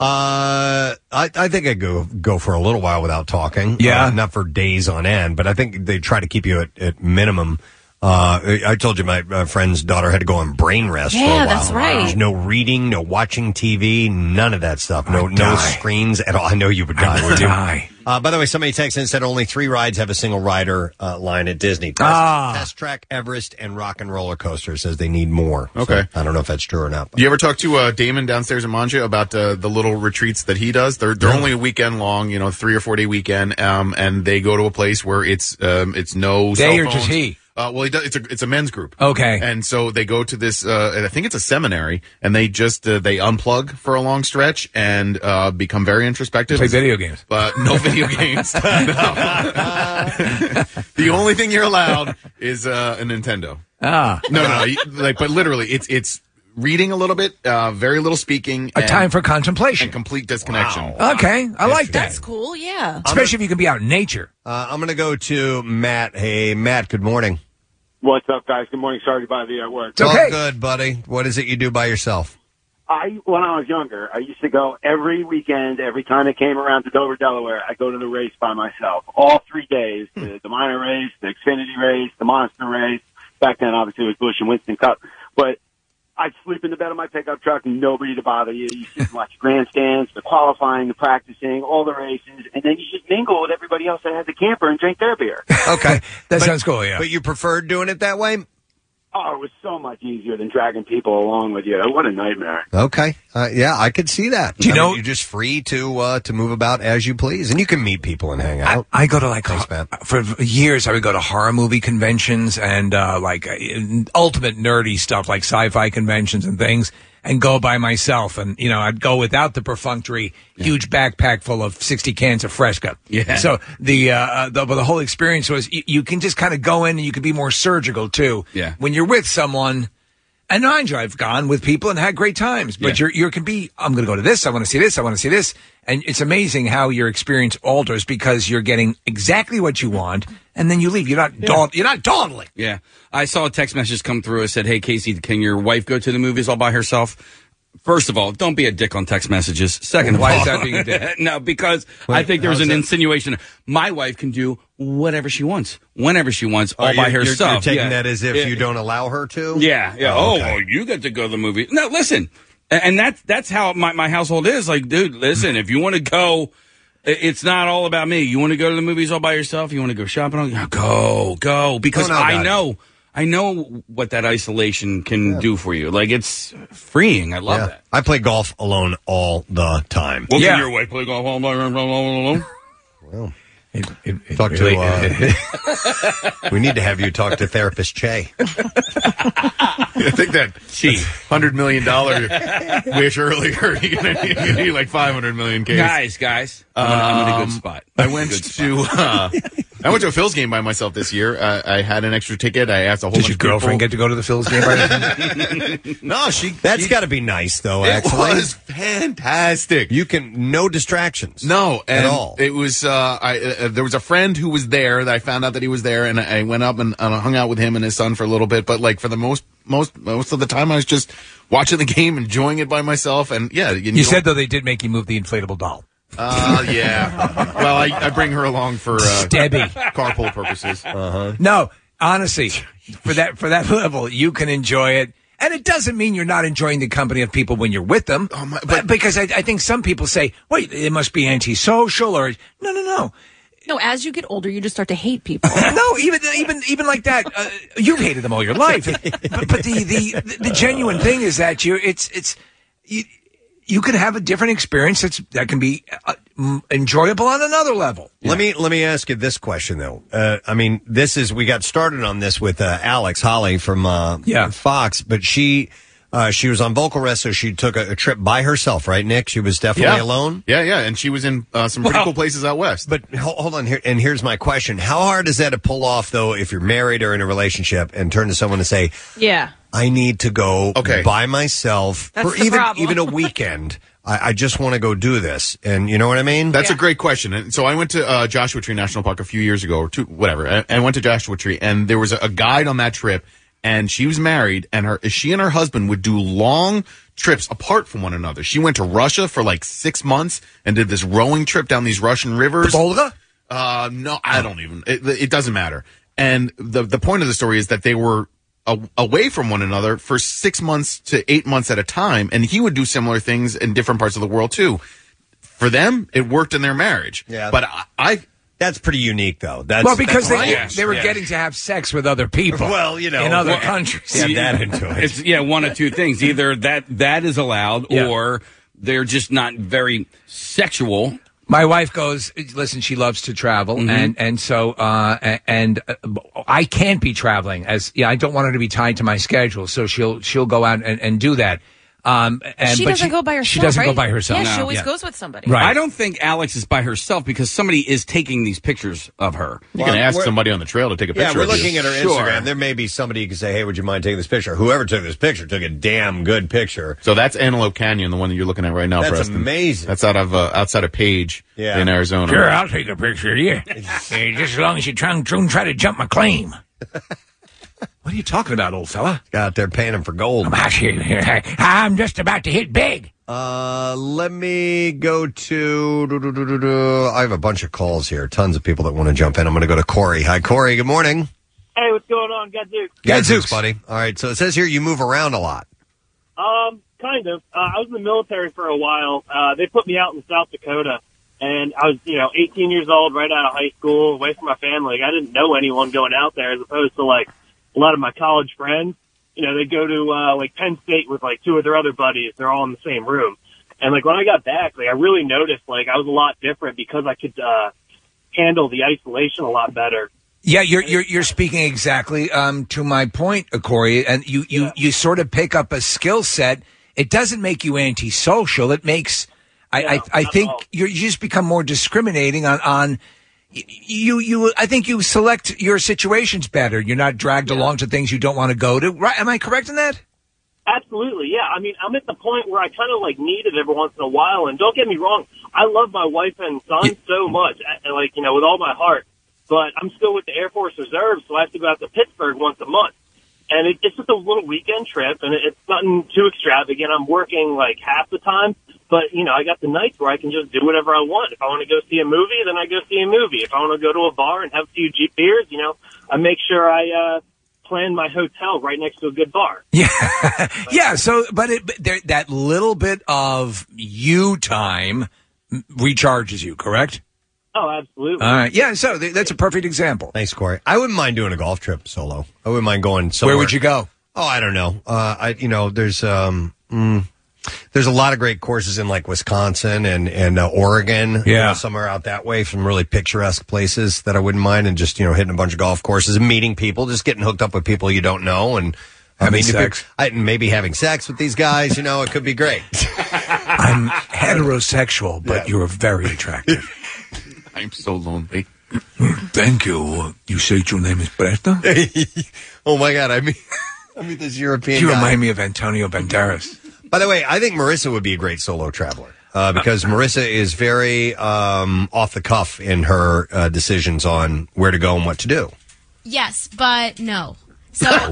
Speaker 2: Uh, I, I think I go go for a Uh, little while without talking. Yeah, not for days on end, but I think they try to keep you at, at minimum. Uh, I- I told you my uh, friend's daughter had to go on brain rest for a
Speaker 3: Yeah,
Speaker 2: while.
Speaker 3: that's right.
Speaker 2: There's no reading, no watching TV, none of that stuff. No, no screens at all. [LAUGHS] I know you would die. would you?
Speaker 4: die.
Speaker 2: Uh, by the way, somebody texted and said only three rides have a single rider uh, line at Disney. Test,
Speaker 4: Ah.
Speaker 2: Test Track, Everest, and Rock and Roller Coaster says they need more. So
Speaker 5: Okay.
Speaker 2: I don't know if that's true or not.
Speaker 5: Do you ever talk to uh, Damon downstairs in Manja about uh, the little retreats that he does? They're they're
Speaker 2: No.
Speaker 5: only a weekend long, you know, three or four day weekend, um, and they go to a place where it's um, it's
Speaker 4: They
Speaker 5: no cell
Speaker 4: or just
Speaker 5: phones.
Speaker 4: he?
Speaker 5: Uh, well, he does, it's a it's a men's group.
Speaker 4: Okay.
Speaker 5: and so they go to this. Uh, and I think it's a seminary, and they just uh, they unplug for a long stretch and uh, become very introspective.
Speaker 4: Play video games.
Speaker 5: but
Speaker 4: [LAUGHS]
Speaker 5: no video games. No. [LAUGHS] the only thing you're allowed is uh, a Nintendo.
Speaker 4: Ah.
Speaker 5: No, no, you- like, but literally, it's it's reading a little bit, uh, very little speaking,
Speaker 4: A time for contemplation,
Speaker 5: and complete disconnection.
Speaker 4: Okay, I like that.
Speaker 3: That's cool. Yeah.
Speaker 4: Especially if you can be out in nature.
Speaker 2: Uh, I'm going to go to Matt. Hey, Matt, good morning.
Speaker 20: What's up, guys? Good morning. Sorry to bother you at work.
Speaker 2: All good, buddy. What is it you do by yourself?
Speaker 20: I, when I was younger, I used to go every weekend, every time it came around to Dover, Delaware, I go to the race by myself. All three days, the, the minor race, the Xfinity race, the monster race. Back then, obviously, it was Bush and Winston Cup. But I'd sleep in the bed of my pickup truck, nobody to bother you. You sit and watch the grandstands, the qualifying, the practicing, all the races, and then you just mingle with everybody else that has a camper and drink their beer.
Speaker 2: Okay.
Speaker 4: that sounds cool, Oh, yeah.
Speaker 2: But you preferred doing it that way?
Speaker 20: Oh, it was so much easier than dragging people along with you. What a nightmare.
Speaker 2: Okay. Uh, yeah, I could see that.
Speaker 4: Do you
Speaker 2: I mean,
Speaker 4: know-
Speaker 2: you're just free to uh, to move about as you please, and you can meet people and hang out.
Speaker 4: I go to like ho- Uh, for years. I would go to horror movie conventions and uh, like uh, ultimate nerdy stuff, like sci-fi conventions and things, and go by myself. And you know, I'd go without the perfunctory huge backpack full of sixty cans of Fresca.
Speaker 12: Yeah.
Speaker 4: So the uh, the, but the whole experience was you, you can just kind of go in and you can be more surgical too.
Speaker 12: Yeah.
Speaker 4: When you're with someone. And mind you, I've gone with people and had great times, but
Speaker 12: Yeah.
Speaker 4: you're, you can be, I'm going to go to this. I want to see this. I want to see this. And it's amazing how your experience alters because you're getting exactly what you want. And then you leave. You're not, daud- you're not dawdling.
Speaker 6: Yeah. I saw a text message come through. I said, Hey, Casey, can your wife go to the movies all by herself? First of all, don't be a dick on text messages. Second of
Speaker 4: Why
Speaker 6: [LAUGHS] all,
Speaker 4: is that being a dick?
Speaker 6: no, because I
Speaker 12: Wait,
Speaker 6: think there was
Speaker 12: how's
Speaker 6: an
Speaker 12: that?
Speaker 6: insinuation. My wife can do whatever she wants, whenever she wants,
Speaker 2: Oh,
Speaker 6: all by
Speaker 2: you're- you're-
Speaker 6: herself.
Speaker 2: You're taking
Speaker 6: Yeah.
Speaker 2: that as if
Speaker 6: Yeah.
Speaker 2: you don't allow her to.
Speaker 6: Yeah, yeah. Oh,
Speaker 2: okay.
Speaker 6: well, you get to go to the movie. No, listen, A- and that's that's how my my household is. Like, dude, listen, if you want to go, i- it's not all about me. You want to go to the movies all by yourself. You want to go shopping, all- yeah, go, go, because
Speaker 12: Don't know
Speaker 6: I
Speaker 12: about
Speaker 6: know. I know what that isolation can do for you. Like it's freeing. I love
Speaker 2: Yeah.
Speaker 6: that.
Speaker 2: I play golf alone all the time.
Speaker 6: Well, can your wife play golf all by herself?
Speaker 2: Well, talk
Speaker 6: really-
Speaker 2: to.
Speaker 4: [LAUGHS]
Speaker 2: uh, we need to have you talk to therapist Che. [LAUGHS]
Speaker 5: I think that hundred million dollar wish earlier, [LAUGHS] you need like five hundred million case.
Speaker 6: Guys, guys, I'm, in- I'm in a
Speaker 5: Um,
Speaker 6: good spot.
Speaker 5: I
Speaker 6: I'm in a
Speaker 5: went
Speaker 6: good
Speaker 5: to uh, I went to a Phil's game by myself this year. Uh, I had an extra ticket. I asked a whole. Did your
Speaker 4: girlfriend get to go to the Phil's game? By
Speaker 5: [LAUGHS] no, she.
Speaker 2: That's got to be nice, though.
Speaker 5: It
Speaker 2: actually,
Speaker 5: was fantastic.
Speaker 2: You can no distractions.
Speaker 5: No,
Speaker 2: at
Speaker 5: and
Speaker 2: all.
Speaker 5: It was uh, I uh, there was a friend who was there that I found out that he was there, and I went up and, and hung out with him and his son for a little bit. But like for the most most most of the time, I was just watching the game, enjoying it by myself, and yeah.
Speaker 4: you said though they did make you move the inflatable doll.
Speaker 5: Uh, yeah. well, I, I bring her along for uh,
Speaker 4: Debbie. [LAUGHS]
Speaker 5: carpool purposes. Uh-huh.
Speaker 4: No, honestly, for that for that [LAUGHS] level, you can enjoy it. And it doesn't mean you're not enjoying the company of people when you're with them. Oh my, but, because I, I think some people say, wait, it must be antisocial or no, no, no.
Speaker 3: No, as you get older, you just start to hate people.
Speaker 4: [LAUGHS] no, even even even like that, uh, you've hated them all your life. But, but the, the the genuine thing is that you it's it's you, you can have a different experience that's that can be uh, m- enjoyable on another level.
Speaker 2: Let me let me ask you this question though. Uh, I mean, this is we got started on this with uh, Alex Holly from uh, Fox, but she uh, she was on vocal rest, so she took a, a trip by herself, right, Nick? She was definitely
Speaker 5: Yeah.
Speaker 2: alone.
Speaker 5: Yeah, yeah, and she was in uh, some pretty cool places out west.
Speaker 2: But ho- hold on here, and here's my question: How hard is that to pull off though if you're married or in a relationship and turn to someone and say,
Speaker 3: Yeah.
Speaker 2: I need to go by myself
Speaker 3: That's
Speaker 2: for
Speaker 3: the
Speaker 2: even
Speaker 3: problem.
Speaker 2: even a weekend. I, I just want to go do this, and you know what I mean.
Speaker 5: That's a great question. And so I went to uh, Joshua Tree National Park a few years ago, or two, whatever. And I went to Joshua Tree, and there was a, a guide on that trip. And she was married, and her she and her husband would do long trips apart from one another. She went to Russia for like six months and did this rowing trip down these Russian rivers.
Speaker 4: Volga?
Speaker 5: Uh, no, I don't even. It, it doesn't matter. And the the point of the story is that they were a- away from one another for six months to eight months at a time, and he would do similar things in different parts of the world too. For them, it worked in their marriage. Yeah, but I, I
Speaker 2: that's pretty unique though. That's
Speaker 4: well, because they, they were
Speaker 5: yeah.
Speaker 4: getting to have sex with other people. in other
Speaker 6: well,
Speaker 4: countries.
Speaker 6: see, It's, yeah, one of two things: either that that is allowed, or they're just not very sexual.
Speaker 4: My wife goes, listen, she loves to travel, and and so uh, a- and uh, I can't be traveling as yeah, I don't want her to be tied to my schedule, so she'll she'll go out and, and do that. Um, and
Speaker 3: she
Speaker 4: but
Speaker 3: doesn't go by herself.
Speaker 4: She doesn't go
Speaker 3: right?
Speaker 4: by herself.
Speaker 3: Yeah, she always goes with somebody.
Speaker 6: Right. I don't think Alex is by herself because somebody is taking these pictures of her.
Speaker 2: You can Well, ask we're- somebody
Speaker 5: on the trail to take
Speaker 2: yeah, we're looking at her Instagram. There may be somebody who can say, "Hey, would you mind taking this picture?" Whoever took this picture took a damn good picture.
Speaker 5: So that's Antelope Canyon, the one that you're looking at right now.
Speaker 2: That's
Speaker 5: Preston.
Speaker 2: amazing.
Speaker 5: That's out of uh, outside of Page
Speaker 2: Yeah.
Speaker 5: in Arizona.
Speaker 4: Sure, I'll take a picture of you. [LAUGHS] Uh, just as long as you try, and don't try to jump my claim. what are you talking about, old fella?
Speaker 2: Got there paying him for gold.
Speaker 4: I'm out here. [LAUGHS] I'm just about to hit big.
Speaker 2: Uh, let me go to. I have a bunch of calls here. Tons of people that want to jump in. I'm going to go to Corey. Hi, Corey. Good morning.
Speaker 21: Hey, what's going on, Gadzooks?
Speaker 2: Gadzooks, buddy. All right. So it says here you move around a lot.
Speaker 21: Um, kind of. Uh, I was in the military for a while. Uh, they put me out in South Dakota, and I was, you know, 18 years old, right out of high school, away from my family. Like, I didn't know anyone going out there, as opposed to like a lot of my college friends. You know, they go to uh, like Penn State with like two of their other buddies. They're all in the same room, and like when I got back, like I really noticed like I was a lot different because I could uh, handle the isolation a lot better.
Speaker 4: Yeah, you're you're you're speaking exactly um, to my point, uh, Corey. And you you you sort of pick up a skill set. It doesn't make you antisocial. It makes I I, I think you're, you just become more discriminating on on y- you you. I think you select your situations better. You're not dragged along to things you don't want to go to. Right? Am I correct in that?
Speaker 21: Absolutely, yeah. I mean, I'm at the point where I kind of like need it every once in a while. And don't get me wrong, I love my wife and son so much, I- I like you know, with all my heart. But I'm still with the Air Force Reserve, so I have to go out to Pittsburgh once a month, and it, it's just a little weekend trip, and it, it's nothing too extravagant. I'm working like half the time, but you know, I got the nights where I can just do whatever I want. If I want to go see a movie, then I go see a movie. If I want to go to a bar and have a few Jeep beers, you know, I make sure I uh, plan my hotel right next to a good bar.
Speaker 4: [LAUGHS] yeah. So, but it but there, that little bit of you time m- recharges you.
Speaker 2: [LAUGHS]
Speaker 4: Correct.
Speaker 21: Oh, absolutely.
Speaker 4: All right. Yeah. So th- that's a perfect example.
Speaker 2: Thanks, Corey. I wouldn't mind doing a golf trip solo. I wouldn't mind going somewhere.
Speaker 4: Where would you go?
Speaker 2: Oh, I don't know. Uh, I you know, there's um, mm, there's a lot of great courses in like Wisconsin and and uh, Oregon. you
Speaker 4: Yeah.
Speaker 2: know, somewhere out that way, some really picturesque places that I wouldn't mind, and just you know, hitting a bunch of golf courses and meeting people, just getting hooked up with people you don't know, and
Speaker 4: Having
Speaker 2: if you're-
Speaker 4: sex.
Speaker 2: I, maybe having sex with these guys. You know, it could be great.
Speaker 4: [LAUGHS] I'm heterosexual, but you're very attractive.
Speaker 5: I'm so lonely.
Speaker 4: Thank you. You said your name is
Speaker 2: [LAUGHS]
Speaker 4: Preston?
Speaker 2: [LAUGHS] oh my God! I mean, I mean this European.
Speaker 4: You
Speaker 2: guy.
Speaker 4: remind me of Antonio Banderas.
Speaker 2: By the way, I think Marissa would be a great solo traveler uh, because Marissa is very um, off the cuff in her uh, decisions on where to go and what to do.
Speaker 14: Yes, but no. So
Speaker 2: [LAUGHS]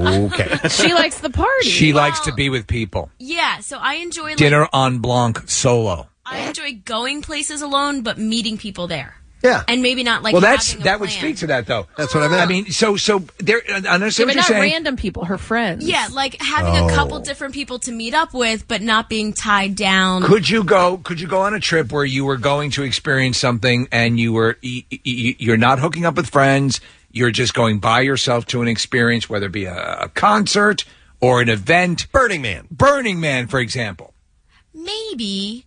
Speaker 14: [LAUGHS]
Speaker 2: Okay.
Speaker 14: She likes the party.
Speaker 4: She likes to be with people.
Speaker 14: yeah, so I enjoy like,
Speaker 4: Dinner on Blanc solo.
Speaker 14: I enjoy going places alone, but meeting people there.
Speaker 2: Yeah.
Speaker 14: And maybe not like
Speaker 4: well, that's
Speaker 14: having a
Speaker 4: that would
Speaker 14: plan.
Speaker 4: speak to that though.
Speaker 2: That's what I meant.
Speaker 4: I mean, so so there. I
Speaker 3: Yeah,
Speaker 4: understand what you're
Speaker 3: but not
Speaker 4: saying.
Speaker 3: random people, her friends.
Speaker 14: Yeah, like having a
Speaker 4: Oh.
Speaker 14: couple different people to meet up with, but not being tied down.
Speaker 4: Could you go? Could you go on a trip where you were going to experience something and you were y- y- y- you're not hooking up with friends? You're just going by yourself to an experience, whether it be a, a concert or an event.
Speaker 2: Burning Man.
Speaker 4: Burning Man, for example.
Speaker 14: Maybe.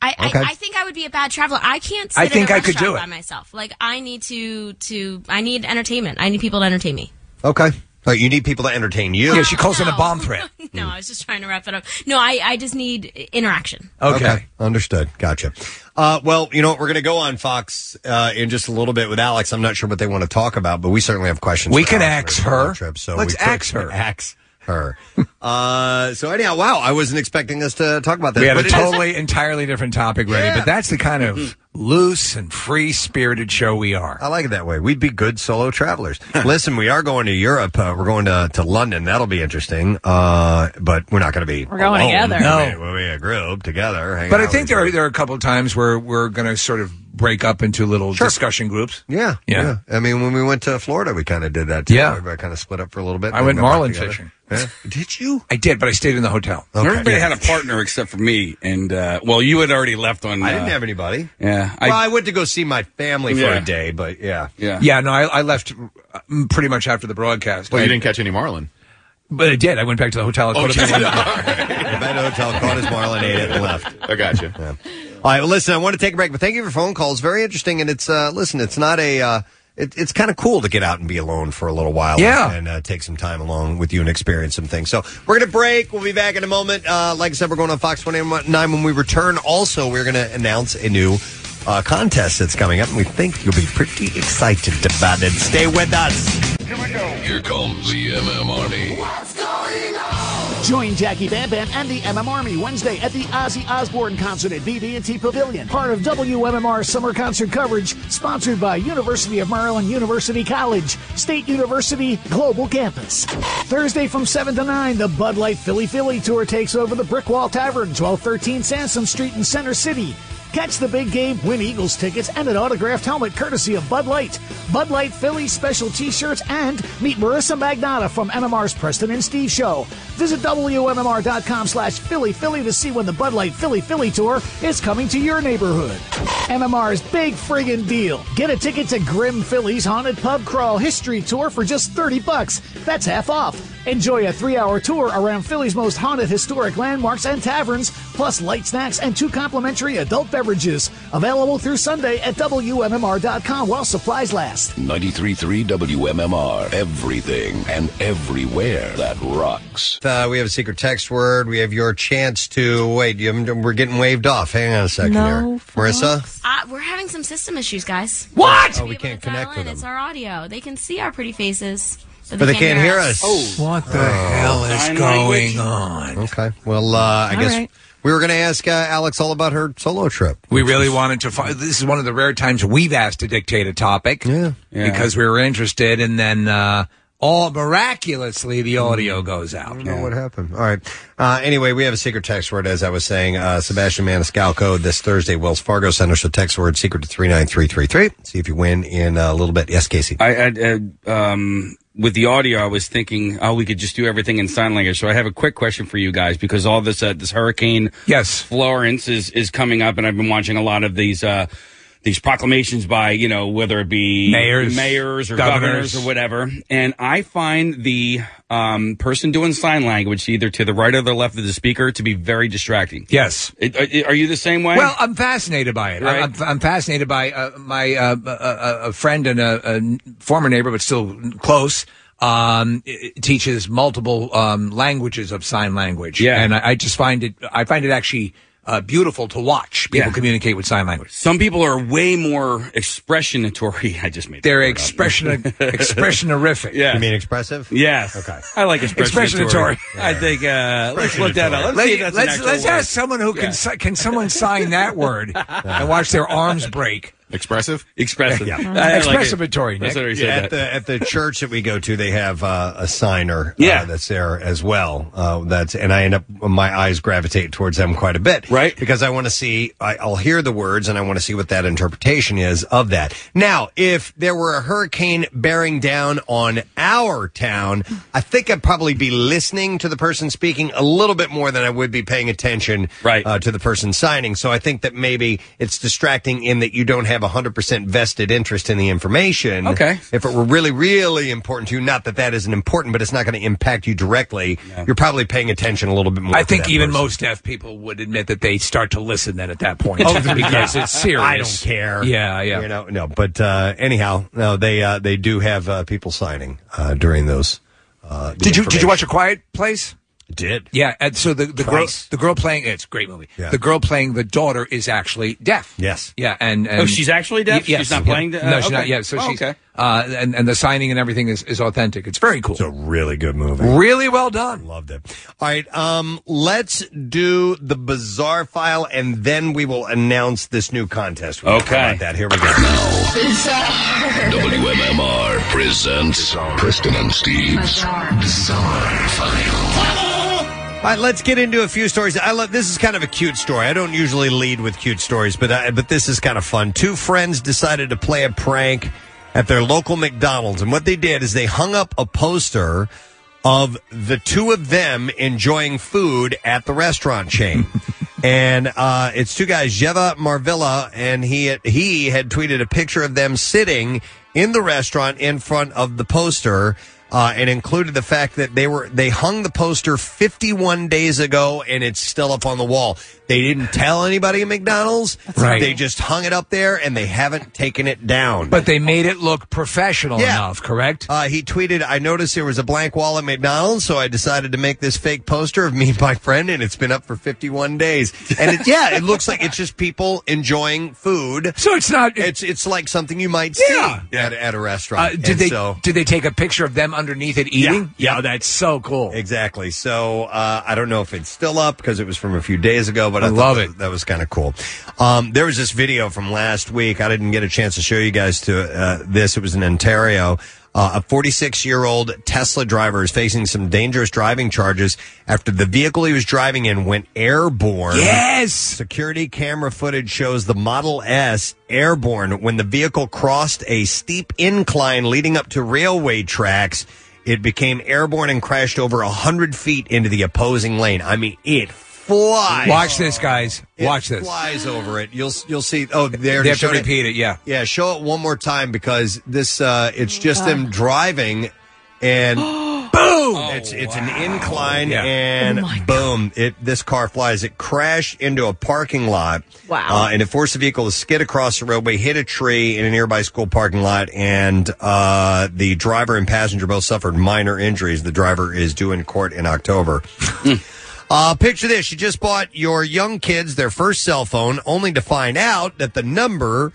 Speaker 14: I,
Speaker 4: Okay.
Speaker 14: I, I think I would be a bad traveler. I can't. Sit
Speaker 4: I
Speaker 14: at a
Speaker 4: think I could
Speaker 14: restaurant
Speaker 4: do it.
Speaker 14: by myself. Like I need to to I need entertainment. I need people to entertain me. [LAUGHS]
Speaker 2: Okay. So you need people to entertain you.
Speaker 4: Yeah, she calls it a bomb threat.
Speaker 14: No, I was just trying to wrap it up. No, I I just need interaction.
Speaker 2: Okay. Understood. Gotcha. Uh, well, you know what? We're going to go on Fox uh, in just a little bit with Alex. I'm not sure what they want to talk about, but we certainly have questions.
Speaker 4: We
Speaker 2: for
Speaker 4: can axe
Speaker 2: Alex for the
Speaker 4: her.
Speaker 2: road Trip, so
Speaker 4: Let's
Speaker 2: we could
Speaker 4: axe
Speaker 2: [LAUGHS]
Speaker 4: her.
Speaker 2: Axe her. uh, so anyhow, wow, I wasn't expecting us to talk about this.
Speaker 4: We had a
Speaker 2: but it is- Mm-hmm.
Speaker 4: totally, entirely different topic ready, but that's the kind of loose and free spirited show we are.
Speaker 2: I like it that way. We'd be good
Speaker 4: [LAUGHS]
Speaker 2: solo travelers. Listen, we are going to Europe. Uh, we're going to, to London. That'll be interesting. Uh, but we're not going to be.
Speaker 3: We're going
Speaker 2: alone.
Speaker 3: together.
Speaker 2: We'll be- We'll be a group together. hanging
Speaker 4: But I
Speaker 2: out
Speaker 4: think there are, there are a couple of times where we're going to sort of break up into little discussion groups.
Speaker 2: Yeah,
Speaker 4: Yeah.
Speaker 2: I mean, when we went to Florida, we kind of did that too.
Speaker 4: Yeah.
Speaker 2: Everybody kind of split up for a little bit.
Speaker 4: I
Speaker 2: and
Speaker 4: went
Speaker 2: then back
Speaker 4: marlin
Speaker 2: together.
Speaker 4: fishing.
Speaker 2: Did you?
Speaker 4: I did, but I stayed in the hotel.
Speaker 6: Everybody had a partner except for me, and uh, well, you had already left on.
Speaker 4: I didn't
Speaker 6: uh,
Speaker 4: have
Speaker 2: anybody.
Speaker 6: Yeah,
Speaker 2: well, I went to go see my family for
Speaker 6: Yeah.
Speaker 2: a day, but yeah.
Speaker 6: Yeah.
Speaker 4: Yeah, no, I, I left uh, pretty much after the broadcast.
Speaker 5: Well, Oh, you
Speaker 4: I-
Speaker 5: didn't catch any marlin.
Speaker 4: But I did. I went back to the hotel. I
Speaker 5: Oh,
Speaker 4: caught
Speaker 5: you
Speaker 4: up in
Speaker 5: did.
Speaker 4: London.
Speaker 2: Back to the hotel, caught his marlin, ate it, and left.
Speaker 5: I got you.
Speaker 2: All right, well, listen, I want to take a break, but thank you for phone calls. Very interesting, and it's uh, listen, it's not a. Uh, it, it's kind of cool to get out and be alone for a little while,
Speaker 8: Yeah.
Speaker 2: and uh, take some time alone with you and experience some things. So we're gonna break. We'll be back in a moment. Uh, like I said, we're going on Fox 109 when we return. Also, we're gonna announce a new uh, contest that's coming up, and we think you'll be pretty excited about it. Stay with us.
Speaker 18: Here comes the MM Army.
Speaker 11: Join Jackie Bam Bam and the MM Army Wednesday at the Ozzy Osbourne concert at BB&T Pavilion, part of WMMR summer concert coverage, sponsored by University of Maryland University College, State University Global Campus. Thursday from 7 to 9, the Bud Light Philly Philly Tour takes over the Brick Wall Tavern, 1213 Sansom Street in Center City. Catch the big game, win Eagles tickets, and an autographed helmet courtesy of Bud Light. Bud Light Philly special t shirts, and meet Marissa Magnata from MMR's Preston and Steve show. Visit WMMR.com slash Philly Philly to see when the Bud Light Philly Philly tour is coming to your neighborhood. MMR's big friggin' deal. Get a ticket to Grim Philly's Haunted Pub Crawl History Tour for just 30 bucks. That's half off. Enjoy a three-hour tour around Philly's most haunted historic landmarks and taverns, plus light snacks and two complimentary adult beverages. Available through Sunday at WMMR.com while supplies last.
Speaker 18: 93.3 WMMR. Everything and everywhere that rocks.
Speaker 2: Uh, we have a secret text word. We have your chance to wait. You haven't- we're getting waved off. Hang on a second
Speaker 14: No,
Speaker 2: here, Marissa.
Speaker 14: Uh, we're having some system issues, guys.
Speaker 2: Oh, we can't connect with
Speaker 14: And it's
Speaker 2: them.
Speaker 14: our audio. They can see our pretty faces,
Speaker 2: But they can't hear us.
Speaker 6: Oh.
Speaker 4: What the
Speaker 2: hell
Speaker 4: is Sign language. going
Speaker 2: on? Okay. Well, uh, I
Speaker 4: All
Speaker 2: guess
Speaker 4: right.
Speaker 2: we were going to ask uh, Alex all about her solo trip.
Speaker 4: We really wanted to. Find, this is one of the rare times we've asked to dictate a topic, yeah,
Speaker 2: Yeah.
Speaker 4: because we were interested, and then uh, all miraculously the audio goes out.
Speaker 2: I don't know what happened. All right. Uh, anyway, we have a secret text word, as I was saying. Uh, Sebastian Maniscalco this Thursday, Wells Fargo Center. So text word secret to 39333. See if you win in a little bit. Yes, Casey.
Speaker 6: I, I uh, um, with the audio, I was thinking, oh, we could just do everything in sign language. So I have a quick question for you guys because all this uh, this hurricane,
Speaker 4: yes,
Speaker 6: Florence is is coming up, and I've been watching a lot of these. Uh, these proclamations by you know whether it be
Speaker 4: Mayors,
Speaker 6: mayors or
Speaker 4: governors.
Speaker 6: governors, or whatever, and I find the um, person doing sign language either to the right or the left of the speaker to be very distracting. uh,
Speaker 4: Yes,
Speaker 6: are, are you the same way?
Speaker 4: Well, I'm fascinated by it.
Speaker 6: Right.
Speaker 4: I'm, I'm fascinated by uh, my uh, a, a- a friend and a, a former neighbor, but still close. Um, i- i- teaches multiple um, languages of sign language. Yeah, and I, I just find it. I find it actually uh, beautiful to watch people
Speaker 6: Yeah.
Speaker 4: communicate with sign language.
Speaker 6: Some people are way more expressionatory. [LAUGHS] I just made that
Speaker 4: They're
Speaker 6: word up.
Speaker 4: expression
Speaker 6: [LAUGHS]
Speaker 4: expressionorific.
Speaker 6: Yeah.
Speaker 2: You mean expressive?
Speaker 6: Yes. Okay. I like expressionatory.
Speaker 4: Expressionatory.
Speaker 6: I think uh, let's look that up. Let's, see if that's an
Speaker 4: let's,
Speaker 6: actual
Speaker 4: let's
Speaker 6: word.
Speaker 4: ask someone who
Speaker 6: Yeah.
Speaker 4: can si- can someone sign that word and watch their arms break.
Speaker 5: Expressive?
Speaker 6: [LAUGHS] Expressive.
Speaker 2: Yeah.
Speaker 4: Expressivatory, Nick.
Speaker 2: Yeah, at the at the church that we go to, they have uh, a signer.
Speaker 6: Yeah.
Speaker 2: uh, that's there as well. Uh, that's and I end up my eyes gravitate towards them quite a bit, right? Because I want to see, I, I'll hear the words and I want to see what that interpretation is of that. Now, if there were a hurricane bearing down on our town, I think I'd probably be listening to the person speaking a little bit more than I would be paying attention, right. uh, to the person signing. So I think that maybe it's distracting in that you don't have hundred percent vested interest in the information.
Speaker 6: Okay.
Speaker 2: If it were really, really important to you, not that that isn't important, but it's not going to impact you directly, you're probably paying attention a little bit more.
Speaker 4: I
Speaker 2: to
Speaker 4: think
Speaker 2: that
Speaker 4: even
Speaker 2: person.
Speaker 4: most deaf people would admit that they start to listen then at that [LAUGHS] point.
Speaker 2: Oh,
Speaker 4: because
Speaker 2: yeah.
Speaker 4: it's serious.
Speaker 2: I don't care.
Speaker 4: Yeah, yeah.
Speaker 2: You know, no, but uh, anyhow, no, they uh, they do have uh, people signing uh, during those. Uh, the
Speaker 4: Did you did you
Speaker 2: information.
Speaker 4: watch a quiet place? It did. Yeah, and so the the girl the girl playing it's a great movie. The girl playing the daughter is actually deaf.
Speaker 2: Yes.
Speaker 4: Yeah, and, and
Speaker 6: Oh, she's actually deaf?
Speaker 4: Y- yes.
Speaker 6: She's not
Speaker 4: Yeah.
Speaker 6: playing the-
Speaker 4: no,
Speaker 6: uh,
Speaker 4: she's not.
Speaker 6: okay.
Speaker 4: Yeah, so
Speaker 6: Oh,
Speaker 4: she's
Speaker 6: okay.
Speaker 4: uh, and and the signing and everything is, is authentic. It's very cool. It's a
Speaker 2: really good movie.
Speaker 4: Really well done.
Speaker 2: Loved it. All right, um, let's do the bizarre file, and then we will announce this new contest. We
Speaker 18: Okay.
Speaker 2: How about that. Here we go.
Speaker 18: WMMR presents Preston and Steve's Bizarre File.
Speaker 2: All right, let's get into a few stories. I love this is kind of a cute story. I don't usually lead with cute stories, but I, but this is kind of fun. Two friends decided to play a prank at their local McDonald's, and what they did is they hung up a poster of the two of them enjoying food at the restaurant chain. and uh, it's two guys, Jeva Marvilla, and he he had tweeted a picture of them sitting in the restaurant in front of the poster uh, and included the fact that they were they hung the poster 51 days ago and it's still up on the wall. They didn't tell anybody at McDonald's.
Speaker 4: Right.
Speaker 2: They just hung it up there and they haven't taken it down.
Speaker 4: But they made it look professional
Speaker 2: Yeah.
Speaker 4: enough, correct?
Speaker 2: Uh, he tweeted, I noticed there was a blank wall at McDonald's, so I decided to make this fake poster of me and my friend, and it's been up for 51 days. And it, yeah, it looks like it's just people enjoying food.
Speaker 4: So it's not.
Speaker 2: It's it's like something you might
Speaker 4: [LAUGHS] Yeah.
Speaker 2: see at, at a restaurant.
Speaker 4: Uh, did
Speaker 2: And
Speaker 4: they
Speaker 2: so-
Speaker 4: did they take a picture of them underneath it eating?
Speaker 2: Yeah,
Speaker 4: that's so cool.
Speaker 2: Exactly. So uh, I don't know if it's still up because it was from a few days ago, but I,
Speaker 4: I love
Speaker 2: thought That, that was kind of cool. Um, there was this video from last week. I didn't get a chance to show you guys to uh, this. It was in Ontario. Uh, a 46 year old Tesla driver is facing some dangerous driving charges after the vehicle he was driving in went airborne.
Speaker 4: Yes.
Speaker 2: Security camera footage shows the Model S airborne when the vehicle crossed a steep incline leading up to railway tracks. It became airborne and crashed over 100 feet into the opposing lane. I mean, it flies.
Speaker 4: Watch this, guys.
Speaker 2: It
Speaker 4: Watch this.
Speaker 2: Flies over it. You'll you'll see. Oh, there.
Speaker 4: They have to
Speaker 2: showed it.
Speaker 4: repeat it. Yeah.
Speaker 2: Yeah, show it one more time because this uh it's just them driving and boom. it's it's an incline
Speaker 4: Yeah.
Speaker 2: and
Speaker 4: Oh my
Speaker 2: boom, it this car flies. It crashed into a parking lot. Wow. Uh, and it forced the vehicle to skid across the roadway, hit a tree in a nearby school parking lot and uh the driver and passenger both suffered minor injuries. The driver is due in court in October. [LAUGHS] Uh, picture this. You just bought your young kids their first cell phone only to find out that the number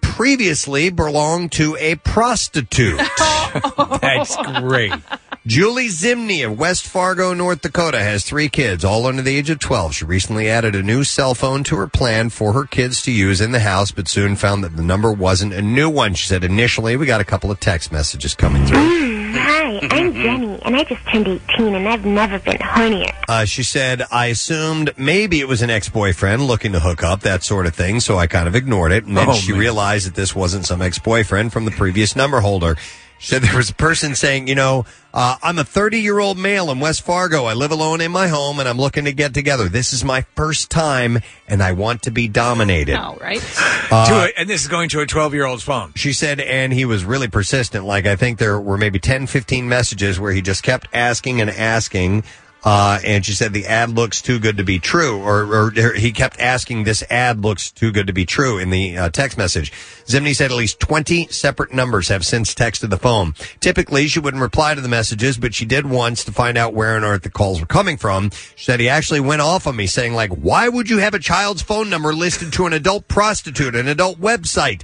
Speaker 2: previously belonged to a prostitute. [LAUGHS]
Speaker 4: That's great.
Speaker 2: Julie Zimney of West Fargo, North Dakota, has three kids, all under the age of 12. She recently added a new cell phone to her plan for her kids to use in the house, but soon found that the number wasn't a new one. She said, initially, we got a couple of text messages coming through.
Speaker 1: Hi, I'm Jenny, and I just turned 18, and I've never been hornier.
Speaker 2: Uh, she said, I assumed maybe it was an ex boyfriend looking to hook up, that sort of thing, so I kind of ignored it. And then
Speaker 22: Oh,
Speaker 2: she
Speaker 22: man.
Speaker 2: realized that this wasn't some ex boyfriend from the previous number holder. She said there was a person saying, you know, uh, I'm a 30 year old male in West Fargo. I live alone in my home and I'm looking to get together. This is my first time and I want to be dominated.
Speaker 3: right?
Speaker 2: Uh,
Speaker 4: Do it. And this is going to a 12 year old's phone.
Speaker 2: She said, and he was really persistent. Like, I think there were maybe 10, 15 messages where he just kept asking and asking. Uh, and she said the ad looks too good to be true, or, or he kept asking, "This ad looks too good to be true." In the uh, text message, Zimney said at least twenty separate numbers have since texted the phone. Typically, she wouldn't reply to the messages, but she did once to find out where on earth the calls were coming from. She said he actually went off on me, saying like, "Why would you have a child's phone number listed to an adult prostitute, an adult website?"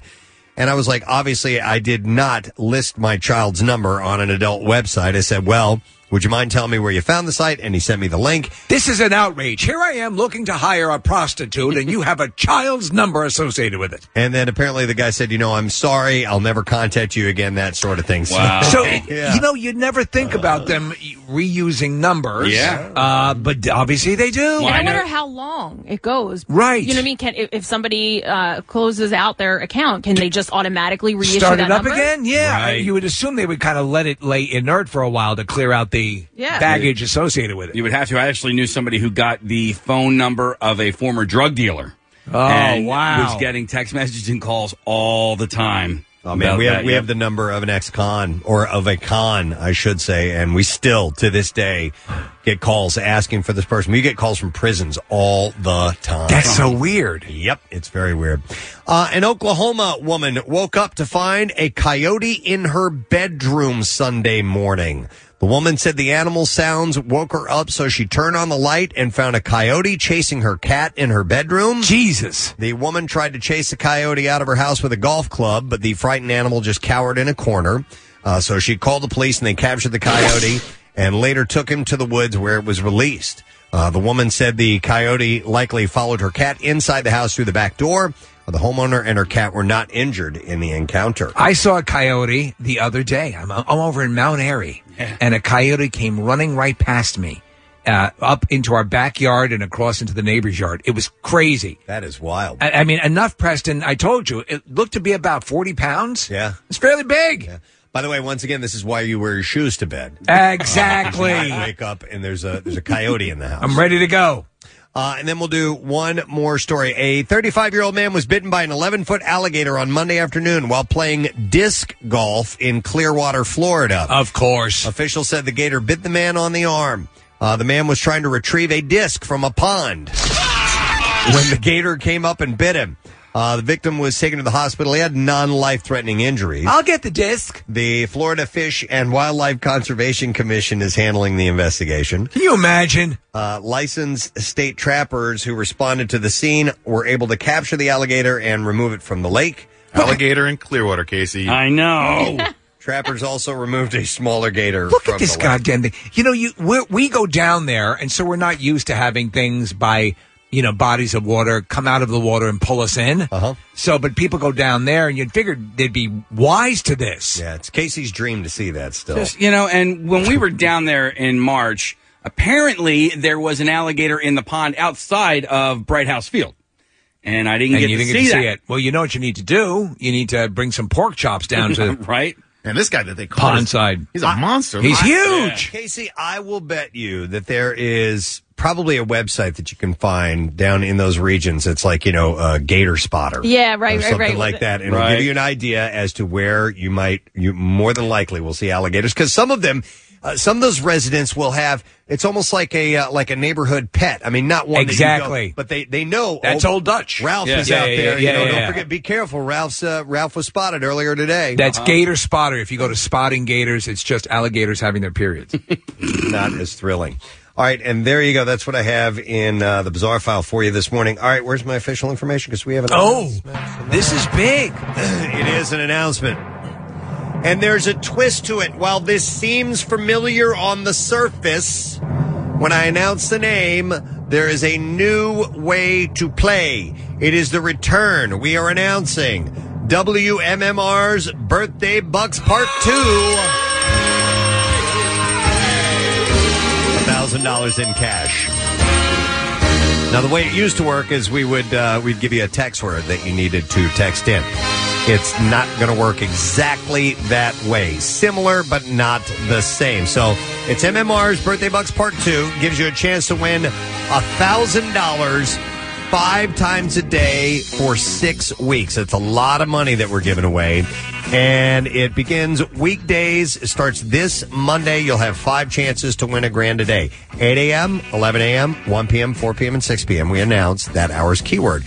Speaker 2: And I was like, obviously, I did not list my child's number on an adult website. I said, well, would you mind telling me where you found the site? And he sent me the link.
Speaker 4: This is an outrage. Here I am looking to hire a prostitute, and you have a child's number associated with it.
Speaker 2: And then apparently the guy said, you know, I'm sorry. I'll never contact you again, that sort of
Speaker 4: [LAUGHS]
Speaker 2: thing. [LAUGHS]
Speaker 4: So,
Speaker 2: yeah.
Speaker 4: you know, you'd never think about them reusing numbers.
Speaker 2: Yeah.
Speaker 4: Uh, but obviously they do.
Speaker 3: And I wonder how long it goes.
Speaker 4: Right.
Speaker 3: You know what I mean? Can if, if somebody uh, closes out their account, can they just automatically reissue
Speaker 4: Start
Speaker 3: that
Speaker 4: it up
Speaker 3: number?
Speaker 4: again? Yeah. You would assume they would kind of let it lay inert for a while to clear out the
Speaker 3: Yeah.
Speaker 4: baggage associated with it.
Speaker 6: You would have to. I actually knew somebody who got the phone number of a former drug dealer.
Speaker 4: Oh,
Speaker 6: and
Speaker 4: wow.
Speaker 6: Was getting text messages and calls all the time.
Speaker 2: Oh man,
Speaker 6: about
Speaker 2: we have
Speaker 6: that,
Speaker 2: we
Speaker 6: yeah.
Speaker 2: have the number of an ex-con or of a con, I should say, and we still to this day get calls asking for this person. We get calls from prisons all the time.
Speaker 4: That's so weird.
Speaker 2: Yep, it's very weird. Uh, an Oklahoma woman woke up to find a coyote in her bedroom Sunday morning. The woman said the animal sounds woke her up, so she turned on the light and found a coyote chasing her cat in her bedroom.
Speaker 4: Jesus.
Speaker 2: The woman tried to chase the coyote out of her house with a golf club, but the frightened animal just cowered in a corner. Uh, so she called the police and they captured the coyote and later took him to the woods where it was released. Uh, the woman said the coyote likely followed her cat inside the house through the back door. The homeowner and her cat were not injured in the encounter.
Speaker 4: I saw a coyote the other day. I'm, I'm over in Mount Airy, and a coyote came running right past me, uh, up into our backyard and across into the neighbor's yard. It was crazy.
Speaker 2: That is wild.
Speaker 4: I, I mean, enough, Preston. I told you, it looked to be about 40 pounds.
Speaker 2: Yeah.
Speaker 4: It's fairly big.
Speaker 2: By the way, once again, this is why you wear your shoes to bed.
Speaker 4: Exactly.
Speaker 2: Uh, you might wake up [LAUGHS] and there's a there's a coyote in the house.
Speaker 4: I'm ready to go.
Speaker 2: Uh, and then we'll do one more story. A 35 year old man was bitten by an 11 foot alligator on Monday afternoon while playing disc golf in Clearwater, Florida.
Speaker 4: Of course.
Speaker 2: Officials said the gator bit the man on the arm. Uh, the man was trying to retrieve a disc from a pond when the gator came up and bit him. Uh, the victim was taken to the hospital. He had non life threatening injuries.
Speaker 4: I'll get the disc.
Speaker 2: The Florida Fish and Wildlife Conservation Commission is handling the investigation.
Speaker 4: Can you imagine?
Speaker 2: Uh, licensed state trappers who responded to the scene were able to capture the alligator and remove it from the lake.
Speaker 5: Alligator in Clearwater, Casey.
Speaker 6: I know.
Speaker 2: Trappers also removed a smaller gator.
Speaker 4: Look
Speaker 2: from
Speaker 4: at this
Speaker 2: the lake.
Speaker 4: goddamn thing. You know, you we we go down there, and so we're not used to having things by you know bodies of water come out of the water and pull us in. Uh-huh. So, but people go down there, and you'd figure they'd be wise to this.
Speaker 2: Yeah, it's Casey's dream to see that still.
Speaker 6: Just, you know, and when we were down there in March, apparently there was an alligator in the pond outside of Bright House Field, and I didn't
Speaker 4: and
Speaker 6: get
Speaker 4: you
Speaker 6: to
Speaker 4: didn't
Speaker 6: see
Speaker 4: get to
Speaker 6: that.
Speaker 4: see it. Well, you know what you need to do. You need to bring some pork chops down to
Speaker 6: [LAUGHS] right.
Speaker 5: And this guy that they call
Speaker 4: pond side.
Speaker 5: he's a monster.
Speaker 4: He's
Speaker 5: I-
Speaker 4: huge.
Speaker 2: Casey, I will bet you that there is probably a website that you can find down in those regions. It's like, you know, uh, Gator Spotter.
Speaker 3: Yeah, right,
Speaker 2: or
Speaker 3: right,
Speaker 2: something
Speaker 3: right.
Speaker 2: like that. And it'll
Speaker 6: Right.
Speaker 2: give you an idea as to where you might, you more than likely will see alligators. Because some of them, uh, some of those residents will have, it's almost like a, uh, like a neighborhood pet. I mean, not one that you go-
Speaker 4: Exactly.
Speaker 2: but they, they know.
Speaker 4: That's
Speaker 2: oh,
Speaker 4: Old Dutch.
Speaker 2: Ralph
Speaker 4: Yeah.
Speaker 2: is
Speaker 4: Yeah,
Speaker 2: out
Speaker 4: yeah, yeah,
Speaker 2: there. you know,
Speaker 4: yeah,
Speaker 2: don't
Speaker 4: yeah.
Speaker 2: forget, be careful. Ralph's, uh, Ralph was spotted earlier today. Uh-huh.
Speaker 4: That's Gator Spotter. If you go to spotting gators, it's just alligators having their
Speaker 2: [LAUGHS]
Speaker 4: periods.
Speaker 2: not as thrilling. All right, and there you go. That's what I have in uh, the bizarre file for you this morning. All right, where's my official information? Because we have an
Speaker 4: Oh, this is big.
Speaker 2: [LAUGHS] it is an announcement, and there's a twist to it. While this seems familiar on the surface, when I announce the name, there is a new way to play. It is the return we are announcing. WMMR's Birthday Bucks Part Two. $1,000 in cash. Now, the way it used to work is we would uh, we'd give you a text word that you needed to text in. It's not going to work exactly that way. Similar, but not the same. So it's MMR's Birthday Bucks Part Two gives you a chance to win thousand dollars five times a day for six weeks. It's a lot of money that we're giving away. And it begins weekdays, It starts this Monday. You'll have five chances to win a grand a day 8 a.m., 11 a.m., 1 p.m., 4 p.m., and 6 p.m. We announce that hour's keyword.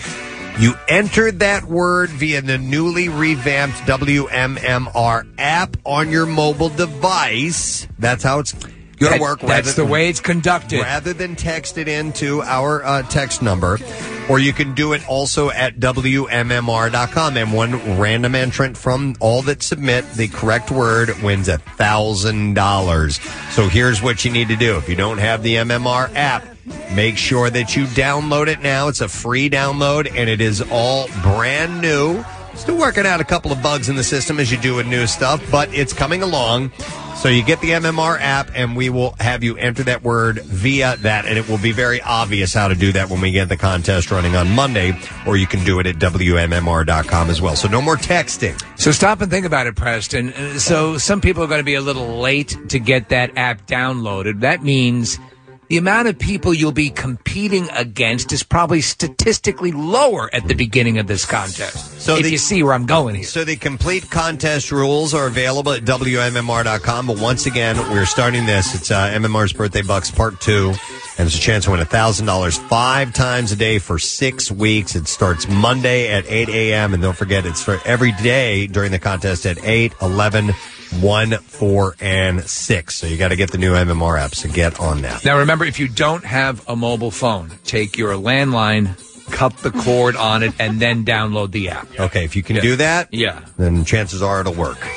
Speaker 2: You entered that word via the newly revamped WMMR app on your mobile device. That's how it's going to
Speaker 4: That-
Speaker 2: work. rather
Speaker 4: That's the
Speaker 2: than-
Speaker 4: way it's conducted.
Speaker 2: rather than text it into our uh, text number. Or you can do it also at WMMR.com. And one random entrant from all that submit the correct word wins a $1,000. So here's what you need to do. If you don't have the MMR app, make sure that you download it now. It's a free download and it is all brand new. Still working out a couple of bugs in the system as you do with new stuff, but it's coming along. So you get the MMR app, and we will have you enter that word via that, and it will be very obvious how to do that when we get the contest running on Monday, or you can do it at WMMR.com as well. So no more texting.
Speaker 4: So stop and think about it, Preston. Uh, So some people are going to be a little late to get that app downloaded. That means the amount of people you'll be competing against is probably statistically lower at the beginning of this contest.
Speaker 2: So
Speaker 4: if
Speaker 2: the-
Speaker 4: you see where I'm going here.
Speaker 2: So the complete contest rules are available at WMMR.com. But once again, we're starting this. It's uh, MMR's Birthday Bucks Part 2. And it's a chance to win $1,000 five times a day for six weeks. It starts Monday at 8 a.m. And don't forget, it's for every day during the contest at 8, 11, 1, 4, and 6. So you got to get the new MMR app, so get on that.
Speaker 4: Now, remember, if you don't have a mobile phone, take your landline, cut the cord on it, and then download the app.
Speaker 2: Okay, if you can do that,
Speaker 4: Yeah.
Speaker 2: then chances are it'll work.
Speaker 4: [LAUGHS]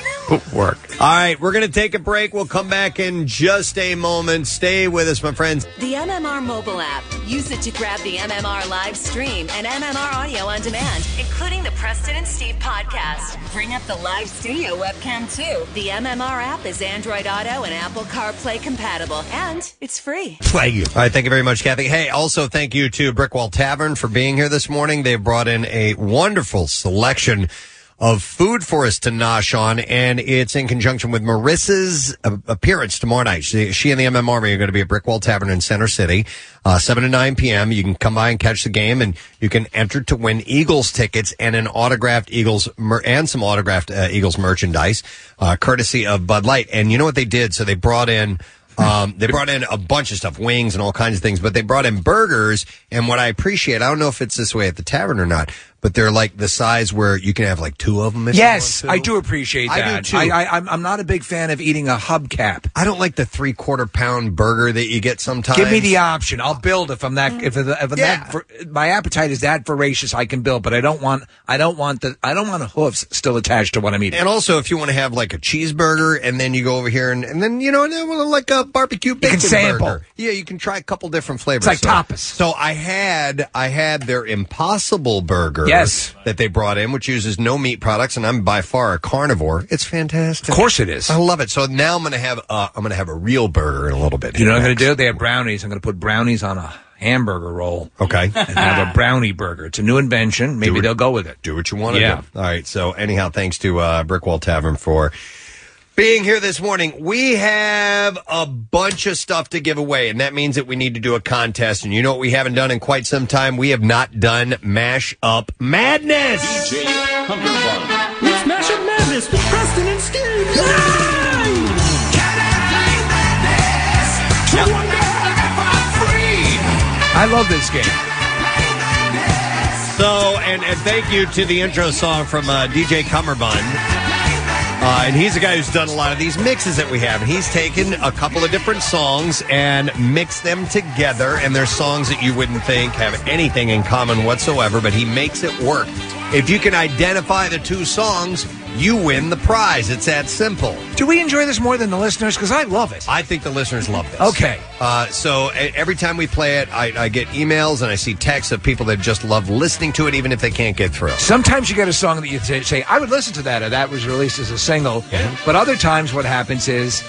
Speaker 4: work.
Speaker 2: All right, we're going to take a break. We'll come back in just a moment. Stay with us, my friends.
Speaker 10: The MMR mobile app. Use it to grab the MMR live stream and MMR audio on demand, including the Preston and Steve podcast. Bring up the live studio webcam too. The MMR app is Android Auto and Apple CarPlay compatible, and it's free.
Speaker 2: Thank you. All right, thank you very much, Kathy. Hey, also thank you to Brickwall Tavern for being here this morning. They brought in a wonderful selection of food for us to nosh on, and it's in conjunction with Marissa's uh, appearance tomorrow night. She, she and the MM Army are going to be at Brickwall Tavern in Center City, uh, 7 to 9 p.m. You can come by and catch the game, and you can enter to win Eagles tickets and an autographed Eagles mer- and some autographed uh, Eagles merchandise, uh, courtesy of Bud Light. And you know what they did? So they brought in um, they brought in a bunch of stuff, wings and all kinds of things, but they brought in burgers. And what I appreciate, I don't know if it's this way at the tavern or not, but they're like the size where you can have like two of them. If you
Speaker 4: Yes,
Speaker 2: want
Speaker 4: I
Speaker 2: to.
Speaker 4: do appreciate
Speaker 2: I
Speaker 4: that.
Speaker 2: do too.
Speaker 4: I, I, am I'm not a big fan of eating a hubcap.
Speaker 2: I don't like the three quarter pound burger that you get sometimes.
Speaker 4: Give me the uh, option. I'll build if I'm that if, if, I'm that for, my appetite is that voracious. I can build, but I don't want I don't want the I don't want hoofs still attached to what I'm eating.
Speaker 2: And also, if you want to have like a cheeseburger, and then you go over here, and, and then you know, and then we'll like a barbecue bacon
Speaker 4: sample.
Speaker 2: burger. Yeah, you can try a couple different flavors.
Speaker 4: It's like tapas.
Speaker 2: So I had I had their Impossible Burger.
Speaker 4: Yes.
Speaker 2: that they brought in, which uses no meat products, and I'm by far a carnivore. It's fantastic. Of
Speaker 4: course it is.
Speaker 2: I love it. So now I'm gonna have uh, I'm gonna have a real burger in a little bit.
Speaker 4: You know what I'm going to do? They have brownies. I'm going to put brownies on a hamburger roll.
Speaker 2: Okay.
Speaker 4: And have a brownie burger. It's a new invention. Maybe they'll go with it.
Speaker 2: Do what you want to
Speaker 4: Yeah.
Speaker 2: do. All right. So anyhow, thanks to uh, Brickwall Tavern for being here this morning. We have a bunch of stuff to give away, and that means that we need to do a contest. And you know what we haven't done in quite some time? We have not done Mash Up Madness.
Speaker 8: It's Mashup Madness with Preston and Steve.
Speaker 4: I love this game.
Speaker 2: So, and, and thank you to the intro song from uh, DJ Cummerbund. Uh, and he's a guy who's done a lot of these mixes that we have. And he's taken a couple of different songs and mixed them together. And they're songs that you wouldn't think have anything in common whatsoever, but he makes it work. If you can identify the two songs, you win the prize. It's that simple.
Speaker 4: Do we enjoy this more than the listeners? Because I love it.
Speaker 2: I think the listeners love this.
Speaker 4: Okay.
Speaker 2: Uh, so e- every time we play it, I, I get emails and I see texts of people that just love listening to it, even if they can't get through.
Speaker 4: Sometimes you get a song that you t- say, I would listen to that, or that was released as a single. But other times, what happens is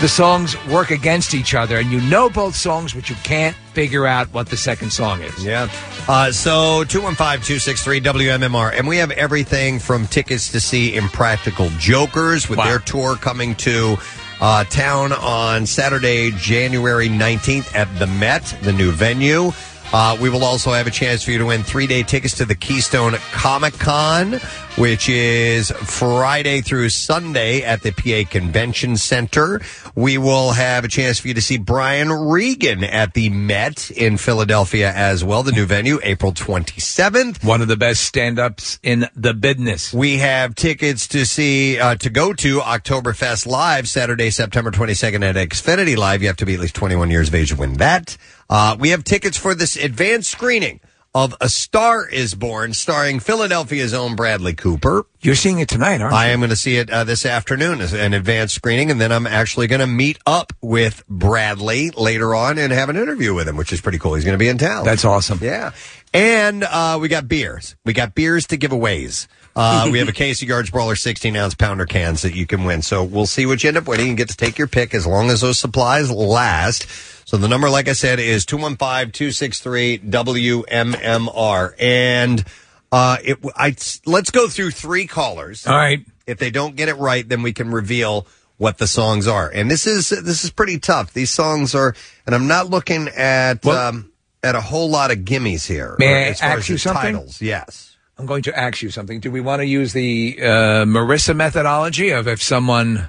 Speaker 4: the songs work against each other, and you know both songs, but you can't figure out what the second song is.
Speaker 2: Yeah. Uh, so 215-263-WMMR. And we have everything from tickets to see Impractical Jokers with their tour coming to uh, town on Saturday, January 19th at the Met, the new venue. Uh, we will also have a chance for you to win three day tickets to the Keystone Comic Con, which is Friday through Sunday at the PA Convention Center. We will have a chance for you to see Brian Regan at the Met in Philadelphia as well, the new venue, April 27th.
Speaker 4: One of the best stand ups in the business.
Speaker 2: We have tickets to see, uh, to go to Oktoberfest Live Saturday, September 22nd at Xfinity Live. You have to be at least 21 years of age to win that. Uh, we have tickets for this advanced screening of A Star is Born, starring Philadelphia's own Bradley Cooper.
Speaker 4: You're seeing it tonight, aren't you?
Speaker 2: I am going to see it uh, this afternoon as an advanced screening, and then I'm actually going to meet up with Bradley later on and have an interview with him, which is pretty cool. He's going to be in town. That's
Speaker 4: awesome.
Speaker 2: Yeah. And uh, we got beers. We got beers to giveaways. Uh, we have a Casey Yards Brawler 16 ounce pounder cans that you can win. So we'll see what you end up winning. You get to take your pick as long as those supplies last. So the number, like I said, is 215 263 WMMR. And uh, it, I, let's go through three callers.
Speaker 4: All right.
Speaker 2: If they don't get it right, then we can reveal what the songs are. And this is this is pretty tough. These songs are, and I'm not looking at um, at a whole lot of gimmies here.
Speaker 4: May
Speaker 2: or
Speaker 4: I
Speaker 2: as far
Speaker 4: ask
Speaker 2: as
Speaker 4: you
Speaker 2: the
Speaker 4: something?
Speaker 2: Titles, yes.
Speaker 4: I'm going to ask you something. Do we want to use the uh, Marissa methodology of if someone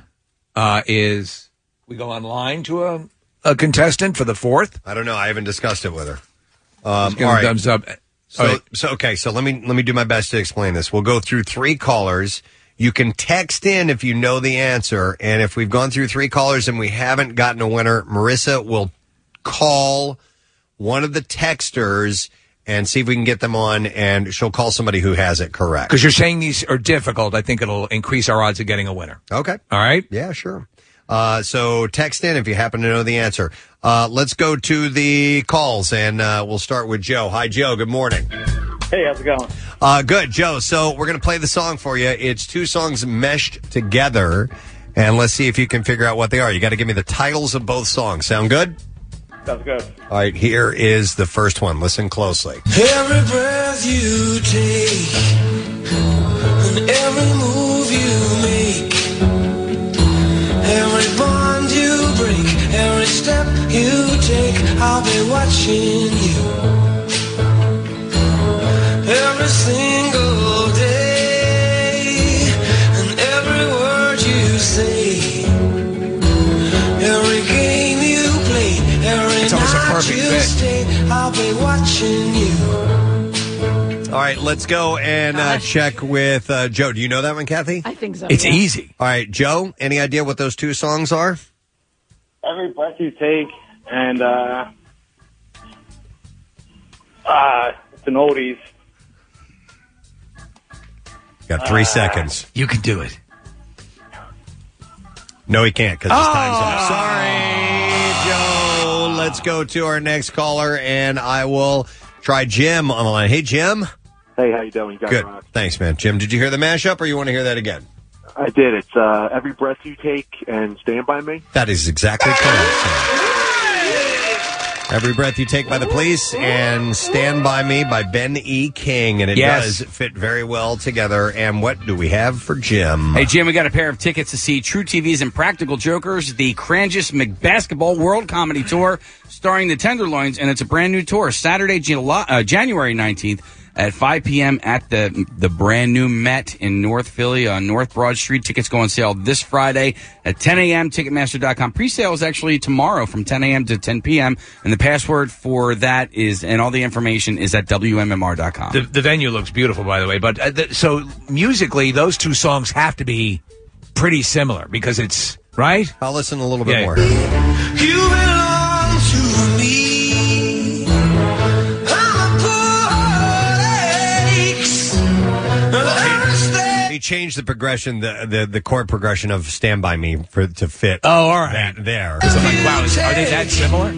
Speaker 4: uh, is we go online to a, a contestant for the fourth?
Speaker 2: I don't know. I haven't discussed it with her. Um,
Speaker 4: Just give
Speaker 2: all
Speaker 4: them
Speaker 2: right.
Speaker 4: thumbs up.
Speaker 2: So,
Speaker 4: All right.
Speaker 2: so okay. So let me let me do my best to explain this. We'll go through three callers. You can text in if you know the answer. And if we've gone through three callers and we haven't gotten a winner, Marissa will call one of the texters and see if we can get them on. And she'll call somebody who has it correct.
Speaker 4: Because you're [LAUGHS] saying these are difficult. I think it'll increase our odds of getting a winner.
Speaker 2: Okay.
Speaker 4: All right.
Speaker 2: Yeah, sure. Uh, so text in if you happen to know the answer. Uh, let's go to the calls, and uh, we'll start with Joe. Hi, Joe. Good morning.
Speaker 9: Hey, how's it going?
Speaker 2: Uh, good, Joe. So we're going to play the song for you. It's two songs meshed together, and let's see if you can figure out what they are. You got to give me the titles of both songs. Sound good?
Speaker 9: Sounds good.
Speaker 2: All right, here is the first one. Listen closely.
Speaker 18: Every breath you take and every move you make, every bond you break, every step you take, I'll be watching you every single day and every word you say, every game you play, every
Speaker 4: It's almost a
Speaker 18: night
Speaker 4: perfect
Speaker 18: you
Speaker 4: fit.
Speaker 18: stay, I'll be watching you.
Speaker 2: All right, let's go and uh, check with uh, Joe. Do you know that one, Kathy? I
Speaker 3: think so.
Speaker 18: It's yeah. easy.
Speaker 2: All right, Joe. Any idea what those two songs are?
Speaker 9: Every breath you take, and uh, uh, it's an oldies.
Speaker 2: Got three seconds.
Speaker 4: Ah. You can do it.
Speaker 2: No, he can't because his time's up.
Speaker 4: Ah.
Speaker 2: Sorry, Joe. Let's go to our next caller, and I will try Jim on the line. Hey, Jim.
Speaker 9: Hey, how you doing? You guys
Speaker 2: Good.
Speaker 9: rock.
Speaker 2: Thanks, man. Jim, did you hear the mashup, or you want to hear that again?
Speaker 9: I did. It's uh, every breath you take, and stand by me.
Speaker 2: That is exactly correct. Every Breath You Take by the Police and Stand By Me by Ben E. King. And it
Speaker 6: Yes.
Speaker 2: does fit very well together. And what do we have for Jim?
Speaker 6: Hey, Jim, we got a pair of tickets to see True TV's and Practical Jokers, the Crangis McBasketball World Comedy Tour, starring the Tenderloins, and it's a brand new tour, Saturday, July, uh, January 19th at 5 p.m. at the the brand new Met in North Philly on North Broad Street. Tickets go on sale this Friday at 10 a.m. Ticketmaster.com. Pre-sale is actually tomorrow from 10 a.m. to 10 p.m. And the password for that is, and all the information is at WMMR.com.
Speaker 4: The, the venue looks beautiful, by the way. But uh, th- so musically, those two songs have to be pretty similar because it's right.
Speaker 2: I'll listen a little bit more.
Speaker 18: You belong to me. I'm a poor heartaches.
Speaker 2: He changed the progression, the, the, the chord progression of Stand By Me for to fit.
Speaker 4: Oh, all right.
Speaker 2: That there.
Speaker 4: wow, is- are they that similar?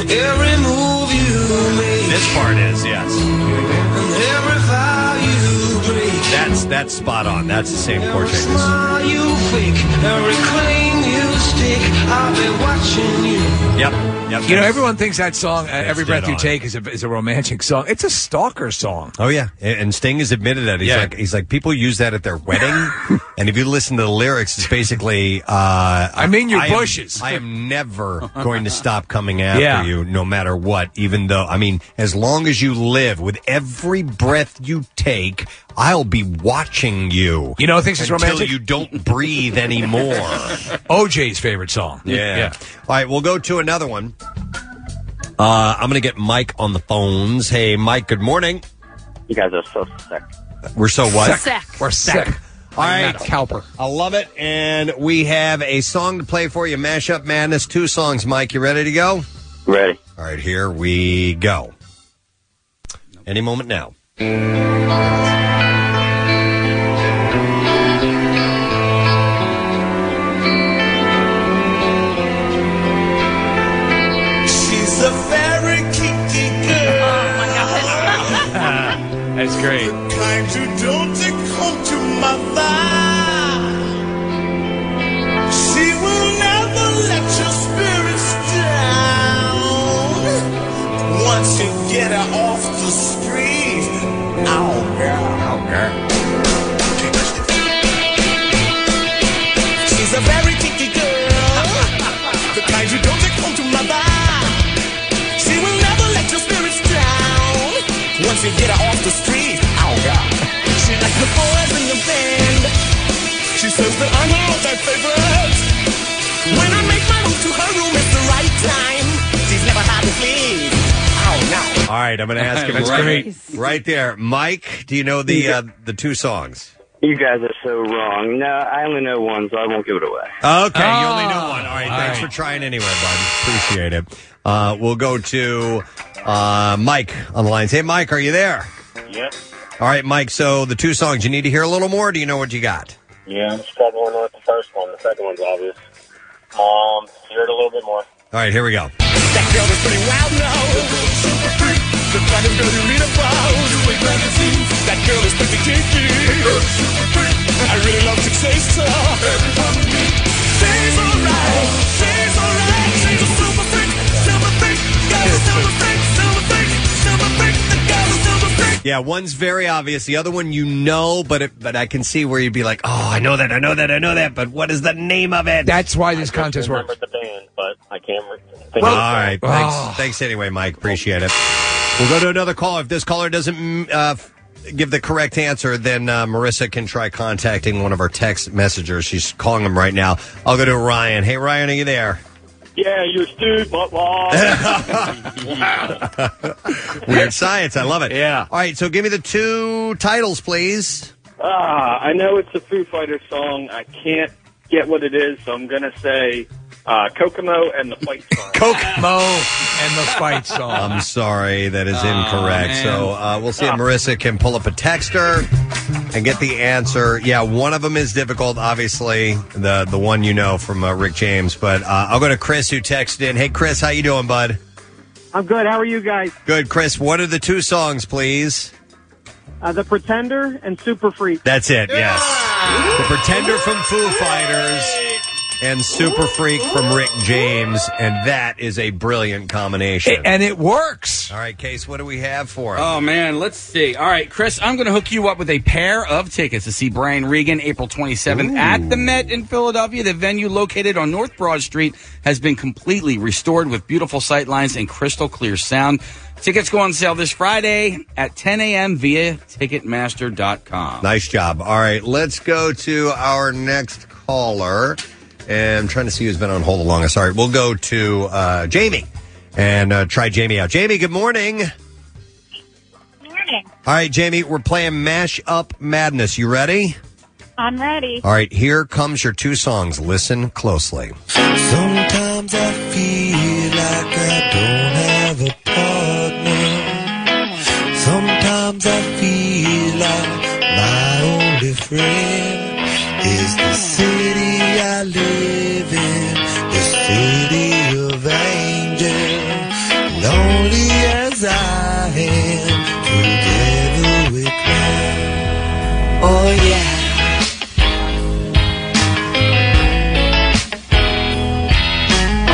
Speaker 18: Every move you make.
Speaker 2: This part is, yes.
Speaker 18: And every vow you break.
Speaker 2: That's that's spot on. That's the same chord changes.
Speaker 18: Smile you fake. Every claim you stick. I'll be watching you.
Speaker 2: Yep.
Speaker 4: You know, everyone thinks that song, uh, Every
Speaker 2: dead
Speaker 4: Breath You
Speaker 2: on.
Speaker 4: Take, is a, is a romantic song. It's a stalker song.
Speaker 2: Oh yeah, and and Sting has admitted that he's
Speaker 4: Yeah.
Speaker 2: like he's like people use that at
Speaker 4: [LAUGHS]
Speaker 2: their wedding, and if you listen to the lyrics, it's basically uh, I
Speaker 4: mean your
Speaker 2: am-
Speaker 4: bushes.
Speaker 2: I am never going to stop coming after
Speaker 4: Yeah.
Speaker 2: you, no matter what. Even though I mean, as long as you live, with every breath you take, I'll be watching you.
Speaker 4: You know, who thinks it's
Speaker 2: until
Speaker 4: romantic.
Speaker 2: you don't breathe anymore.
Speaker 4: [LAUGHS] OJ's favorite song.
Speaker 2: Yeah. All right, we'll go to another one. Uh, I'm going to get Mike on the phones. Hey, Mike. Good morning.
Speaker 9: [LAUGHS] You guys are so sick.
Speaker 2: We're so what?
Speaker 4: We're sick.
Speaker 2: All right,
Speaker 4: Cowper.
Speaker 2: I love it. And we have a song to play for you. Mashup Madness. Two songs, Mike. You ready to go?
Speaker 9: Ready.
Speaker 2: All [LAUGHS] right, here we go. Any moment now.
Speaker 18: She's a very kinky girl. Oh my god. [LAUGHS]
Speaker 6: That's great.
Speaker 18: kind who don't take home to mother. She will never let your spirits down. Once you get her off the street, oh girl. Oh girl. She's a very kinky girl. the kind you don't take home to mother. She will never let your spirits down. Once you get her off the street, oh god. She likes the boys in the band. She says that I'm her all-time favorite. When I make my move to her room, it's the right time. She's never hard to please. Oh no. [LAUGHS]
Speaker 2: All right, I'm going to ask him
Speaker 18: That's
Speaker 2: right,
Speaker 18: great.
Speaker 2: right there. Mike, do you know the uh, the two songs?
Speaker 13: You guys are so wrong. No, I only know one, so I won't give it away.
Speaker 2: Okay, you
Speaker 18: Oh.
Speaker 2: only know one. All right, thanks for trying anyway, bud. Appreciate it. Uh, we'll go to uh, Mike on the lines. Hey, Mike, are you there?
Speaker 22: Yep.
Speaker 2: All right, Mike. So the two songs you need to hear a little more. Do you know what you got?
Speaker 22: Yeah, I'm struggling with the first one. The second one's obvious. Um, hear it a little bit more.
Speaker 2: All right, here we go.
Speaker 18: That girl is pretty wild now. Super freak. The fun is gonna read about. New Wave magazine. That girl is pretty kinky. Super freak. I really love to taste her. She's alright. She's alright. She's a super freak. Super freak. Girl is super freak. Super freak. Super freak. The girl is super freak.
Speaker 2: Yeah, one's very obvious. The other one you know, but it, but I can see where you'd be like, oh, I know that, I know that, I know that. But what is the name of it?
Speaker 4: That's why this contest
Speaker 22: Remember the band, but I can't. Re- think
Speaker 2: All
Speaker 22: of the
Speaker 2: right.
Speaker 22: song.
Speaker 2: Thanks, thanks anyway, Mike. Appreciate it. We'll go to another call. If this caller doesn't mm, uh, f- give the correct answer, then uh, Marissa can try contacting one of our text messengers. She's calling him right now. I'll go to Ryan. Hey, Ryan, are you there?
Speaker 22: Yeah, you're stupid, but [LAUGHS] law.
Speaker 2: Weird science. I love it. Yeah. All right. So give me the two titles, please.
Speaker 22: Ah, I know it's a Foo Fighters song. I can't get what it is, so I'm gonna say uh, Kokomo and the Fight Song.
Speaker 4: Kokomo and the fight song.
Speaker 2: I'm sorry, that is incorrect. so uh, we'll see if Marissa can pull up a texter and get the answer. Yeah, one of them is difficult, obviously the the one you know from uh, Rick James. But uh, I'll go to Chris who texted in. Hey, Chris, how you doing, bud?
Speaker 23: I'm good. How are you guys?
Speaker 2: Good, Chris. What are the two songs, please?
Speaker 23: Uh, the Pretender and Super Freak.
Speaker 2: That's it. Yes, the Pretender from Foo Fighters. And Super Freak from Rick James, and that is a brilliant combination.
Speaker 4: and it works.
Speaker 2: All right, Case, what do we have for him?
Speaker 6: Oh man, let's see. All right, Chris, I'm going to hook you up with a pair of tickets to see Brian Regan April 27th at the Met in Philadelphia. The venue located on North Broad Street has been completely restored with beautiful sight lines and crystal clear sound. Tickets go on sale this Friday at 10 a.m. via Ticketmaster.com.
Speaker 2: Nice job. All right, let's go to our next caller. And I'm trying to see who's been on hold the longest. All right, we'll go to uh, Jamie and uh, try Jamie out. Jamie, good morning.
Speaker 24: Morning.
Speaker 2: All right, Jamie, we're playing Mash Up Madness. You ready?
Speaker 24: I'm ready.
Speaker 2: All right, here comes your two songs. Listen closely.
Speaker 18: Sometimes I feel like I don't have a partner. Sometimes I feel like my only friend is the city I live in, the city of angels. Lonely as I am, together we climb. Oh yeah. Alright.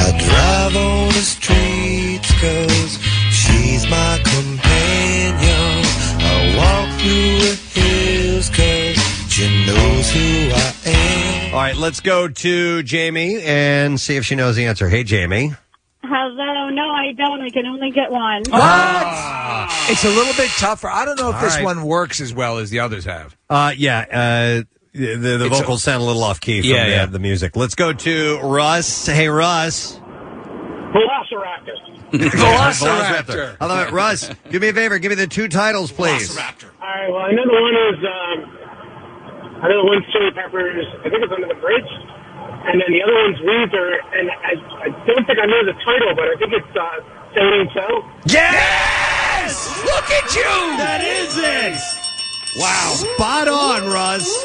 Speaker 18: I drive on the streets cause she's my companion. I walk through the hills cause she knows who I am.
Speaker 2: All right, let's go to Jamie and see if she knows the answer. Hey, Jamie.
Speaker 24: Hello. No, I don't. I can only get one.
Speaker 4: It's a little bit tougher. I don't know if
Speaker 2: All
Speaker 4: this
Speaker 2: right.
Speaker 4: one works as well as the others have.
Speaker 2: Uh, yeah, uh, the,
Speaker 4: It's
Speaker 2: the
Speaker 4: a-
Speaker 2: vocals sound a little off key from
Speaker 4: Yeah,
Speaker 2: the,
Speaker 4: yeah.
Speaker 2: the music. Let's go to Russ. Hey, Russ. [LAUGHS]
Speaker 22: Velociraptor.
Speaker 2: Velociraptor. I love it. Russ, do me a favor. Give me the two titles, please.
Speaker 22: All right. Well, another one is um, another one's Chili Peppers. I think it's Under the Bridge, and then the other one's Weezer. And I, I don't think I know the title, but I think it's uh, So Ain't So.
Speaker 2: Yes! Look at you! That
Speaker 18: is it!
Speaker 2: Wow. Spot on, [LAUGHS] Russ.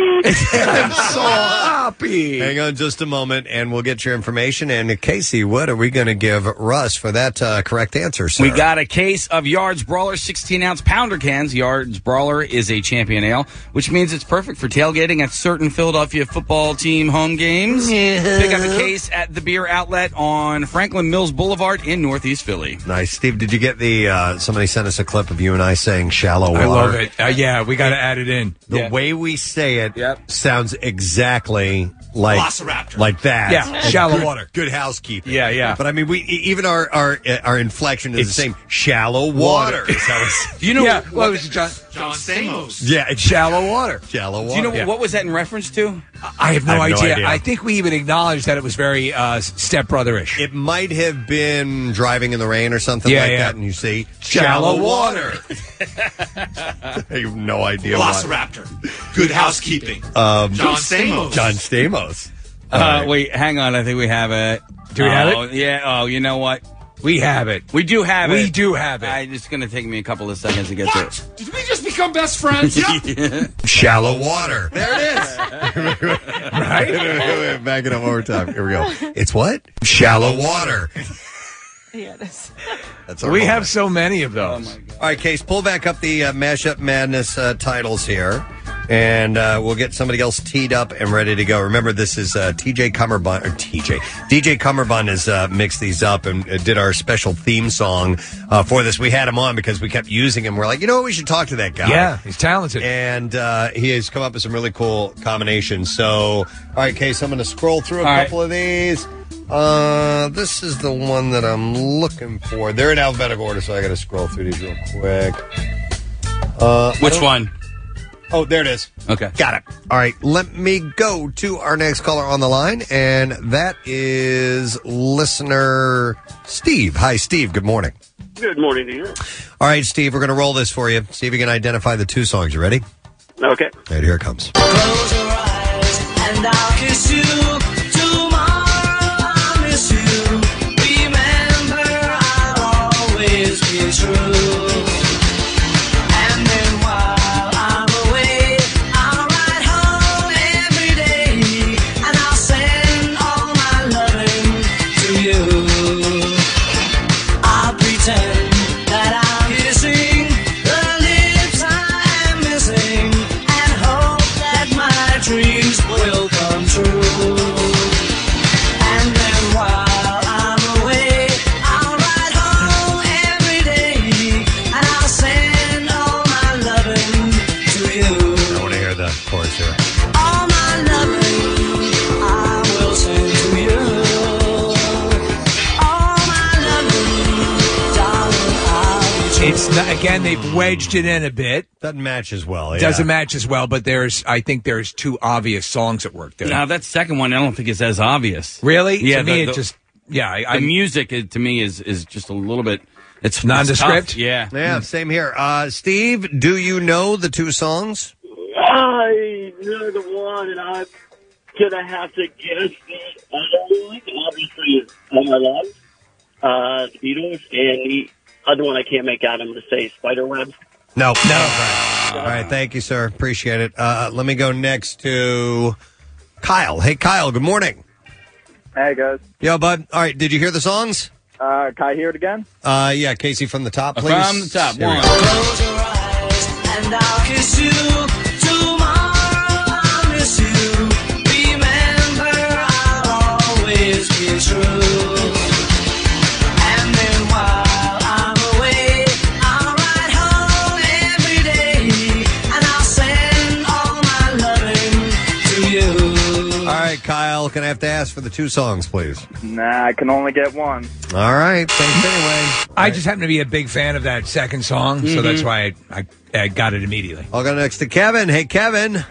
Speaker 18: I'm so
Speaker 2: happy. Hang on just a moment, and we'll get your information. And Casey, what are we going to give Russ for that uh, correct answer, sir?
Speaker 6: We got a case of Yards Brawler 16 ounce pounder cans. Yards Brawler is a champion ale, which means it's perfect for tailgating at certain Philadelphia football team home games. Pick up a case at the beer outlet on Franklin Mills Boulevard in Northeast Philly.
Speaker 2: Nice, Steve. Did you get the? Uh, somebody sent us a clip of you and I saying "shallow water."
Speaker 4: I love it. Uh, yeah, we got to add it in.
Speaker 2: The way we say it sounds exactly like
Speaker 4: Velociraptor.
Speaker 2: like that.
Speaker 4: Yeah,
Speaker 2: Good-
Speaker 4: shallow water.
Speaker 2: Good housekeeping.
Speaker 4: Yeah, yeah.
Speaker 2: But I mean, we e- even our our uh, our inflection is the same. Shallow water.
Speaker 4: Water.
Speaker 2: is how it's-
Speaker 6: You know
Speaker 4: Yeah,
Speaker 6: what
Speaker 4: well,
Speaker 6: the-
Speaker 4: it was John- Don [LAUGHS] Stamos.
Speaker 2: Yeah,
Speaker 4: shallow water.
Speaker 2: Shallow
Speaker 6: Do you know what was that in reference to?
Speaker 4: I have no, idea. I think we even acknowledged that it was very uh, stepbrotherish.
Speaker 2: It might have been driving in the rain or something
Speaker 4: Yeah,
Speaker 2: like
Speaker 4: yeah.
Speaker 2: that, and you say
Speaker 4: Shallow
Speaker 2: [LAUGHS] I have no idea. why.
Speaker 12: Velociraptor. Good housekeeping.
Speaker 2: Um,
Speaker 12: John Stamos.
Speaker 2: John Stamos.
Speaker 6: Uh, Wait, hang on. I think we have it.
Speaker 4: Do we have
Speaker 6: Oh,
Speaker 4: it?
Speaker 6: Yeah. Oh, you know what?
Speaker 4: We have it.
Speaker 6: We do have
Speaker 4: We
Speaker 6: it.
Speaker 4: do have it.
Speaker 6: I, it's going to take me a couple of seconds to get to it.
Speaker 18: Did we just become best
Speaker 2: [LAUGHS]
Speaker 18: friends?
Speaker 6: [LAUGHS]
Speaker 2: Shallow water.
Speaker 18: There it is.
Speaker 4: [LAUGHS]
Speaker 2: [LAUGHS] right? Back it up one more time. Here we go. It's what? Shallow [LAUGHS] water.
Speaker 3: Yeah, that's.
Speaker 2: That's
Speaker 4: we have so many of those.
Speaker 2: All right, Case, pull back up the uh, Mashup Madness uh, titles here, and uh, we'll get somebody else teed up and ready to go. Remember, this is uh, TJ Cummerbund, or TJ, DJ Cummerbund has uh, mixed these up and uh, did our special theme song uh, for this. We had him on because we kept using him. We're like, you know what, we should talk to that guy.
Speaker 4: Yeah, he's talented.
Speaker 2: And uh, he has come up with some really cool combinations. So, all right, Case, I'm going to scroll through a
Speaker 18: All right.
Speaker 2: couple of these. Uh, this is the one that I'm looking for. They're in alphabetical order, so I got to scroll through these real quick. Uh, I
Speaker 6: Which
Speaker 2: don't-
Speaker 6: one?
Speaker 2: Oh, there it is.
Speaker 6: Okay.
Speaker 2: Got it. All right, let me go to our next caller on the line, and that is listener Steve. Hi, Steve. Good morning.
Speaker 15: Good morning to you.
Speaker 2: All right, Steve, we're going to roll this for you. See if you can identify the two songs. You ready?
Speaker 15: Okay.
Speaker 2: All right, here it comes.
Speaker 18: And I'll kiss you tomorrow. I miss you. Remember, I'll always be true. And then while I'm away, I'll ride home every day, and I'll send all my loving to you. I'll pretend that I'm kissing the lips I am missing, and hope that my dreams will come true. And then while I'm away, I'll ride home every day, and I'll send all my loving to you.
Speaker 2: I want to hear the chorus here.
Speaker 18: All my loving I will send to you. All my loving, darling, I'll be true.
Speaker 4: It's not, again they've wedged it in a bit.
Speaker 2: Doesn't match as well. yeah.
Speaker 4: Doesn't match as well, but there's I think there's two obvious songs at work there.
Speaker 6: Now that second one, I don't think it's as obvious.
Speaker 4: Really?
Speaker 6: Yeah.
Speaker 4: To me,
Speaker 6: the-
Speaker 4: it
Speaker 6: the-
Speaker 4: just yeah. I,
Speaker 6: the
Speaker 4: I
Speaker 6: music is, to me is is just a little bit. It's it's
Speaker 2: Nondescript?
Speaker 6: tough. Yeah.
Speaker 2: Yeah, same here. Uh, Steve, do you know the two songs?
Speaker 23: I know the one, and I'm gonna have to guess the other one. Obviously, is "All My Love," uh, the Beatles, and the other one I can't make out. I'm gonna say "Spiderweb."
Speaker 2: No. No. All right, thank you, sir. Appreciate it. Uh, let me go next to Kyle. Hey, Kyle, good morning.
Speaker 16: Hey guys,
Speaker 2: Yo, bud. All right, did you hear the songs?
Speaker 16: uh, can I hear it again?
Speaker 2: Uh, yeah, Casey from the top, please.
Speaker 16: From the top,
Speaker 2: Here we
Speaker 16: one.
Speaker 2: go.
Speaker 18: And I'll kiss you tomorrow. I'll miss you. Remember, I'll always be true. And then while I'm away, I'll ride home every day, and I'll send all my loving to you.
Speaker 2: All right, Kyle, can I have to ask for the two songs, please?
Speaker 16: Nah, I can only get one.
Speaker 2: All right, thanks anyway.
Speaker 4: I just happen to be a big fan of that second song, so
Speaker 2: Mhm.
Speaker 6: Mm-hmm.
Speaker 4: that's why I, I, I got it immediately.
Speaker 6: [LAUGHS]
Speaker 2: I'll go next to Kevin. Hey, Kevin. All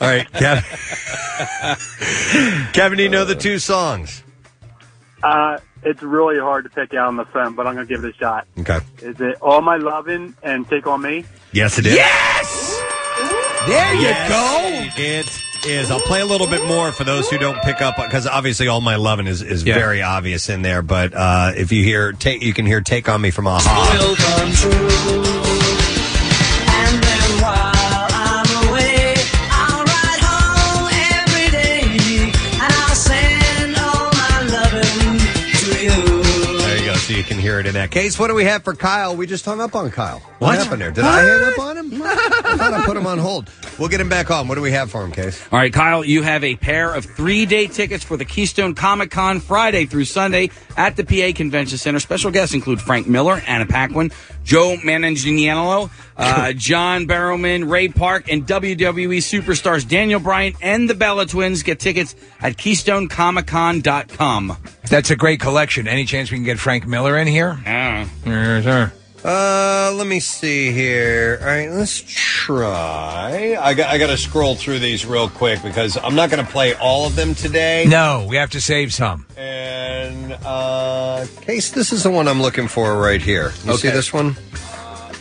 Speaker 2: right, Kevin. Kevin, do you know the two songs?
Speaker 23: Uh, it's really hard to pick out on the phone, but I'm gonna give it a shot.
Speaker 2: Okay.
Speaker 23: Is it "All My Loving" and "Take on Me"?
Speaker 2: Yes, it is.
Speaker 23: Yes. There
Speaker 2: you go. It is. I'll play a little bit more for those who don't pick up because obviously all my loving is, is very obvious in there. But uh, if you hear, take, you can hear "Take on Me" from Aha.
Speaker 18: will come true. And then while I'm away, I'll ride home every day, and I'll send all my loving to you.
Speaker 2: There you go. So you can hear it in that case. What do we have for Kyle? We just hung up on Kyle. What, happened there? Did I hang up on him? I thought I put him on hold. We'll get him back on. What do we have for him, Case?
Speaker 6: All right, Kyle, you have a pair of three day tickets for the Keystone Comic Con Friday through Sunday at the PA Convention Center. Special guests include Frank Miller, Anna Paquin, Joe Manganiello,
Speaker 5: [LAUGHS]
Speaker 6: uh, John Barrowman, Ray Park, and WWE superstars Daniel Bryan and the Bella Twins. Get tickets at KeystoneComicCon.com.
Speaker 4: That's a great collection. Any chance we can get Frank Miller in here?
Speaker 6: Yeah.
Speaker 4: Yes, sir.
Speaker 2: Uh, let me see here. All right, let's try. I got I got to scroll through these real quick because I'm not going to play all of them today.
Speaker 4: No, we have to save some.
Speaker 2: And uh, case this is the one I'm looking for right here. You see
Speaker 4: Okay.
Speaker 2: this one?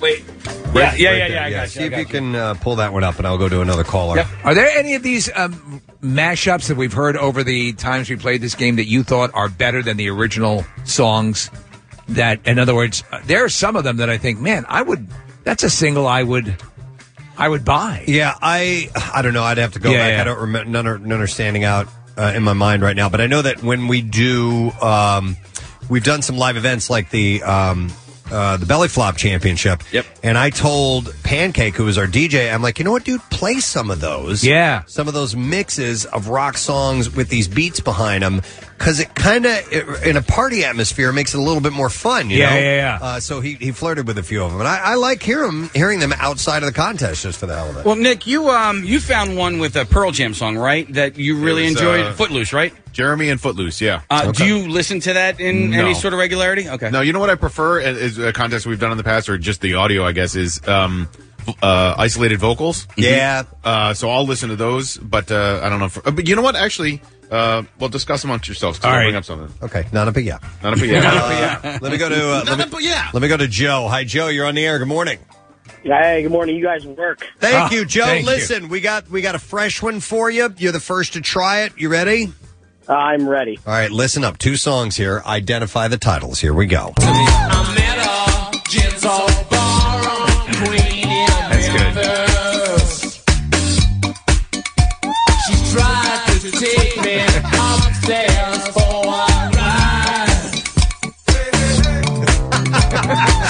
Speaker 4: Wait.
Speaker 2: Right- right there, See if you can uh, pull that one up, and I'll go to another caller.
Speaker 4: Are there any of these um, mashups that we've heard over the times we played this game that you thought are better than the original songs? That, in other words, uh, there are some of them that I think, man, I would. That's a single I would, I would buy.
Speaker 2: Yeah, I I don't know. I'd have to go
Speaker 4: Yeah,
Speaker 2: back.
Speaker 4: yeah.
Speaker 2: I don't remember none are, none are standing out uh, in my mind right now. But I know that when we do, um, we've done some live events like the um, uh, the Belly Flop Championship. Yep. And I told Pancake, who was our DJ, I'm like, you know what, dude, play some of those.
Speaker 4: Yeah.
Speaker 2: Some of those mixes of rock songs with these beats behind them. Because it kind of, in a party atmosphere, makes it a little bit more fun, you
Speaker 4: Yeah,
Speaker 2: know?
Speaker 4: yeah,
Speaker 2: Uh, so he, he flirted with a few of them. And I, I like hear 'em- hearing them outside of the contest just for the hell of it.
Speaker 6: Well, Nick, you um you found one with a Pearl Jam song, right? That you really
Speaker 5: It was,
Speaker 6: enjoyed.
Speaker 5: uh,
Speaker 6: Footloose, right?
Speaker 5: Jeremy and Footloose, yeah.
Speaker 6: Uh, Do you listen to that in
Speaker 5: No.
Speaker 6: any sort of regularity? Okay.
Speaker 5: No, you know what I prefer i- is a contest we've done in the past, or just the audio, I guess, is um, uh, isolated vocals.
Speaker 2: Yeah.
Speaker 5: Uh, so I'll listen to those, but uh, I don't know. If, uh, but you know what? Actually, uh, well, discuss amongst yourselves. 'cause
Speaker 2: All
Speaker 5: I'll
Speaker 2: right.
Speaker 5: bring up something.
Speaker 2: Okay, not a big yeah.
Speaker 5: [LAUGHS] Not a big
Speaker 2: [LAUGHS]
Speaker 5: yeah.
Speaker 2: Uh, let me go to uh, let, me, let me go to Joe. Hi, Joe. You're on the air. Good morning.
Speaker 23: Hey, good morning. You guys work.
Speaker 4: Ah,
Speaker 2: Thank you, Joe. Listen, we got we got a fresh one for you. You're the first to try it. You ready?
Speaker 23: I'm ready.
Speaker 2: All right, listen up. Two songs here. Identify the titles. Here we go.
Speaker 18: That's good. She tried to take me upstairs for a ride.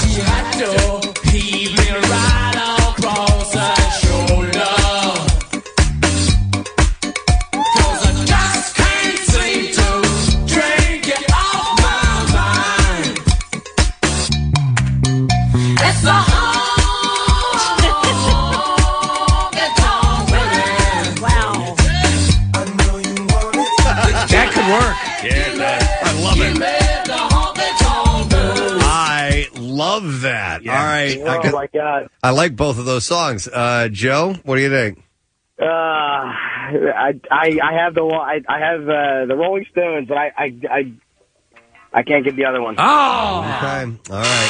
Speaker 18: she had to heave me right across her shoulder. 'Cause I just can't seem to drink it off my mind. It's a home that's all women. Wow.
Speaker 4: That could work.
Speaker 2: I love I love that. All right. I,
Speaker 23: Oh
Speaker 2: got-
Speaker 23: my god.
Speaker 2: I like both of those songs. Uh, Joe, what do you think?
Speaker 23: Uh, I, I I have the one- I, I have uh, the Rolling Stones, but I I, I I can't get the other one.
Speaker 4: Oh.
Speaker 2: Okay. All right.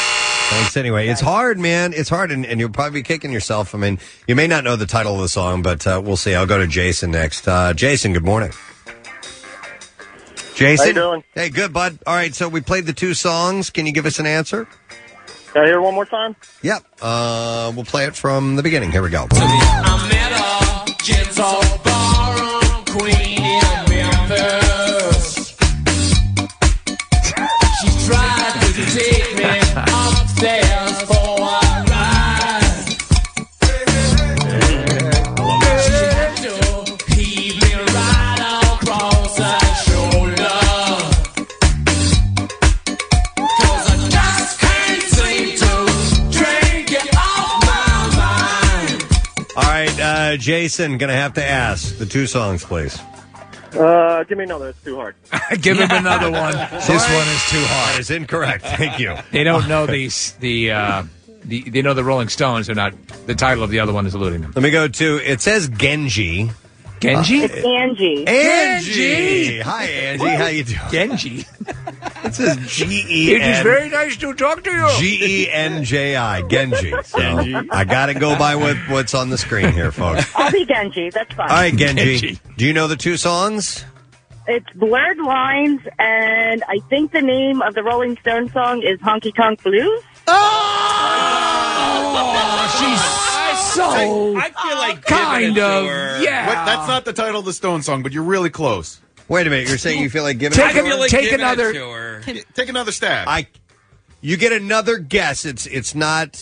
Speaker 2: Thanks anyway. It's hard, man. It's hard, and, and you'll probably be kicking yourself. I mean, you may not know the title of the song, but uh, we'll see. I'll go to Jason next. Uh, Jason, good morning. Jason?
Speaker 23: How you doing?
Speaker 2: Hey, good, bud. All right, so we played the two songs. Can you give us an answer?
Speaker 23: Can I hear it one more time?
Speaker 2: Yep. Uh, we'll play it from the beginning. Here we go.
Speaker 18: Gentle ballroom queen in Memphis. She tried to take me upstairs for a ride. She had to heave me right across her shoulder. 'Cause I just can't seem to drink it off my mind.
Speaker 2: All right, uh, Jason, going to have to ask the two songs, please.
Speaker 23: Uh, give me another. It's too
Speaker 2: [LAUGHS]
Speaker 23: hard.
Speaker 4: Give him another
Speaker 23: [LAUGHS]
Speaker 4: one. This
Speaker 2: Sorry.
Speaker 4: one is too hard.
Speaker 2: That is incorrect. Thank
Speaker 4: [LAUGHS]
Speaker 2: you.
Speaker 4: They don't
Speaker 2: [LAUGHS]
Speaker 4: know the the uh, the they know the Rolling Stones. They're not. The title of the other one is eluding them.
Speaker 2: Let me go to, it says Genji.
Speaker 4: Genji?
Speaker 2: Uh,
Speaker 1: Angie.
Speaker 2: Angie. Hi, Angie. How you doing?
Speaker 4: Genji.
Speaker 2: It says G E N.
Speaker 4: nice to talk to you.
Speaker 2: G E N J I Genji. So I got to go by what, what's on the screen here, folks.
Speaker 24: I'll be Genji. That's fine.
Speaker 2: All right, Genji. Do you know the two songs?
Speaker 24: It's Blurred Lines, and I think the name of the Rolling Stone song is Honky Tonk Blues.
Speaker 2: Oh,
Speaker 18: so
Speaker 6: I, feel like
Speaker 5: Kind
Speaker 18: of,
Speaker 5: Yeah. What, that's not the title of the Stone song, but you're really close.
Speaker 2: Wait a minute. You're saying you feel like giving
Speaker 5: Take
Speaker 2: it to
Speaker 5: a-
Speaker 2: her?
Speaker 5: take Giving it another-
Speaker 6: to her.
Speaker 5: Take another stab.
Speaker 2: I. You get another guess. It's it's not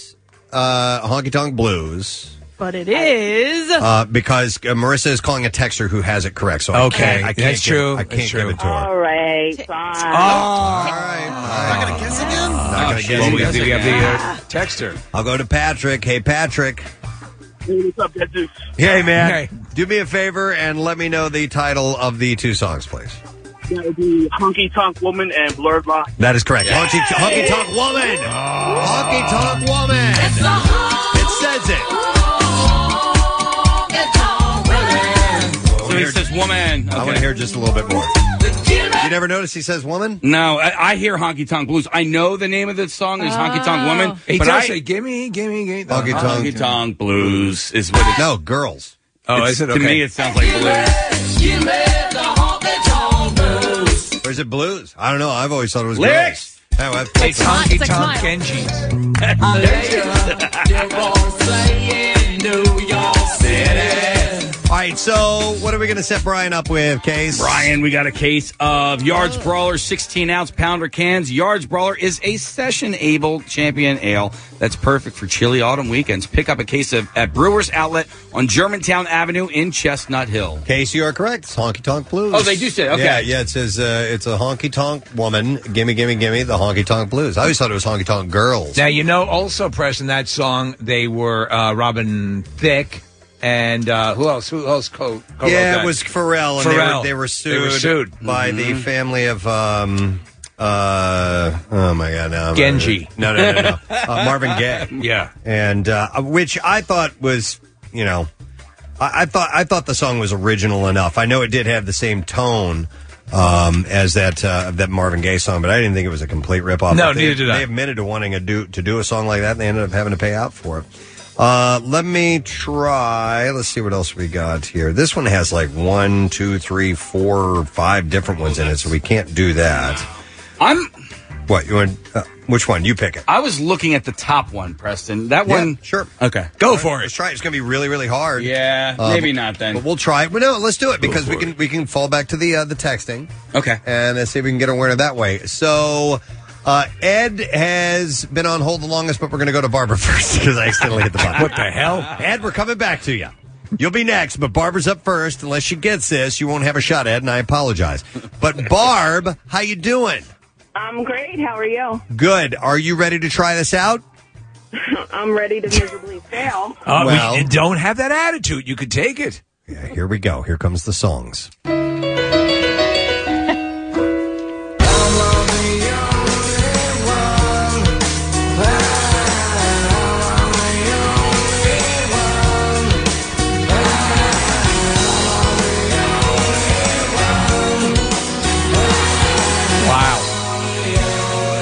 Speaker 2: uh, honky tonk blues
Speaker 3: But it is.
Speaker 2: uh, because uh, Marissa is calling a texter who has it correct. So I
Speaker 4: Okay,
Speaker 2: can't- I can't
Speaker 4: that's
Speaker 2: give-
Speaker 4: true.
Speaker 2: I can't
Speaker 4: That's
Speaker 2: give
Speaker 4: true.
Speaker 2: it to her.
Speaker 24: All right, fine.
Speaker 2: Ah. not gonna guess again.
Speaker 4: Ah,
Speaker 2: Not gonna guess
Speaker 4: Well, we have
Speaker 2: it.
Speaker 4: the, we have the uh, texter.
Speaker 2: I'll go to Patrick. Hey, Patrick.
Speaker 23: Hey, what's up, Dead Zeus?
Speaker 2: Hey, man. Do me a favor and let me know the title of the two songs, please.
Speaker 23: That would be Honky Tonk Woman and Blurred Line.
Speaker 2: That is correct. Honky, honky tonk woman. Ah. Honky tonk woman. It says it.
Speaker 6: So he says woman.
Speaker 2: I want to hear just a little bit more. You never notice he says woman?
Speaker 6: No, I, I hear Honky Tonk Blues. I know the name of this song is Honky Tonk Woman.
Speaker 4: He
Speaker 6: but
Speaker 4: does
Speaker 6: I,
Speaker 4: say, "Gimme, gimme, gimme." the
Speaker 6: Honky Tonk,
Speaker 4: honky
Speaker 6: Blues is what it's.
Speaker 2: No, girls.
Speaker 4: Oh,
Speaker 6: it's,
Speaker 4: is it?
Speaker 6: To
Speaker 4: Okay.
Speaker 6: me, it sounds like blues.
Speaker 2: Or is it blues? I don't know. I've always thought it was
Speaker 6: Lyrics.
Speaker 2: girls. Anyway, I've-
Speaker 4: It's honky tonk Kenji.
Speaker 2: All right, so what are we going to set Brian up with, Case?
Speaker 6: Brian, we got a case of Yards Brawler 16 ounce pounder cans. Yards Brawler is a session able champion ale that's perfect for chilly autumn weekends. Pick up a case of at Brewers Outlet on Germantown Avenue in Chestnut Hill.
Speaker 2: Case, you are correct. It's honky tonk blues.
Speaker 6: Oh, they do say- okay.
Speaker 2: Yeah, yeah. It says uh, it's a honky tonk woman. Gimme, gimme, gimme. The honky tonk blues. I always thought it was honky tonk girls.
Speaker 4: Now you know, also Preston, that song they were uh, Robin Thicke and uh, who else? Who else? Co- co-wrote
Speaker 2: yeah,
Speaker 4: that?
Speaker 2: it was Pharrell, and
Speaker 4: Pharrell.
Speaker 2: They, were, they were sued,
Speaker 4: sued. Mm-hmm.
Speaker 2: by the family of. Um, uh, oh my God! No, I'm-
Speaker 4: Genji.
Speaker 2: No, no,
Speaker 4: [LAUGHS]
Speaker 2: no, no. uh, Marvin Gaye.
Speaker 4: Yeah.
Speaker 2: and uh, which I thought was, you know, I, I thought I thought the song was original enough. I know it did have the same tone um, as that uh, that Marvin Gaye song, but I didn't think it was a complete ripoff.
Speaker 4: No,
Speaker 2: But they,
Speaker 4: neither did I.
Speaker 2: They admitted to wanting a do, to do a song like that, and they ended up having to pay out for it. Uh, let me try. Let's see what else we got here. This one has like one, two, three, four, five different ones in it, so we can't do that.
Speaker 6: I'm.
Speaker 2: What you want? Uh, which one? You pick it.
Speaker 6: I was looking at the top one, Preston. That
Speaker 2: Yeah,
Speaker 6: one.
Speaker 2: sure.
Speaker 6: Okay.
Speaker 2: Go for it. Let's try it. It's going to be really, really hard.
Speaker 6: Yeah,
Speaker 2: Uh,
Speaker 6: maybe
Speaker 2: but-
Speaker 6: not then.
Speaker 2: But we'll try it. Well, no, let's do it because we can we can fall back to the uh, the texting.
Speaker 6: Okay.
Speaker 2: And uh, see if we can get a winner that way. So uh, Ed has been on hold the longest, but we're going to go to Barbara [LAUGHS] first because I accidentally hit the button.
Speaker 4: What the hell?
Speaker 2: Ed, we're coming back to you. You'll be next, but Barbara's up first. Unless she gets this, you won't have a shot, Ed, and I apologize.
Speaker 6: [LAUGHS]
Speaker 2: But Barb, how you doing?
Speaker 7: I'm great. How
Speaker 8: [LAUGHS]
Speaker 7: are you?
Speaker 2: Good. Are you ready to try this out?
Speaker 8: Um,
Speaker 7: I'm ready to miserably fail.
Speaker 4: Uh, we-
Speaker 2: Well-
Speaker 4: don't have that attitude. You could take it.
Speaker 2: Yeah, here we go. Here comes the songs.
Speaker 4: Wow.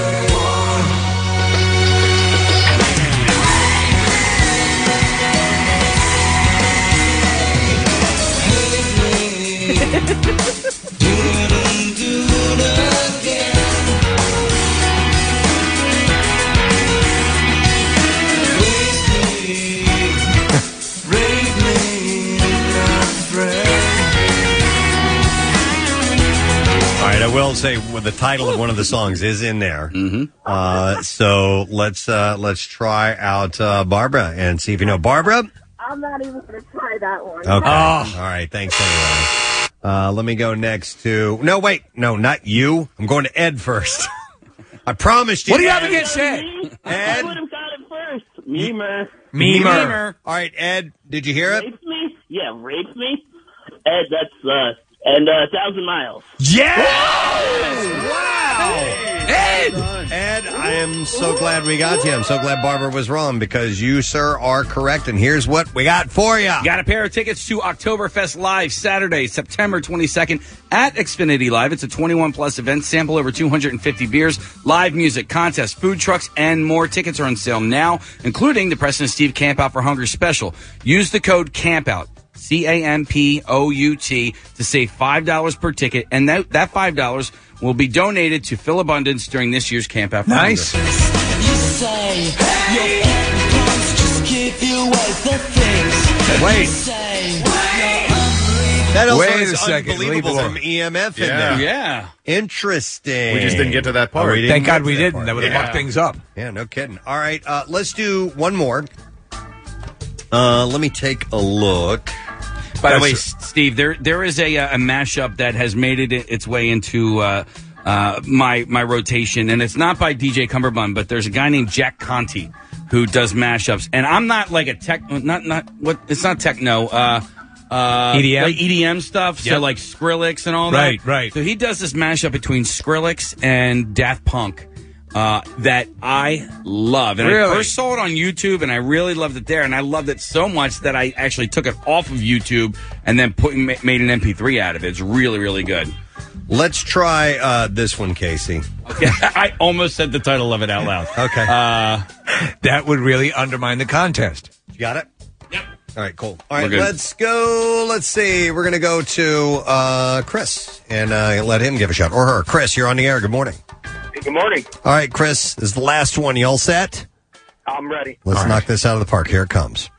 Speaker 2: All right, I will say well, the title of one of the songs is in there. Mm-hmm. Uh, so let's uh, let's try out uh, Barbara and see if you know Barbara.
Speaker 7: I'm not even going to try that one.
Speaker 2: Okay.
Speaker 18: Ah.
Speaker 2: All right. Thanks anyway. Uh, let me go next to. No, wait. No, not you. I'm going to Ed first. [LAUGHS] I promised you.
Speaker 18: What do you
Speaker 2: Ed.
Speaker 18: have against Ed?
Speaker 2: Ed?
Speaker 23: would have got it first. Memer.
Speaker 2: Memer. All right, Ed, did you hear it?
Speaker 23: Raped me? Yeah, raped me. Ed, that's uh, and uh, thousand miles.
Speaker 2: Yeah! Wow! Ed! Ed, I am so glad we got you. I'm so glad Barbara was wrong because you, sir, are correct. And here's what we got for you.
Speaker 6: Got a pair of tickets to Oktoberfest Live Saturday, September 22nd at Xfinity Live. It's a 21 plus event. Sample over 250 beers, live music, contests, food trucks, and more. Tickets are on sale now, including the Preston and Steve Camp Out for Hunger special. Use the code CAMPOUT. C A M P O U T to save five dollars per ticket, and that that five dollars will be donated to Phil Abundance during this year's Camp Out. For
Speaker 4: Nice.
Speaker 6: Hunger.
Speaker 2: Wait. That also
Speaker 4: Wait
Speaker 2: is
Speaker 4: a second,
Speaker 2: unbelievable
Speaker 4: leave it
Speaker 2: from EMF in
Speaker 4: Yeah.
Speaker 2: there.
Speaker 4: Yeah.
Speaker 2: Interesting.
Speaker 4: We just didn't get to that part.
Speaker 2: Oh, we didn't
Speaker 4: Thank
Speaker 2: get
Speaker 4: God
Speaker 2: to
Speaker 4: we didn't.
Speaker 2: part.
Speaker 4: That would've fucked things up.
Speaker 2: Yeah, no kidding. All right, uh, let's do one more. Uh, let me take a look.
Speaker 6: By the
Speaker 2: That's-
Speaker 6: way, S- Steve, there there is a uh, a mashup that has made it its way into uh, uh, my my rotation, and it's not by DJ Cumberbund, but there's a guy named Jack Conti who does mashups, and I'm not like a tech, not not what it's not techno. Uh, uh,
Speaker 17: EDM?
Speaker 6: like EDM stuff. So
Speaker 17: E Yep.
Speaker 6: like Skrillex and all
Speaker 17: Right,
Speaker 6: that. Right. So he does this mashup between Skrillex and Daft Punk. Uh, that I love, and
Speaker 17: Really?
Speaker 6: I first saw it on YouTube, and I really loved it there, and I loved it so much that I actually took it off of YouTube and then put ma- made an MP3 out of it. It's really, really good.
Speaker 2: Let's try uh, this one, Casey.
Speaker 6: Okay, [LAUGHS] I almost said the title of it out loud.
Speaker 2: Okay,
Speaker 4: uh, that would really undermine the contest.
Speaker 2: You got it? Yep. All right, cool. All right,
Speaker 4: We're good.
Speaker 2: let's go. Let's see. We're going to go to uh, Chris and uh, let him give a shot. Or her. Chris, you're on the air. Good morning.
Speaker 19: Good morning.
Speaker 2: All right, Chris, this is the last one. Y'all set?
Speaker 19: I'm ready.
Speaker 2: Let's knock this out of the park. Here it comes.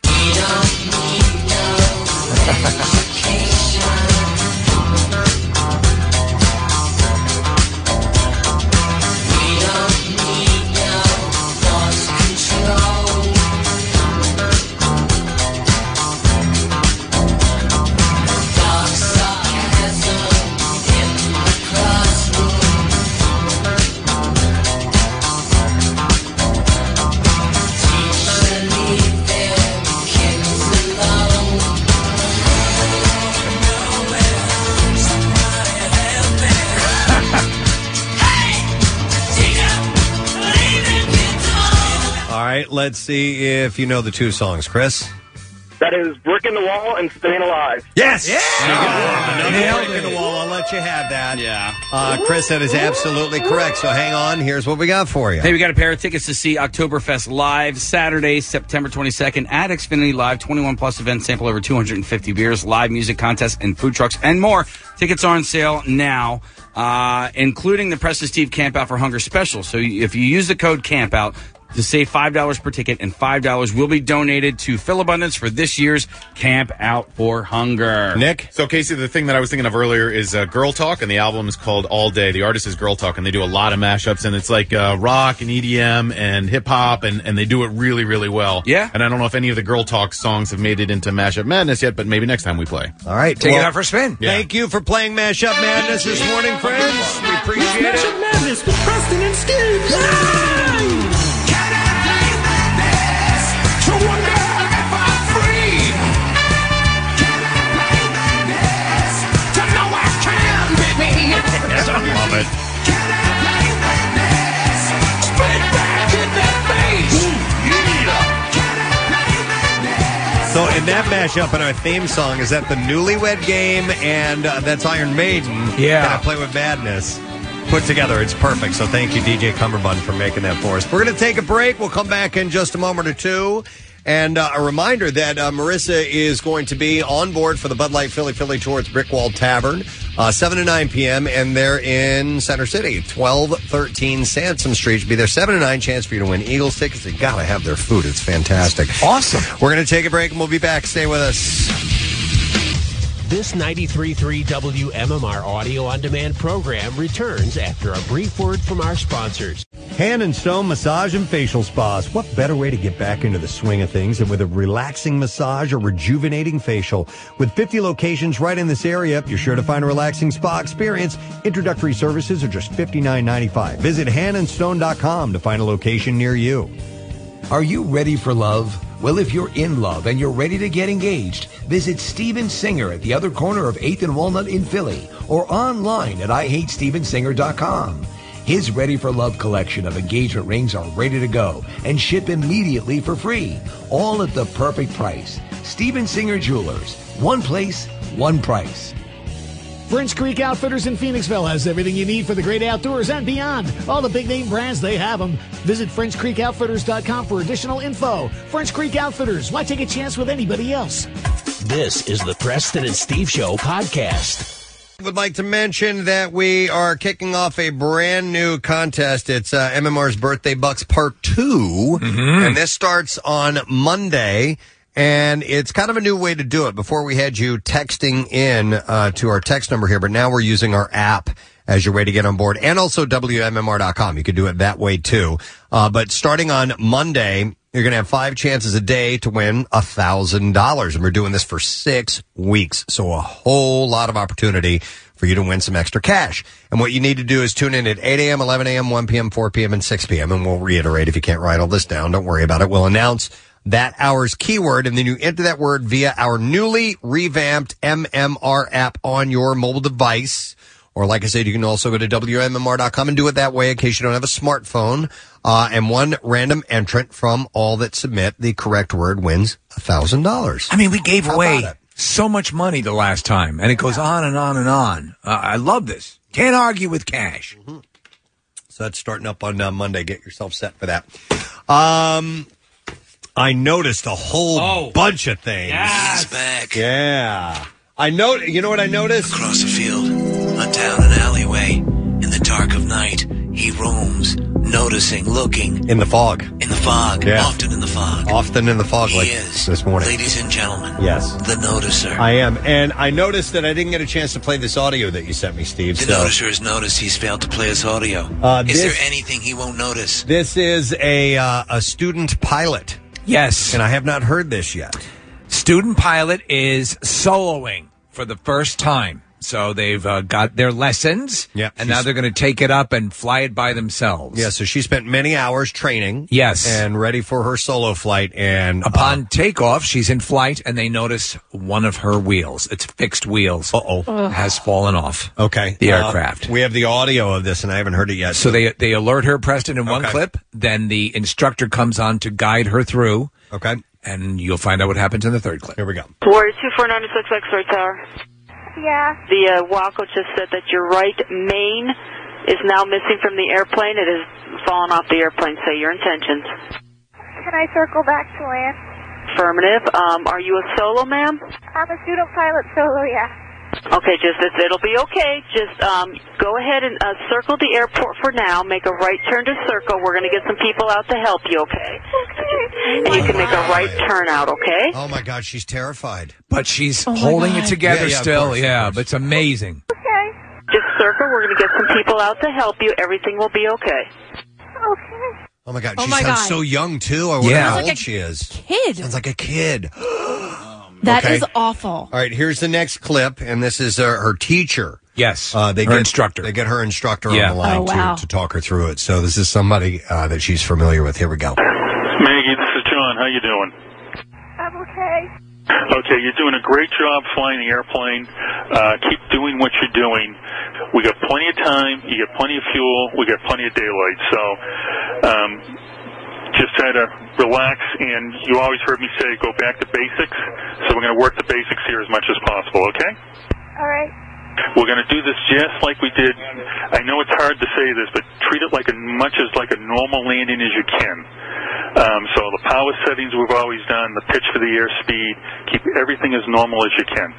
Speaker 2: All right, let's see if you know the two songs, Chris.
Speaker 19: That is brick in the wall and staying alive.
Speaker 2: Yes.
Speaker 19: Yeah.
Speaker 2: Another break in the wall. I'll let you have that. Yeah. Uh, Chris, that is absolutely correct. So hang on. Here's what we got for you.
Speaker 6: Hey, we got a pair of tickets to see Oktoberfest live Saturday, September 22nd at Xfinity Live. 21 plus events sample over 250 beers, live music contests, and food trucks and more. Tickets are on sale now, uh, including the Preston Steve Camp Out for Hunger special. So if you use the code Camp Out to save five dollars per ticket, and five dollars will be donated to Philabundance for this year's Camp Out for Hunger.
Speaker 2: Nick?
Speaker 5: So, Casey, the thing that I was thinking of earlier is uh, Girl Talk, and the album is called All Day. The artist is Girl Talk, and they do a lot of mashups, and it's like uh, rock and EDM and hip hop, and, and they do it really, really well. Yeah. And I don't know if any of the Girl Talk songs have made it into Mashup Madness yet, but maybe next time we play.
Speaker 2: All right.
Speaker 4: Take
Speaker 2: well-
Speaker 4: it out for a spin.
Speaker 2: Thank you for playing Mashup Madness this morning, friends. We appreciate it.
Speaker 18: Madness with Preston and Steve.
Speaker 2: Love it. So in that mashup and our theme song is that the Newlywed Game and uh, that's Iron Maiden. Yeah, that I play with Madness. Put together, it's perfect. So thank you, DJ Cumberbund, for making that for us. We're going to take a break. We'll come back in just a moment or two. And uh, a reminder that uh, Marissa is going to be on board for the Bud Light Philly Philly tour at the Brickwall Tavern, uh, 7 to 9 p.m. And they're in Center City, 1213 Sansom Street. Should be there 7 to 9 chance for you to win Eagles tickets. You got to have their food. It's fantastic. Awesome. We're going to take a break and we'll be back. Stay with us.
Speaker 20: This 93.3 WMMR audio on demand program returns after a brief word from our sponsors.
Speaker 2: Hand and Stone Massage and Facial Spas. What better way to get back into the swing of things than with a relaxing massage or rejuvenating facial? With 50 locations right in this area, you're sure to find a relaxing spa experience. Introductory services are just $59.95. Visit handandstone.com to find a location near you.
Speaker 17: Are you ready for love? Well, if you're in love and you're ready to get engaged, visit Steven Singer at the other corner of 8th and Walnut in Philly or online at IHateStevenSinger.com. His Ready for Love collection of engagement rings are ready to go and ship immediately for free, all at the perfect price. Steven Singer Jewelers. One place, one price.
Speaker 11: French Creek Outfitters in Phoenixville has everything you need for the great outdoors and beyond. All the big name brands, they have them. Visit FrenchCreekOutfitters.com for additional info. French Creek Outfitters, why take a chance with anybody else?
Speaker 20: This is the Preston and Steve Show podcast.
Speaker 2: would like to mention that we are kicking off a brand new contest. It's uh, MMR's Birthday Bucks Part 2, and this starts on Monday. And it's kind of a new way to do it. Before we had you texting in uh, to our text number here, but now we're using our app as your way to get on board and also WMMR.com. You could do it that way too. Uh, but starting on Monday, you're going to have five chances a day to win a thousand dollars. And we're doing this for six weeks. So a whole lot of opportunity for you to win some extra cash. And what you need to do is tune in at 8 a.m., 11 a.m., 1 p.m., 4 p.m., and 6 p.m. And we'll reiterate if you can't write all this down. Don't worry about it. We'll announce that hour's keyword, and then you enter that word via our newly revamped MMR app on your mobile device. Or like I said, you can also go to WMMR.com and do it that way in case you don't have a smartphone. Uh, and one random entrant from all that submit the correct word wins a thousand dollars.
Speaker 4: I mean, we gave away so much money the last time, and it goes on and on and on. Uh, I love this. Can't argue with cash.
Speaker 2: So that's starting up on uh, Monday. Get yourself set for that. Um, I noticed a whole bunch of things. Yeah. I know. You know what I noticed?
Speaker 18: Across the
Speaker 12: field, a down an alleyway. In the dark of night, he roams, noticing, looking.
Speaker 2: In the fog.
Speaker 12: In the fog.
Speaker 2: Yeah.
Speaker 12: Often in the fog.
Speaker 2: Often in the fog,
Speaker 12: He
Speaker 2: like
Speaker 12: is.
Speaker 2: this morning.
Speaker 12: Ladies and gentlemen.
Speaker 2: Yes.
Speaker 12: The noticer.
Speaker 2: I am, and I noticed that I didn't get a chance to play this audio that you sent me, Steve.
Speaker 12: The
Speaker 2: So
Speaker 12: noticer has noticed he's failed to play his audio.
Speaker 2: Uh,
Speaker 12: is
Speaker 2: this-
Speaker 12: there anything he won't notice?
Speaker 2: this is a uh, a student pilot.
Speaker 4: Yes,
Speaker 2: and I have not heard this yet.
Speaker 4: Student pilot is soloing for the first time. So they've uh, got their lessons,
Speaker 2: Yeah.
Speaker 4: and now they're going to take it up and fly it by themselves.
Speaker 2: Yeah, so she spent many hours training.
Speaker 4: Yes.
Speaker 2: and ready for her solo flight. And uh,
Speaker 4: upon takeoff, she's in flight, and they notice one of her wheels. It's fixed wheels. Uh
Speaker 2: oh,
Speaker 4: has fallen off.
Speaker 2: Okay,
Speaker 4: the
Speaker 2: Uh,
Speaker 4: aircraft.
Speaker 2: we have the audio of this, and I haven't heard it yet.
Speaker 4: So they they alert her, Preston, in one clip. Then the instructor comes on to guide her through.
Speaker 2: Okay,
Speaker 4: and you'll find out what happens in the third clip. Here
Speaker 2: we go.
Speaker 8: Warrior 2496 X-ray tower. Yeah. The uh, Waco just said that your right main is now missing from the airplane. It has fallen off the airplane. Say your intentions.
Speaker 10: Can I circle back to land?
Speaker 8: Affirmative. Um, are you a solo, ma'am?
Speaker 10: I'm a student pilot solo, yeah.
Speaker 8: Okay, just it- it'll be okay. Just um, go ahead and uh, circle the airport for now. Make a right turn to circle. We're going to get some people out to help you, okay? Okay. And you can make a right turn out, okay?
Speaker 2: Oh my God, she's terrified.
Speaker 4: But she's holding it together
Speaker 2: Yeah, yeah, of
Speaker 4: still.
Speaker 2: course, of
Speaker 4: yeah, but it's amazing.
Speaker 8: Okay. Just circle. We're going to get some people out to help you. Everything will be okay.
Speaker 2: Oh my God,
Speaker 8: Oh
Speaker 2: she
Speaker 8: my
Speaker 2: sounds
Speaker 8: God.
Speaker 2: so young too. I wonder
Speaker 4: Yeah.
Speaker 2: how
Speaker 4: Sounds
Speaker 2: old
Speaker 4: like a
Speaker 2: she is.
Speaker 3: Kid.
Speaker 2: Sounds like a kid. [GASPS]
Speaker 3: That is
Speaker 2: Okay.
Speaker 3: awful.
Speaker 2: All right, here's the next clip, and this is uh, her teacher.
Speaker 4: Yes,
Speaker 2: uh, they
Speaker 4: her
Speaker 2: get,
Speaker 4: instructor.
Speaker 2: They get her instructor
Speaker 4: Yeah.
Speaker 2: on the line
Speaker 8: Oh, wow.
Speaker 2: to, to talk her through it. So this is somebody uh, that she's familiar with. Here we go.
Speaker 8: Maggie, this is John. How you doing?
Speaker 10: I'm okay.
Speaker 8: Okay, you're doing a great job flying the airplane. Uh, keep doing what you're doing. We got plenty of time. You got plenty of fuel. We got plenty of daylight. So um, just try to relax. And you always heard me say, go back to basics. So we're going to work the basics here as much as possible. Okay?
Speaker 10: All right.
Speaker 8: We're going to do this just like we did. I know it's hard to say this, but treat it like as much as like a normal landing as you can. Um, so the power settings we've always done, the pitch for the airspeed, keep everything as normal as you can.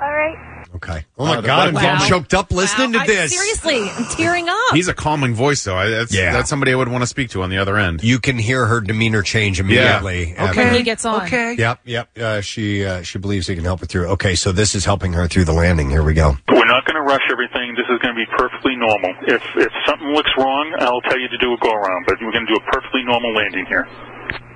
Speaker 10: All right.
Speaker 2: Okay. Oh my
Speaker 5: Uh,
Speaker 2: God, I'm
Speaker 5: wow.
Speaker 2: getting choked up listening to this.
Speaker 3: Seriously, I'm tearing up.
Speaker 5: He's a calming voice, though. I, that's,
Speaker 2: Yeah.
Speaker 5: that's somebody I would want to speak to on the other end.
Speaker 2: You can hear her demeanor change immediately. after-
Speaker 3: when he gets on.
Speaker 4: Okay.
Speaker 2: Yep, yep. Uh, she uh, she believes he can help her through. Okay, so this is helping her through the landing. Here we go.
Speaker 8: We're not going to rush everything. This is going to be perfectly normal. If if something looks wrong, I'll tell you to do a go around. But we're going to do a perfectly normal landing here.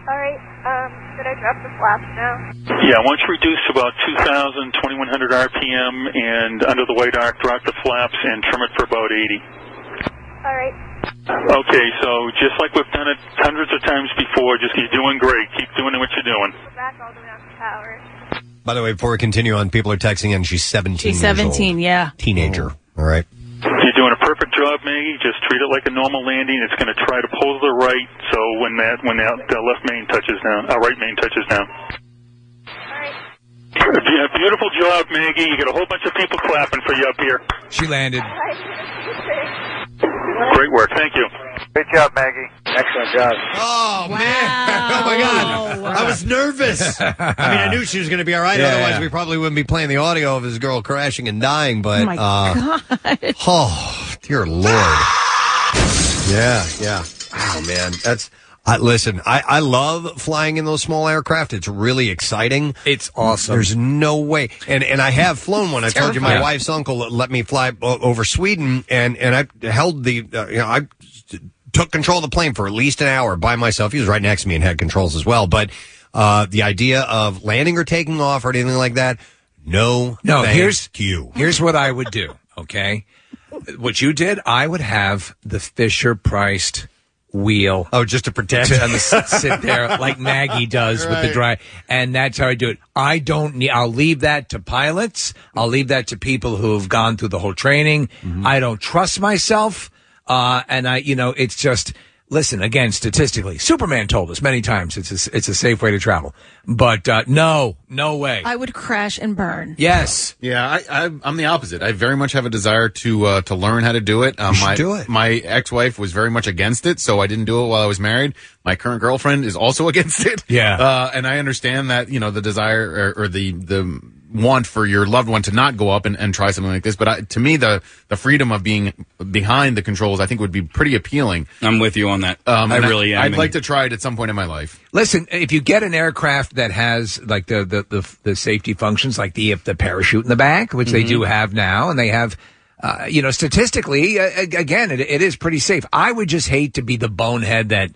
Speaker 10: All right. Um, should I drop the flaps now?
Speaker 8: Yeah, once you reduce to about 2,000, 2,100 RPM, and under the white arc, drop the flaps and trim it for about 80.
Speaker 10: All right.
Speaker 8: Okay, so just like we've done it hundreds of times before, just keep doing great. Keep doing what you're doing.
Speaker 10: Back all the way down to tower.
Speaker 2: By the way, before we continue on, people are texting in. She's 17.
Speaker 3: She's
Speaker 2: years old.
Speaker 3: 17, yeah.
Speaker 2: Teenager. All right.
Speaker 8: You're doing a perfect job, Maggie. Just treat it like a normal landing. It's going to try to pull to the right, so when that when that, that left main touches down, uh, right main touches down. Yeah, beautiful job, Maggie. You got a whole bunch of people clapping for you up here.
Speaker 4: She landed.
Speaker 8: Great work. Thank you.
Speaker 13: Great job, Maggie. Excellent job.
Speaker 2: Oh man! [LAUGHS] Oh my God! I was nervous. I mean, I knew she was going to be all right.
Speaker 18: Yeah,
Speaker 2: Otherwise,
Speaker 18: yeah.
Speaker 2: we probably wouldn't be playing the audio of this girl crashing and dying. But
Speaker 18: Oh, my
Speaker 2: uh, oh dear lord! yeah, yeah. Oh man, that's. I, listen, I, I love flying in those small aircraft. It's really exciting.
Speaker 4: It's awesome.
Speaker 2: There's no way, and and I have flown one. I told you my
Speaker 4: Terrifying.
Speaker 2: wife's uncle let me fly o- over Sweden, and and I held the uh, you know I took control of the plane for at least an hour by myself. He was right next to me and had controls as well. But uh, the idea of landing or taking off or anything like that, no,
Speaker 4: No,
Speaker 2: thank
Speaker 4: here's
Speaker 2: you.
Speaker 4: Here's what I would do. Okay, what you did, I would have the Fisher priced wheel.
Speaker 2: Oh, just to protect
Speaker 4: and [LAUGHS] s- sit there like Maggie does with the
Speaker 25: Right.
Speaker 4: dry. And that's how I do it. I don't need. I'll leave that to pilots. I'll leave that to people who have gone through the whole training.
Speaker 2: Mm-hmm.
Speaker 4: I don't trust myself. Uh, and I, you know, it's just. Listen again. Statistically, Superman told us many times it's a, s- it's a safe way to travel. But uh, no, no way.
Speaker 26: I would crash and burn.
Speaker 4: Yes.
Speaker 5: Yeah, I, I, I'm the opposite. I very much have a desire to uh, to learn how to do it. Um,
Speaker 25: should
Speaker 5: my,
Speaker 25: do it.
Speaker 5: My ex-wife was very much against it, so I didn't do it while I was married. My current girlfriend is also [LAUGHS] against it.
Speaker 25: Yeah.
Speaker 5: uh, and I understand that you know the desire or, or the the want for your loved one to not go up and, and try something like this. But I, to me, the the freedom of being behind the controls, I think, would be pretty appealing. Um,
Speaker 6: I'm with you on that. I
Speaker 5: and
Speaker 6: really am.
Speaker 5: I'd like to try it at some point in my life.
Speaker 4: Listen, if you get an aircraft that has like the the the, the safety functions, like the the parachute in the back, which they
Speaker 25: Mhm.
Speaker 6: Mm-hmm.
Speaker 4: do have now, and they have, uh, you know, statistically, uh, ag- again, it, it is pretty safe. I would just hate to be the bonehead that,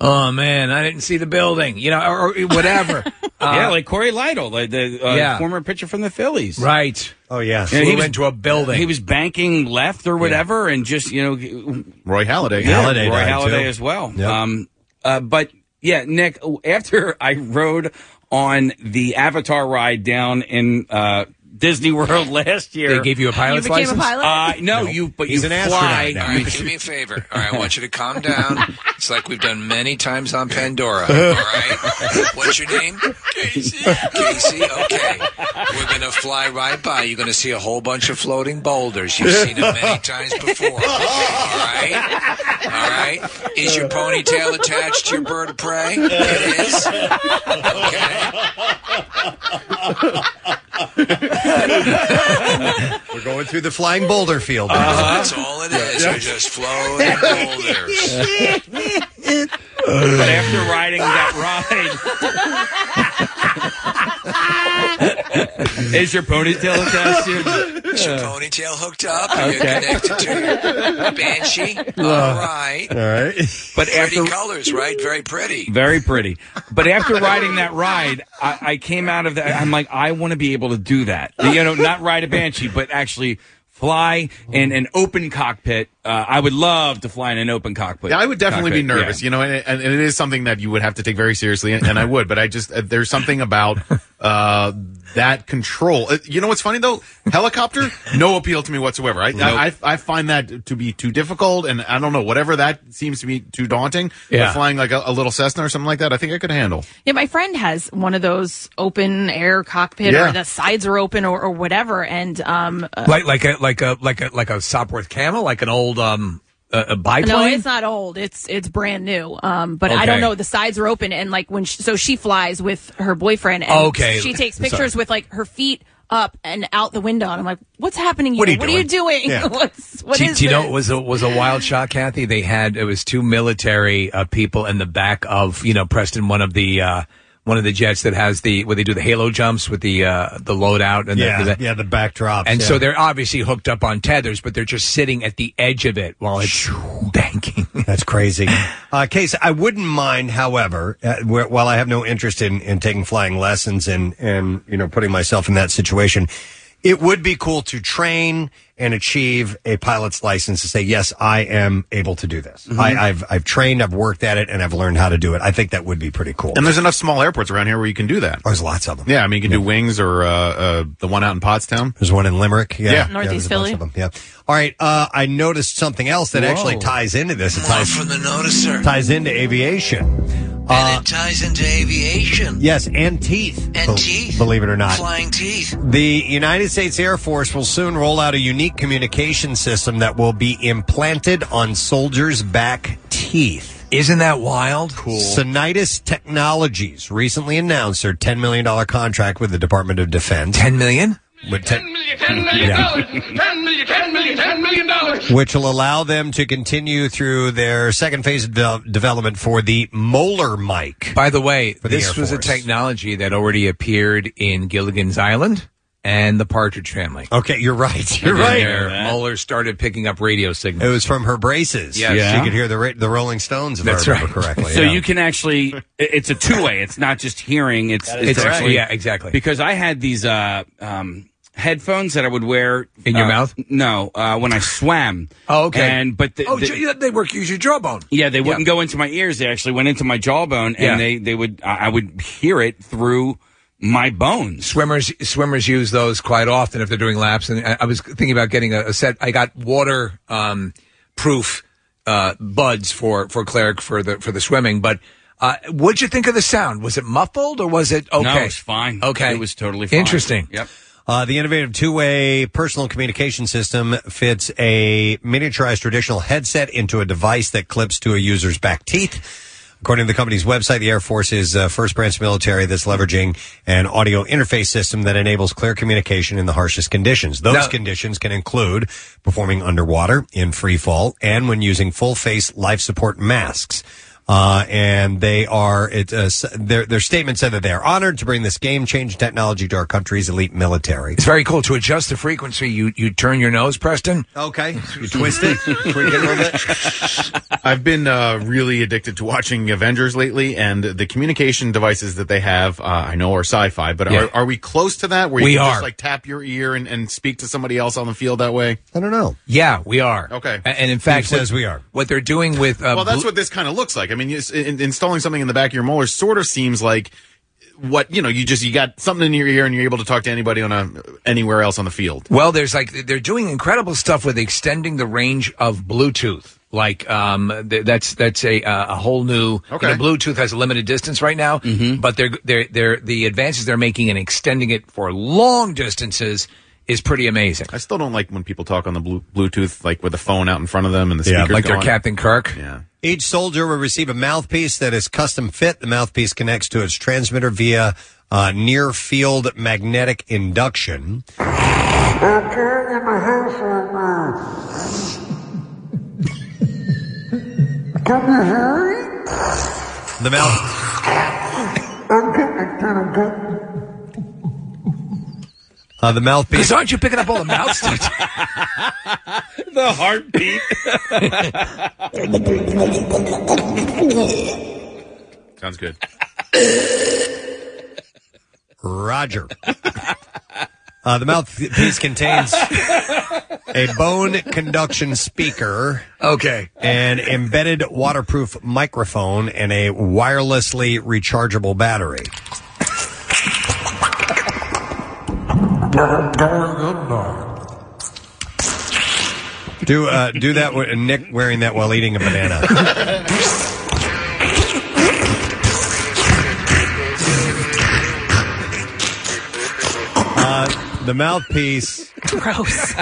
Speaker 4: oh man, I didn't see the building, you know, or, or whatever.
Speaker 6: [LAUGHS]
Speaker 4: Uh,
Speaker 6: yeah, like Corey Lytle, like the uh,
Speaker 4: Yeah.
Speaker 6: former pitcher from the Phillies.
Speaker 4: Right.
Speaker 2: Oh yeah.
Speaker 4: Flew into a building.
Speaker 6: He was banking left or whatever, and just you know,
Speaker 5: Roy Halladay.
Speaker 6: yeah,
Speaker 2: Halladay
Speaker 6: Roy
Speaker 2: died,
Speaker 6: Halladay
Speaker 2: too.
Speaker 6: as well.
Speaker 2: Yep.
Speaker 6: Um, uh, but yeah, Nick. After I rode on the Avatar ride down in uh, Disney World [LAUGHS] last year,
Speaker 4: They gave you a pilot's
Speaker 6: you became
Speaker 4: license?
Speaker 6: A pilot? Uh, no, you. But
Speaker 4: He's
Speaker 6: you
Speaker 4: an
Speaker 6: fly.
Speaker 4: astronaut now.
Speaker 6: You-
Speaker 9: do me
Speaker 6: [LAUGHS]
Speaker 9: a favor. All right, I want you to calm down. It's like we've done many times on Pandora. All right, what's your name? Casey. Casey. Okay, we're gonna fly right by. You're gonna see a whole bunch of floating boulders. You've seen them many times before.
Speaker 4: [LAUGHS]
Speaker 9: All right,
Speaker 2: [LAUGHS]
Speaker 9: all right. Is your ponytail attached to your bird of prey? It is.
Speaker 2: We're going through the flying boulder field.
Speaker 4: Uh-huh.
Speaker 9: That's all it is. You're just floating boulders.
Speaker 6: but after riding that ride, is your ponytail attached to you?
Speaker 9: Is your ponytail hooked up? Are you
Speaker 6: Okay.
Speaker 9: connected to
Speaker 6: [LAUGHS]
Speaker 9: your
Speaker 2: [LAUGHS]
Speaker 9: banshee? All right.
Speaker 2: All right.
Speaker 6: But
Speaker 9: pretty
Speaker 6: after
Speaker 9: colors, right? Very pretty.
Speaker 6: Very pretty. But after riding that ride, I, I came out of that. I'm like, I want to be able to do that. You know, not ride a banshee, but actually fly in an open cockpit. Uh, I would love to fly in an open cockpit.
Speaker 5: Yeah, I would definitely be
Speaker 6: cockpit, yeah.
Speaker 5: nervous, you know, and, and, and it is something that you would have to take very seriously, and, and I would, but I just, uh, there's something about uh, that control. Uh, You know what's funny though? Helicopter, no appeal to me whatsoever. I, I, I, I find that to be too difficult, and I don't know, whatever that seems to be too daunting. But
Speaker 25: Yeah.
Speaker 5: flying like a, a little Cessna or something like that, I think I could handle.
Speaker 3: Yeah, my friend has one of those open air cockpit,
Speaker 5: Yeah.
Speaker 3: or the sides are open, or, or whatever. And um, uh,
Speaker 4: like like a like a like a like a Sopworth Camel, like an old um uh, a biplane.
Speaker 3: no, it's not old. It's it's brand new. Um, but I
Speaker 4: Okay.
Speaker 3: don't know. The sides are open, and like when she, so she flies with her boyfriend. And
Speaker 4: Okay.
Speaker 3: she takes
Speaker 4: I'm
Speaker 3: pictures
Speaker 4: sorry.
Speaker 3: with like her feet up and out the window, and I'm like, what's happening? Here?
Speaker 4: What are you
Speaker 3: doing?
Speaker 4: doing? Yeah.
Speaker 3: [LAUGHS] What's what
Speaker 4: do,
Speaker 3: is
Speaker 4: do you know
Speaker 3: this?
Speaker 4: it was a, was a wild shot, Kathy? They had it was two military uh, people in the back of you know Preston, one of the uh, one of the jets that has the where they do the halo jumps with the uh, the loadout and
Speaker 2: yeah,
Speaker 4: the, the,
Speaker 2: yeah, the backdrops.
Speaker 4: and
Speaker 2: yeah.
Speaker 4: so they're obviously hooked up on tethers, but they're just sitting at the edge of it while it's banking.
Speaker 2: That's crazy. [LAUGHS] Uh, Case, I wouldn't mind, however, uh, wh- while I have no interest in, in taking flying lessons and, and, you know, putting myself in that situation, it would be cool to train and achieve a pilot's license to say, yes, I am able to do this.
Speaker 5: Mhm.
Speaker 2: I, I've, I've trained, I've worked at it, and I've learned how to do it. I think that would be pretty cool. Oh,
Speaker 5: And there's enough small airports around here where you can do that.
Speaker 2: There's lots of them.
Speaker 5: Yeah, I mean, you can do Wings or uh, uh, the one out in Pottstown.
Speaker 2: There's one in Limerick. Yeah. Yeah,
Speaker 9: Northeast
Speaker 2: there's a bunch
Speaker 9: Philly.
Speaker 2: of them. Yeah. All right. Uh, I noticed something else that
Speaker 9: Whoa.
Speaker 2: actually ties into this. It ties,
Speaker 9: from the noticer.
Speaker 2: ties into aviation. Uh,
Speaker 9: and it ties into aviation.
Speaker 2: Yes, and teeth.
Speaker 9: And
Speaker 2: Bel-
Speaker 9: teeth.
Speaker 2: Believe it or not.
Speaker 9: Flying teeth.
Speaker 2: The United States Air Force will soon roll out a unique communication system that will be implanted on soldiers' back teeth.
Speaker 4: Isn't that wild?
Speaker 2: Cool. Sonitis Technologies recently announced their $10 million contract with the Department of Defense.
Speaker 4: $10 million?
Speaker 2: With te-
Speaker 18: Ten million dollars. Ten million. Ten million. Ten million dollars.
Speaker 2: which will allow them to continue through their second phase of de- development for the molar mic.
Speaker 4: By the way,
Speaker 2: For the
Speaker 4: this
Speaker 2: Air
Speaker 4: was a
Speaker 2: Force.
Speaker 4: technology that already appeared in Gilligan's Island and the Partridge Family.
Speaker 2: Okay, you're right. You're
Speaker 4: And then
Speaker 2: right.
Speaker 4: Their molar started picking up radio
Speaker 2: It
Speaker 4: signals.
Speaker 2: was from her braces.
Speaker 4: Yes.
Speaker 2: She
Speaker 4: Yeah.
Speaker 2: could hear the, ra- the Rolling Stones, if
Speaker 4: That's
Speaker 2: I remember
Speaker 4: right. [LAUGHS]
Speaker 2: correctly.
Speaker 6: So
Speaker 2: yeah.
Speaker 6: you can actually, i- it's a two way. It's not just hearing. It's
Speaker 4: That is
Speaker 6: it's
Speaker 4: correct.
Speaker 6: actually
Speaker 4: Yeah, exactly.
Speaker 6: Because I had these, uh, um, headphones that I would wear
Speaker 4: in your
Speaker 6: uh,
Speaker 4: mouth.
Speaker 6: No, uh, when I swam.
Speaker 4: Oh, okay.
Speaker 6: And but the,
Speaker 4: oh,
Speaker 6: the-
Speaker 4: ju- they work. Use your jawbone.
Speaker 6: yeah, they wouldn't go into my ears. They actually went into my jawbone, and
Speaker 4: Yeah.
Speaker 6: they they would I I would hear it through my bones.
Speaker 4: Swimmers swimmers use those quite often if they're doing laps. And I, I was thinking about getting a, a set. I got water um, proof uh, buds for for cleric for the for the swimming. But uh, what'd you think of the sound? Was it muffled or was it okay?
Speaker 6: No, it was fine.
Speaker 4: Okay,
Speaker 6: It was totally fine.
Speaker 4: Interesting.
Speaker 6: Yep.
Speaker 2: Uh, the innovative two-way personal communication system fits a miniaturized traditional headset into a device that clips to a user's back teeth. According to the company's website, the Air Force is uh, first branch military that's leveraging an audio interface system that enables clear communication in the harshest conditions. Those
Speaker 4: Now-
Speaker 2: conditions can include performing underwater, in free fall, and when using full face life support masks. Uh, and they are it, uh, s- their their statement said that they are honored to bring this game changing technology to our country's elite military.
Speaker 4: It's very cool to adjust the frequency. You you turn your nose, Preston.
Speaker 2: Okay, you twist
Speaker 5: [LAUGHS]
Speaker 2: it, twig it a little bit.
Speaker 5: I've been uh, really addicted to watching Avengers lately, and the communication devices that they have, uh, I know are sci-fi, but
Speaker 4: Yeah.
Speaker 5: are, are we close to that? Where you
Speaker 4: We
Speaker 5: can
Speaker 4: are.
Speaker 5: just like tap your ear and, and speak to somebody else on the field that way?
Speaker 2: I don't know.
Speaker 4: Yeah, we are.
Speaker 5: Okay.
Speaker 4: A- And in fact,
Speaker 5: Steve says
Speaker 4: what-
Speaker 5: we are.
Speaker 4: What they're doing with uh,
Speaker 5: well, that's
Speaker 4: Blu-
Speaker 5: what this kind of looks like. I mean, it's- in, installing something in the back of your molar sort of seems like what you know. You just you got something in your ear, and you're able to talk to anybody on a anywhere else on the field.
Speaker 4: Well, there's like they're doing incredible stuff with extending the range of Bluetooth. Like um, th- that's that's a uh, a whole new.
Speaker 5: Okay. Mm-hmm.
Speaker 4: You know, Bluetooth has a limited distance right now, but they're they're they're the advances they're making in extending it for long distances is pretty amazing.
Speaker 5: I still don't like when people talk on the blu- Bluetooth, like with the phone out in front of them and the
Speaker 2: Yeah,
Speaker 5: speakers
Speaker 2: like they're
Speaker 5: going.
Speaker 4: Captain Kirk.
Speaker 5: Yeah.
Speaker 2: Each soldier will receive a mouthpiece that is custom fit. The mouthpiece connects to its transmitter via uh, near field magnetic induction.
Speaker 18: I'm currently in my house right now. Can you hear me?
Speaker 2: The mouth.
Speaker 18: I'm getting kind of good.
Speaker 2: Uh, the mouthpiece.
Speaker 4: aren't you picking up all the mouths?
Speaker 2: [LAUGHS]
Speaker 18: the heartbeat.
Speaker 5: Sounds good.
Speaker 2: Roger. [LAUGHS] Uh, the mouthpiece contains a bone conduction speaker.
Speaker 4: Okay.
Speaker 2: An embedded waterproof microphone and a wirelessly rechargeable battery. Do uh, do that with Nick wearing that while eating a banana. Uh, the mouthpiece.
Speaker 3: [LAUGHS]
Speaker 4: [LAUGHS]
Speaker 3: Gross.
Speaker 4: [LAUGHS]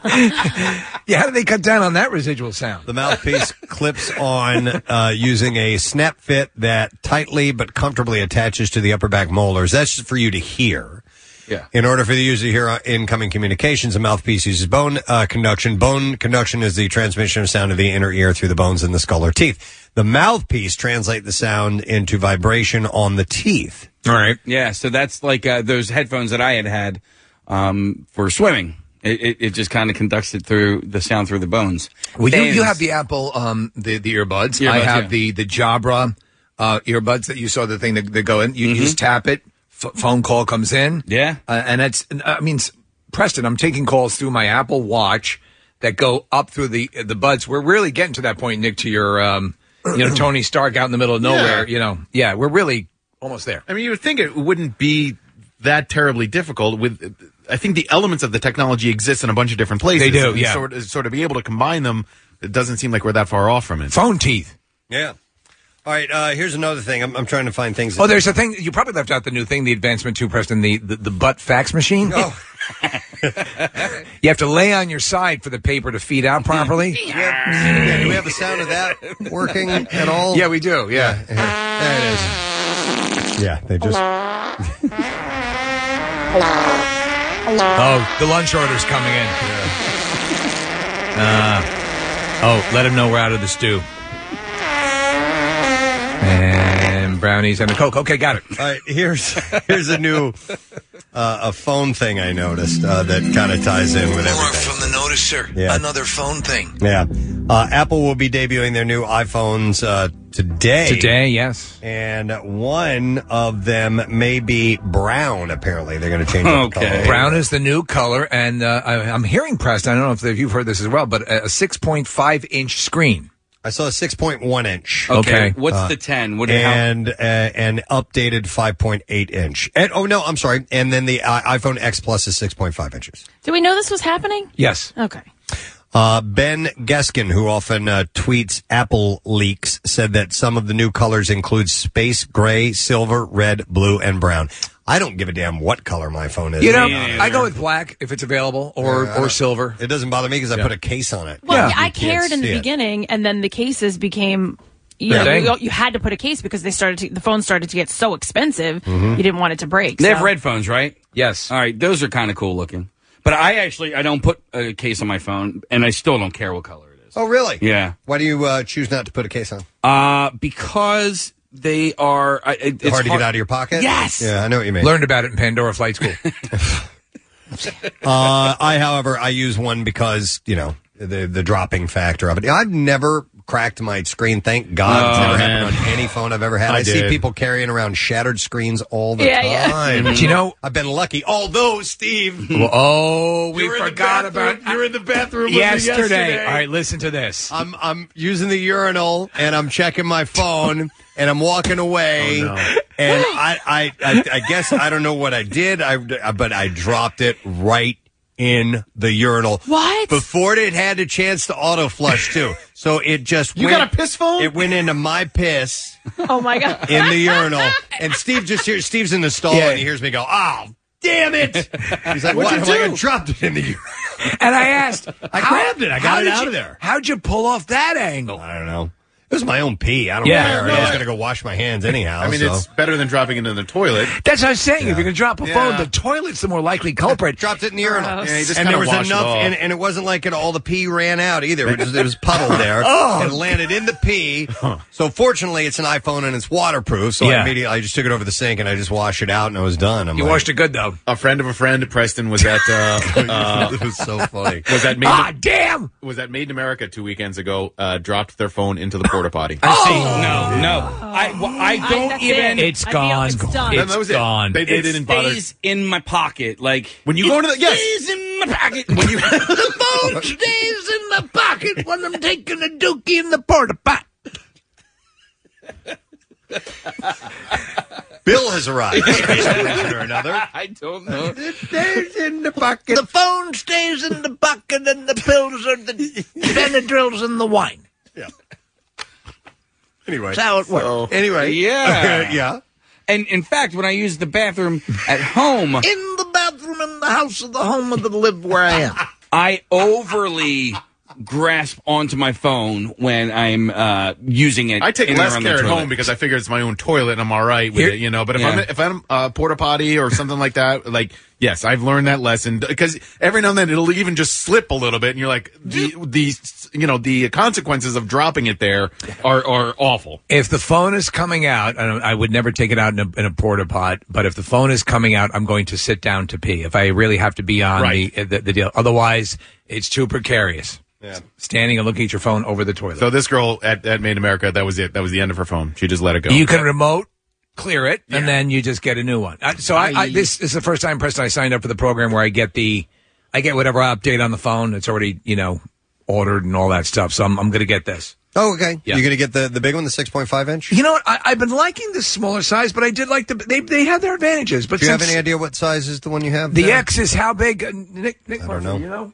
Speaker 3: [LAUGHS]
Speaker 4: yeah, how do they cut down on that residual sound?
Speaker 2: The mouthpiece clips on uh, using a snap fit that tightly but comfortably attaches to the upper back molars. That's just for you to hear.
Speaker 18: Yeah.
Speaker 2: In order for the user to hear uh, incoming communications, the mouthpiece uses bone uh, conduction. Bone conduction is the transmission of sound to the inner ear through the bones in the skull or teeth. The mouthpiece translates the sound into vibration on the teeth.
Speaker 4: All right.
Speaker 6: Yeah, so that's like uh, those headphones that I had had um, for swimming. It, it, it just kind of conducts it through the sound through the bones.
Speaker 4: Well, you, you
Speaker 6: Bands.
Speaker 4: have the Apple, um, the the earbuds.
Speaker 6: Earbuds,
Speaker 4: I have
Speaker 6: yeah.
Speaker 4: the the Jabra uh, earbuds that you saw the thing that, that go in. You, you just tap it, f- phone call comes in.
Speaker 6: Yeah,
Speaker 4: uh, and that's. I mean, s- Preston, I'm taking calls through my Apple Watch that go up through the the buds. We're really getting to that point, Nick. To your, um, you know, Tony Stark out in the middle of nowhere.
Speaker 5: Yeah.
Speaker 4: You know, yeah, we're really almost there.
Speaker 5: I mean, you would think it wouldn't be that terribly difficult. With I think the elements of the technology exist in a bunch of different places.
Speaker 4: They do,
Speaker 5: And
Speaker 4: yeah.
Speaker 5: Sort of, sort of be able to combine them. It doesn't seem like we're that far off from it.
Speaker 4: Phone teeth.
Speaker 2: Yeah. All right. Uh, here's another thing. I'm, I'm trying to find things. that-
Speaker 4: Oh, there's a thing you probably left out the new thing, the advancement too, Preston, the the, the butt fax machine. Oh. [LAUGHS] you have to lay on your side for the paper to feed out properly.
Speaker 2: Yeah, do we
Speaker 4: [LAUGHS]
Speaker 2: have the sound of that working at all?
Speaker 4: Yeah, we do. Yeah.
Speaker 2: Yeah, they just.
Speaker 4: Oh, the lunch order's coming in. Uh, oh, let him know we're out of the stew. And brownies and a Coke. Okay, got it.
Speaker 2: All right, here's here's a new uh, a phone thing I noticed uh, that kind of ties in with
Speaker 12: More
Speaker 2: everything.
Speaker 12: from the noticer.
Speaker 2: Yeah.
Speaker 12: Another phone thing.
Speaker 2: Yeah, uh, Apple will be debuting their new iPhones uh, today.
Speaker 4: Today, yes.
Speaker 2: And one of them may be brown, apparently. They're going to change up the color.
Speaker 4: Brown is the new color, and uh, I, I'm hearing pressed. I don't know if the- you've heard this as well, but a a 6.5 inch screen.
Speaker 2: I saw a 6.1 inch.
Speaker 4: Okay.
Speaker 6: What's
Speaker 2: Uh,
Speaker 6: the ten? What? how-
Speaker 2: and uh, an updated 5.8 inch. And, oh no, I'm sorry. And then the uh, iPhone X Plus is 6.5 inches.
Speaker 3: Did we know this was happening?
Speaker 4: Yes.
Speaker 3: Okay.
Speaker 2: Uh, ben Geskin, who often uh, tweets Apple leaks, said that some of the new colors include space gray, silver, red, blue, and brown. I don't give a damn what color my phone is.
Speaker 4: You know, I go with black if it's available or,
Speaker 2: Yeah.
Speaker 4: or silver.
Speaker 2: It doesn't bother me because I put a case on it.
Speaker 3: Well,
Speaker 2: Yeah.
Speaker 3: I
Speaker 2: You can't
Speaker 3: cared in
Speaker 2: see
Speaker 3: the
Speaker 2: it.
Speaker 3: beginning, and then the cases became. You,
Speaker 2: Yeah.
Speaker 3: know,
Speaker 2: Dang.
Speaker 3: you, you had to put a case because they started to, the phone started to get so expensive
Speaker 4: Mm-hmm.
Speaker 6: Mhm.
Speaker 3: you didn't want it to break.
Speaker 6: They
Speaker 3: so-
Speaker 4: [LAUGHS]
Speaker 6: have red phones, right?
Speaker 4: Yes.
Speaker 6: All right, those are kind of cool looking. But I actually I don't put a case on my phone, and I still don't care what color it is.
Speaker 2: Oh, really?
Speaker 6: Yeah.
Speaker 2: Why do you uh, choose not to put a case on?
Speaker 6: Uh, because they are I, it- it's
Speaker 2: hard to get out of your pocket?
Speaker 6: Yes.
Speaker 2: Yeah, I know what you mean.
Speaker 4: Learned about it in Pandora Flight School.
Speaker 2: uh, I, however, I use one because you know the the dropping factor of it. I've never cracked my screen. Thank God, it's
Speaker 9: Oh,
Speaker 2: never
Speaker 9: man.
Speaker 2: happened on any phone I've ever had. I,
Speaker 9: I
Speaker 2: see
Speaker 9: did.
Speaker 2: people carrying around shattered screens all the
Speaker 9: Yeah, yeah.
Speaker 2: time.
Speaker 9: Mhm. Do you know-
Speaker 2: I've been lucky. Although,
Speaker 4: [LAUGHS]
Speaker 2: Steve, [LAUGHS]
Speaker 4: Well, oh, we forgot about
Speaker 5: You're in the bathroom with me
Speaker 4: yesterday.
Speaker 5: yesterday.
Speaker 4: All right, listen to this.
Speaker 2: I'm I'm using the urinal and I'm checking my phone and I'm walking
Speaker 4: Oh,
Speaker 2: away. And I, I, I, I guess I don't know what I did, I, but I dropped it right in the urinal.
Speaker 9: What?
Speaker 2: Before it had a chance to auto flush too, so it just
Speaker 9: You
Speaker 2: went,
Speaker 9: got a piss phone?
Speaker 2: It went into my piss
Speaker 3: Oh my god!
Speaker 2: in the urinal, and Steve just hears Steve's in the stall and he hears me go, "Oh, damn it!" He's
Speaker 9: What'd
Speaker 2: like, "What?
Speaker 9: you
Speaker 2: I'm like, I
Speaker 9: do?"
Speaker 2: dropped it in the urinal."
Speaker 4: And I asked,
Speaker 2: [LAUGHS] I
Speaker 4: how-
Speaker 2: grabbed it. I
Speaker 4: how
Speaker 2: got it
Speaker 4: did
Speaker 2: out
Speaker 4: you-
Speaker 2: of there.
Speaker 4: How'd you pull off that angle?
Speaker 2: I don't know. It was my own pee. I don't
Speaker 4: Yeah.
Speaker 2: care.
Speaker 4: No,
Speaker 2: I was
Speaker 4: I-
Speaker 2: going to go wash my hands anyhow.
Speaker 5: I mean,
Speaker 2: so.
Speaker 5: it's better than dropping it in the
Speaker 4: [LAUGHS]
Speaker 5: toilet.
Speaker 4: That's what I'm saying. If you're going to drop a phone,
Speaker 5: Yeah.
Speaker 4: the toilet's the more likely culprit.
Speaker 5: [LAUGHS]
Speaker 2: dropped it in the urinal.
Speaker 5: Yeah, you just
Speaker 2: and
Speaker 5: kinda
Speaker 2: there was
Speaker 5: wash it
Speaker 2: enough,
Speaker 5: off.
Speaker 2: and, and it wasn't like it all the pee ran out either. It was, it was
Speaker 4: [LAUGHS]
Speaker 2: puddled there.
Speaker 9: Oh.
Speaker 2: It landed in the pee. So fortunately, it's an iPhone and it's waterproof. So I
Speaker 5: Yeah.
Speaker 2: immediately I just took it over the sink and I just washed it out and I was done. I'm like,
Speaker 4: it good though.
Speaker 5: A friend of a friend, Preston, was at. Uh, uh,
Speaker 2: it was so funny.
Speaker 5: Was that made?
Speaker 4: Ah, damn!
Speaker 5: Was that Made in America two weekends ago? Uh, dropped their phone into the
Speaker 4: [LAUGHS]
Speaker 5: porta potty.
Speaker 4: Oh!
Speaker 6: I see. No, no. I, well, I
Speaker 9: Oh. I-
Speaker 6: don't
Speaker 9: that's it.
Speaker 6: even.
Speaker 9: It's I feel gone. it's done.
Speaker 6: It's
Speaker 9: That was it.
Speaker 6: gone.
Speaker 9: They- they
Speaker 6: It
Speaker 9: didn't bother-
Speaker 6: stays in my pocket. Like when
Speaker 9: you go into the- yes.
Speaker 6: stays in my pocket. When
Speaker 2: [LAUGHS]
Speaker 6: you
Speaker 9: the
Speaker 6: phone
Speaker 4: stays in my pocket when I'm taking a dookie in the porta pot.
Speaker 2: Bill
Speaker 4: [LAUGHS]
Speaker 2: has arrived. [LAUGHS] or another.
Speaker 6: I don't know.
Speaker 4: Stays in the pocket. The phone stays in the pocket, and the pills are the
Speaker 2: [LAUGHS]
Speaker 4: Benadryls and the wine.
Speaker 2: Anyway,
Speaker 4: That's how it works. So-
Speaker 2: Anyway,
Speaker 6: yeah,
Speaker 2: yeah.
Speaker 6: And in fact, when I use the bathroom at home,
Speaker 4: In the bathroom, in the house of the home of the live where I
Speaker 2: [LAUGHS]
Speaker 4: am.
Speaker 6: I overly grasp onto my phone when I'm uh, using it.
Speaker 5: I take
Speaker 6: in and
Speaker 5: less
Speaker 6: around the
Speaker 5: care at
Speaker 6: toilet.
Speaker 5: home because I figure it's my own toilet and I'm all right with
Speaker 6: Here-
Speaker 5: it, you know. But if
Speaker 6: Yeah.
Speaker 5: I'm if I'm uh, porta potty or something like that, like yes, I've learned that lesson because every now and then it'll even just slip a little bit, and you're like the the you know the consequences of dropping it there are are awful.
Speaker 4: [LAUGHS] If the phone is coming out, and I would never take it out in a, in a porta pot, but if the phone is coming out, I'm going to sit down to pee if I really have to be on
Speaker 5: Right.
Speaker 4: the, the the deal. Otherwise, it's too precarious.
Speaker 5: Yeah.
Speaker 4: Standing and looking at your phone over the toilet.
Speaker 5: So this girl at, at Made in America, that was it. That was the end of her phone. She just let it go.
Speaker 4: You can remote clear it, and then you just get a new one. Uh, so I, I
Speaker 5: Aye.
Speaker 4: this is the first time, Preston, I signed up for the program where I get the, I get whatever update on the phone. It's already you know ordered and all that stuff. So I'm, I'm going to get this.
Speaker 2: Oh, okay.
Speaker 4: Yeah.
Speaker 2: You're going to get the, the big one, the 6.5 inch?
Speaker 4: You know what? I, I've been liking this smaller size, but I did like the they they had their advantages. But
Speaker 2: Do you have
Speaker 4: since
Speaker 2: any idea what size is the one you have?
Speaker 4: the
Speaker 2: there?
Speaker 4: X is how big? Uh, Nick, Nick,
Speaker 2: I
Speaker 4: Murphy,
Speaker 2: don't know.
Speaker 4: You know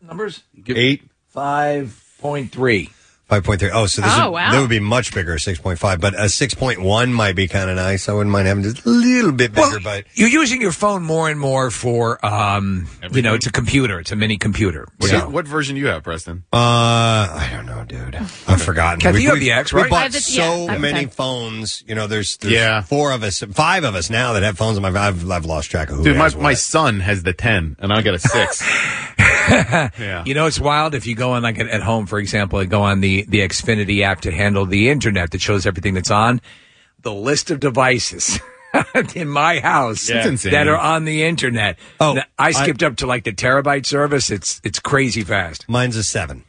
Speaker 4: numbers.
Speaker 2: Eight.
Speaker 4: Five point three.
Speaker 2: Five point three. Oh, so this
Speaker 4: Oh,
Speaker 2: would,
Speaker 4: wow.
Speaker 2: that would be much bigger, six point five. But a six point one might be kind of nice. I wouldn't mind having just a little bit bigger. but
Speaker 4: You're using your phone more and more for um, you know, it's a computer, it's a mini computer.
Speaker 5: What,
Speaker 4: So-
Speaker 5: do you- what version do you have, Preston?
Speaker 2: uh, I don't know, dude. I've forgotten.
Speaker 5: Kathy,
Speaker 2: We-
Speaker 5: you have
Speaker 2: we-
Speaker 5: the X,
Speaker 2: We
Speaker 5: right? I
Speaker 2: bought
Speaker 5: have the-
Speaker 2: so
Speaker 5: yeah, I have
Speaker 2: many
Speaker 5: the
Speaker 2: phones. You know, there's, there's
Speaker 5: Yeah.
Speaker 2: four of us, five of us now that have phones. on my I've, I've lost track of who.
Speaker 5: Dude, my,
Speaker 2: has what.
Speaker 5: my son has the ten, and I got a six.
Speaker 4: [LAUGHS]
Speaker 5: yeah.
Speaker 4: You know, it's wild if you go on like at, at home, for example, and go on the the Xfinity app to handle the internet that shows everything that's on. The list of devices [LAUGHS] in my house
Speaker 9: It's insane.
Speaker 4: that are on the internet.
Speaker 2: Oh,
Speaker 4: I
Speaker 2: I-
Speaker 4: skipped up to like the terabyte service. It's it's crazy fast.
Speaker 2: Mine's a seven.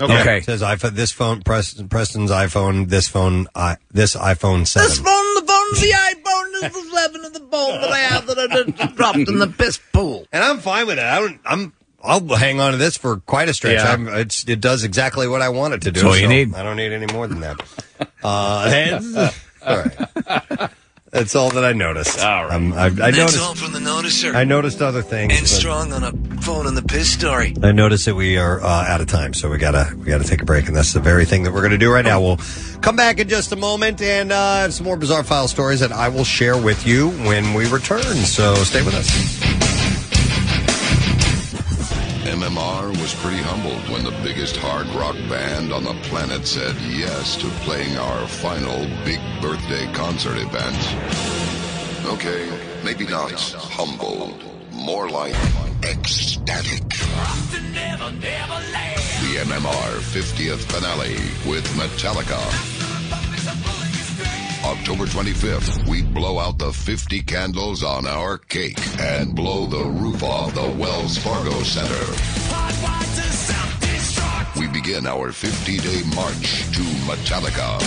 Speaker 2: Okay. says iPhone. This phone, Preston, Preston's iPhone. This phone. I this iPhone seven.
Speaker 18: This bone, the bone, the eye bone is the seven of the bone that I have that I just dropped in the piss pool.
Speaker 2: And I'm fine with it. I don't. I'm. I'll hang on to this for quite a stretch.
Speaker 18: Yeah.
Speaker 2: I'm, it's, it does exactly what I want it to do.
Speaker 18: That's all you
Speaker 2: so
Speaker 18: need.
Speaker 2: I don't need any more than that. Uh,
Speaker 18: [LAUGHS]
Speaker 2: that's, all right. That's all that I noticed. All right. Um, I, I
Speaker 12: That's
Speaker 2: noticed.
Speaker 12: all from the noticer.
Speaker 2: I noticed other things.
Speaker 12: And
Speaker 2: but-
Speaker 12: strong on a phone on the piss story.
Speaker 2: I notice that we are uh, out of time, so we gotta we gotta take a break, and that's the very thing that we're gonna do right now. We'll come back in just a moment, and uh, I have some more bizarre file stories that I will share with you when we return. So stay with us.
Speaker 1: MMR was pretty humbled when the biggest hard rock band on the planet said yes to playing our final big birthday concert event. Okay, maybe not humbled, more like ecstatic. The MMR 50th finale with Metallica. October 25th, we blow out the 50 candles on our cake and blow the roof off the Wells Fargo Center. We begin our 50 day march to Metallica.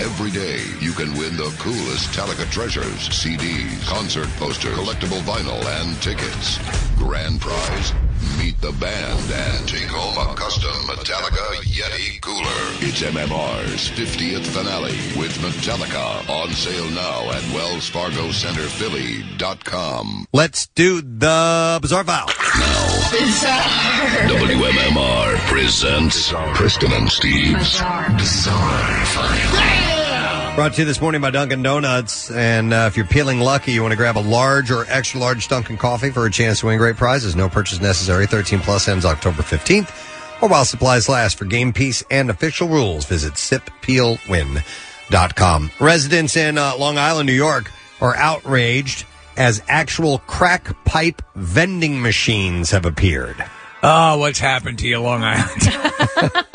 Speaker 1: Every day, you can win the coolest Metallica treasures CDs, concert posters, collectible vinyl, and tickets. Grand prize meet the band and take home a custom Metallica Yeti cooler. It's MMR's 50th finale with Metallica on sale now at wellsfargocenterphilly.com.
Speaker 2: Let's do the bizarre file.
Speaker 1: WMMR presents Kristen and Steve's Bizarre
Speaker 2: Brought to you this morning by Dunkin' Donuts. And uh, if you're peeling lucky, you want to grab a large or extra large Dunkin' coffee for a chance to win great prizes. No purchase necessary. 13 plus ends October 15th. Or while supplies last for game piece and official rules, visit sippeelwin.com. Residents in uh, Long Island, New York are outraged as actual crack pipe vending machines have appeared.
Speaker 4: Oh, what's happened to you, Long Island?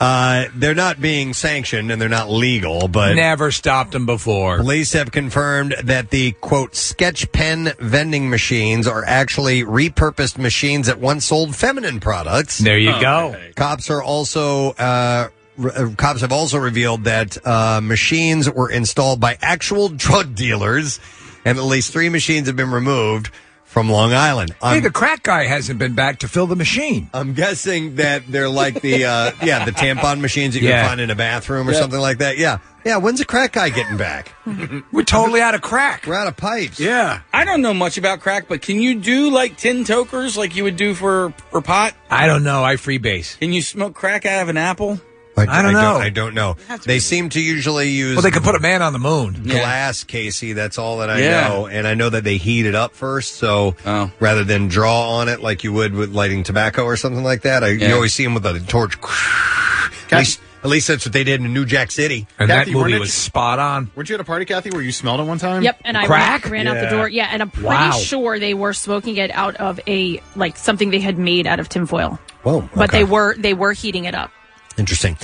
Speaker 2: Uh, they're not being sanctioned and they're not legal, but
Speaker 4: Never stopped them before.
Speaker 2: Police have confirmed that the quote sketch pen vending machines are actually repurposed machines that once sold feminine products.
Speaker 4: There you go.
Speaker 2: Cops are also uh, re- uh, cops have also revealed that uh, machines were installed by actual [LAUGHS] drug dealers, and at least three machines have been removed from Long Island.
Speaker 4: hey,
Speaker 2: I'm-
Speaker 4: the crack guy hasn't been back to fill the machine.
Speaker 2: I'm guessing that they're like the uh, yeah the tampon machines that you
Speaker 4: Yeah.
Speaker 2: can find in a bathroom or
Speaker 4: Yeah.
Speaker 2: something like that. Yeah, yeah. When's a crack
Speaker 4: [LAUGHS]
Speaker 2: guy getting back?
Speaker 4: We're totally out of crack.
Speaker 2: We're out of pipes.
Speaker 6: Yeah. I don't know much about crack, but can you do like tin tokers like you would do for, for pot?
Speaker 4: I don't know. I freebase.
Speaker 6: Can you smoke crack out of an apple?
Speaker 4: I don't know.
Speaker 2: I don't know. They seem to usually use.
Speaker 4: Well, they could put a man on the moon.
Speaker 2: glass, Casey. That's all that I
Speaker 4: Yeah.
Speaker 2: know, and I know that they heat it up first. So rather than draw on it like you would with lighting tobacco or something like that, I, you
Speaker 5: Yeah.
Speaker 2: always see them with a torch. [LAUGHS] At least, at least that's what they did in New Jack City.
Speaker 5: Kathy, weren't it-
Speaker 4: on.
Speaker 5: Weren't you at a party, Kathy, where you smelled it one time?
Speaker 3: Yep, and I ran, ran out the door. Yeah, and I'm pretty
Speaker 5: Wow.
Speaker 3: sure they were smoking it out of a like something they had made out of tinfoil.
Speaker 2: Whoa!
Speaker 3: But
Speaker 2: okay.
Speaker 3: they were they were heating it up.
Speaker 2: Interesting.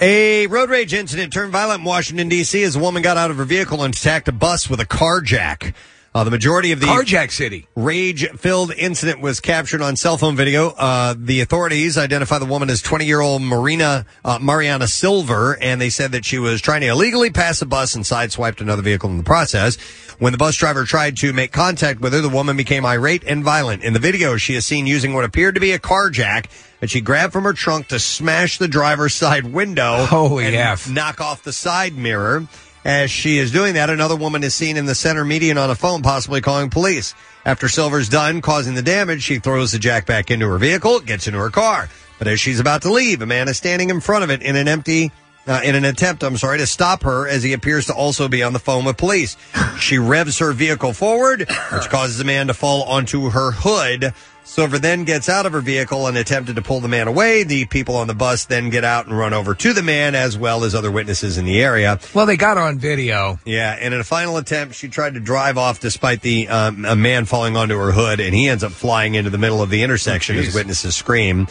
Speaker 2: A road rage incident turned violent in Washington, D.C. as a woman got out of her vehicle and attacked a bus with a car jack. Uh, the majority of the
Speaker 4: Carjack City.
Speaker 2: rage filled incident was captured on cell phone video. Uh, the authorities identify the woman as 20 year old Marina, uh, Mariana Silver, and they said that she was trying to illegally pass a bus and sideswiped another vehicle in the process. When the bus driver tried to make contact with her, the woman became irate and violent. In the video, she is seen using what appeared to be a car jack that she grabbed from her trunk to smash the driver's side window
Speaker 4: Holy
Speaker 2: and
Speaker 4: F.
Speaker 2: knock off the side mirror. As she is doing that, another woman is seen in the center median on a phone, possibly calling police. After Silver's done causing the damage, she throws the jack back into her vehicle, gets into her car. But as she's about to leave, a man is standing in front of it in an empty, uh, in an attempt, I'm sorry, to stop her as he appears to also be on the phone with police. She revs her vehicle forward, which causes the man to fall onto her hood. Silver then gets out of her vehicle and attempted to pull the man away. The people on the bus then get out and run over to the man as well as other witnesses in the area.
Speaker 4: Well, they got on video.
Speaker 2: Yeah, and in a final attempt, she tried to drive off despite the um, a man falling onto her hood, and he ends up flying into the middle of the intersection as witnesses scream.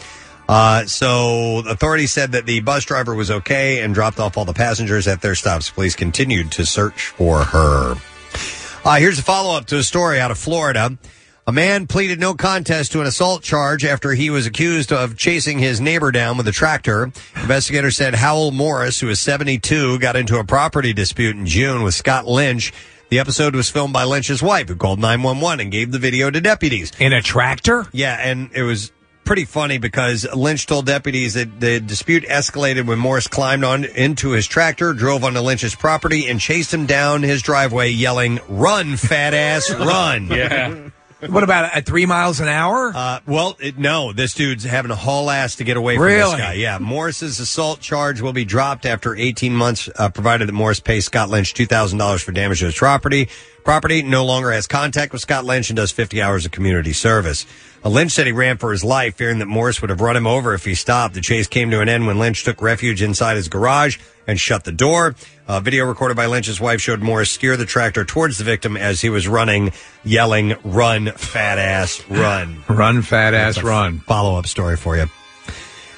Speaker 2: Uh, so authorities said that the bus driver was okay and dropped off all the passengers at their stops. Police continued to search for her. Uh, here's a follow up to a story out of Florida. A man pleaded no contest to an assault charge after he was accused of chasing his neighbor down with a tractor. Investigators said Howell Morris, who is 72, got into a property dispute in June with Scott Lynch. The episode was filmed by Lynch's wife, who called 911 and gave the video to deputies.
Speaker 9: In a tractor?
Speaker 2: Yeah, and it was pretty funny because Lynch told deputies that the dispute escalated when Morris climbed on into his tractor, drove onto Lynch's property, and chased him down his driveway, yelling, "Run, fat ass, run!"
Speaker 9: What about at three miles an hour?
Speaker 2: Uh, well, it, no, this dude's having a haul ass to get away from
Speaker 9: Really?
Speaker 2: this guy. Yeah, Morris's assault charge will be dropped after 18 months, uh, provided that Morris pays Scott Lynch $2,000 for damage to his property. Property no longer has contact with Scott Lynch and does 50 hours of community service. Uh, Lynch said he ran for his life, fearing that Morris would have run him over if he stopped. The chase came to an end when Lynch took refuge inside his garage and shut the door. A video recorded by Lynch's wife showed Morris steer the tractor towards the victim as he was running, yelling, Run, fat ass, run.
Speaker 9: [LAUGHS] Run, fat ass, run.
Speaker 2: Follow up story for you.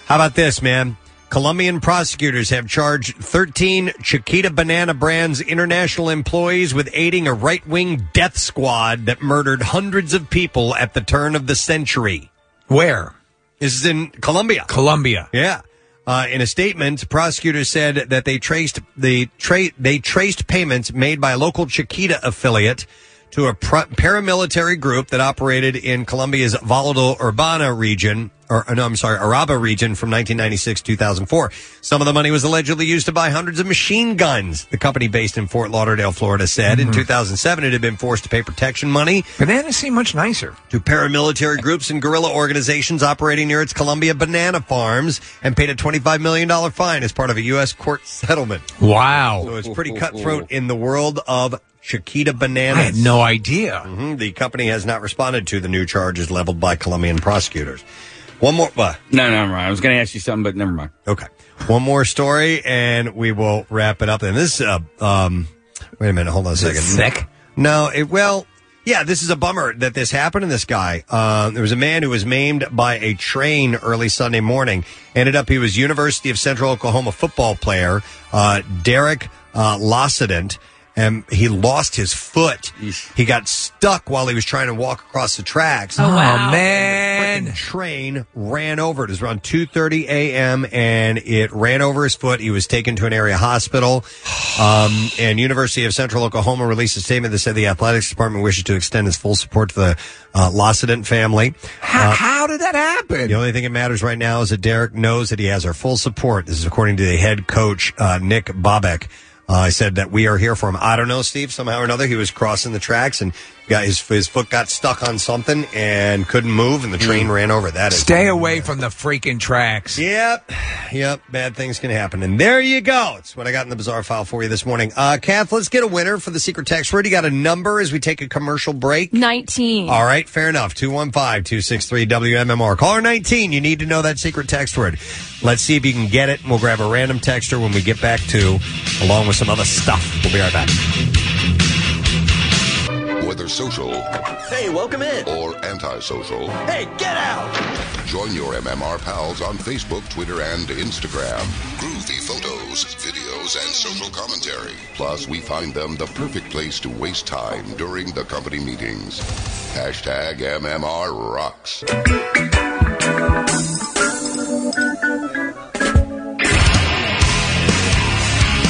Speaker 2: How about this, man? Colombian prosecutors have charged 13 Chiquita Banana Brands international employees with aiding a right wing death squad that murdered hundreds of people at the turn of the century.
Speaker 9: Where?
Speaker 2: This is in Colombia.
Speaker 9: Colombia.
Speaker 2: Yeah. Uh, in a statement, prosecutors said that they traced the tra- they traced payments made by a local Chiquita affiliate to a pr- paramilitary group that operated in Colombia's volatile Urbana region, or no, I'm sorry, Araba region from 1996 to 2004. Some of the money was allegedly used to buy hundreds of machine guns. The company based in Fort Lauderdale, Florida, said
Speaker 9: Mm-hmm.
Speaker 2: in 2007 it had been forced to pay protection money.
Speaker 9: Bananas seem much nicer
Speaker 2: to paramilitary groups and guerrilla organizations operating near its Colombia banana farms, and paid a 25 million dollar fine as part of a U.S. court settlement.
Speaker 9: Wow.
Speaker 2: So it's pretty cutthroat in the world of Chiquita bananas.
Speaker 9: I had no idea.
Speaker 2: hmm The company has not responded to the new charges leveled by Colombian prosecutors. One more. What?
Speaker 6: No, no, never mind. I was going to ask you something, but never mind.
Speaker 2: Okay. One more story, and we will wrap it up. And this, uh, um, wait a minute, hold on a second.
Speaker 9: sick?
Speaker 2: No, it well, yeah. This is a bummer that this happened to this guy. Uh, there was a man who was maimed by a train early Sunday morning. Ended up, he was University of Central Oklahoma football player uh, Derek uh, Lossident. And he lost his foot. He got stuck while he was trying to walk across the tracks.
Speaker 9: Oh, wow.
Speaker 2: man! train ran over. It was around 2:30 a.m. and it ran over his foot. He was taken to an area hospital. Um, and University of Central Oklahoma released a statement that said the athletics department wishes to extend its full support to the uh, Lossident family. Uh,
Speaker 9: How did that happen?
Speaker 2: the only thing that matters right now is that Derek knows that he has our full support. This is according to the head coach, uh, Nick Bobek. I said that we are here for him. I don't know, Steve. Somehow or another, he was crossing the tracks and got his his foot got stuck on something and couldn't move, and the train ran over. That is
Speaker 9: Hmm. Stay away from the freaking tracks.
Speaker 2: Yep. Yep. Bad things can happen. And there you go. It's what I got in the bizarre file for you this morning. Uh, Kath, let's get a winner for the secret text word. You got a number as we take a commercial break?
Speaker 21: 19.
Speaker 2: All right, fair enough. 215 263 WMMR. Caller 19, you need to know that secret text word. Let's see if you can get it, and we'll grab a random texter when we get back to, along with some other stuff. We'll be right back.
Speaker 1: Whether social
Speaker 18: Hey, welcome in.
Speaker 1: or antisocial,
Speaker 18: Hey, get out.
Speaker 1: join your MMR pals on Facebook, Twitter, and Instagram. Groovy photos, videos, and social commentary. Plus, we find them the perfect place to waste time during the company meetings. Hashtag MMR rocks.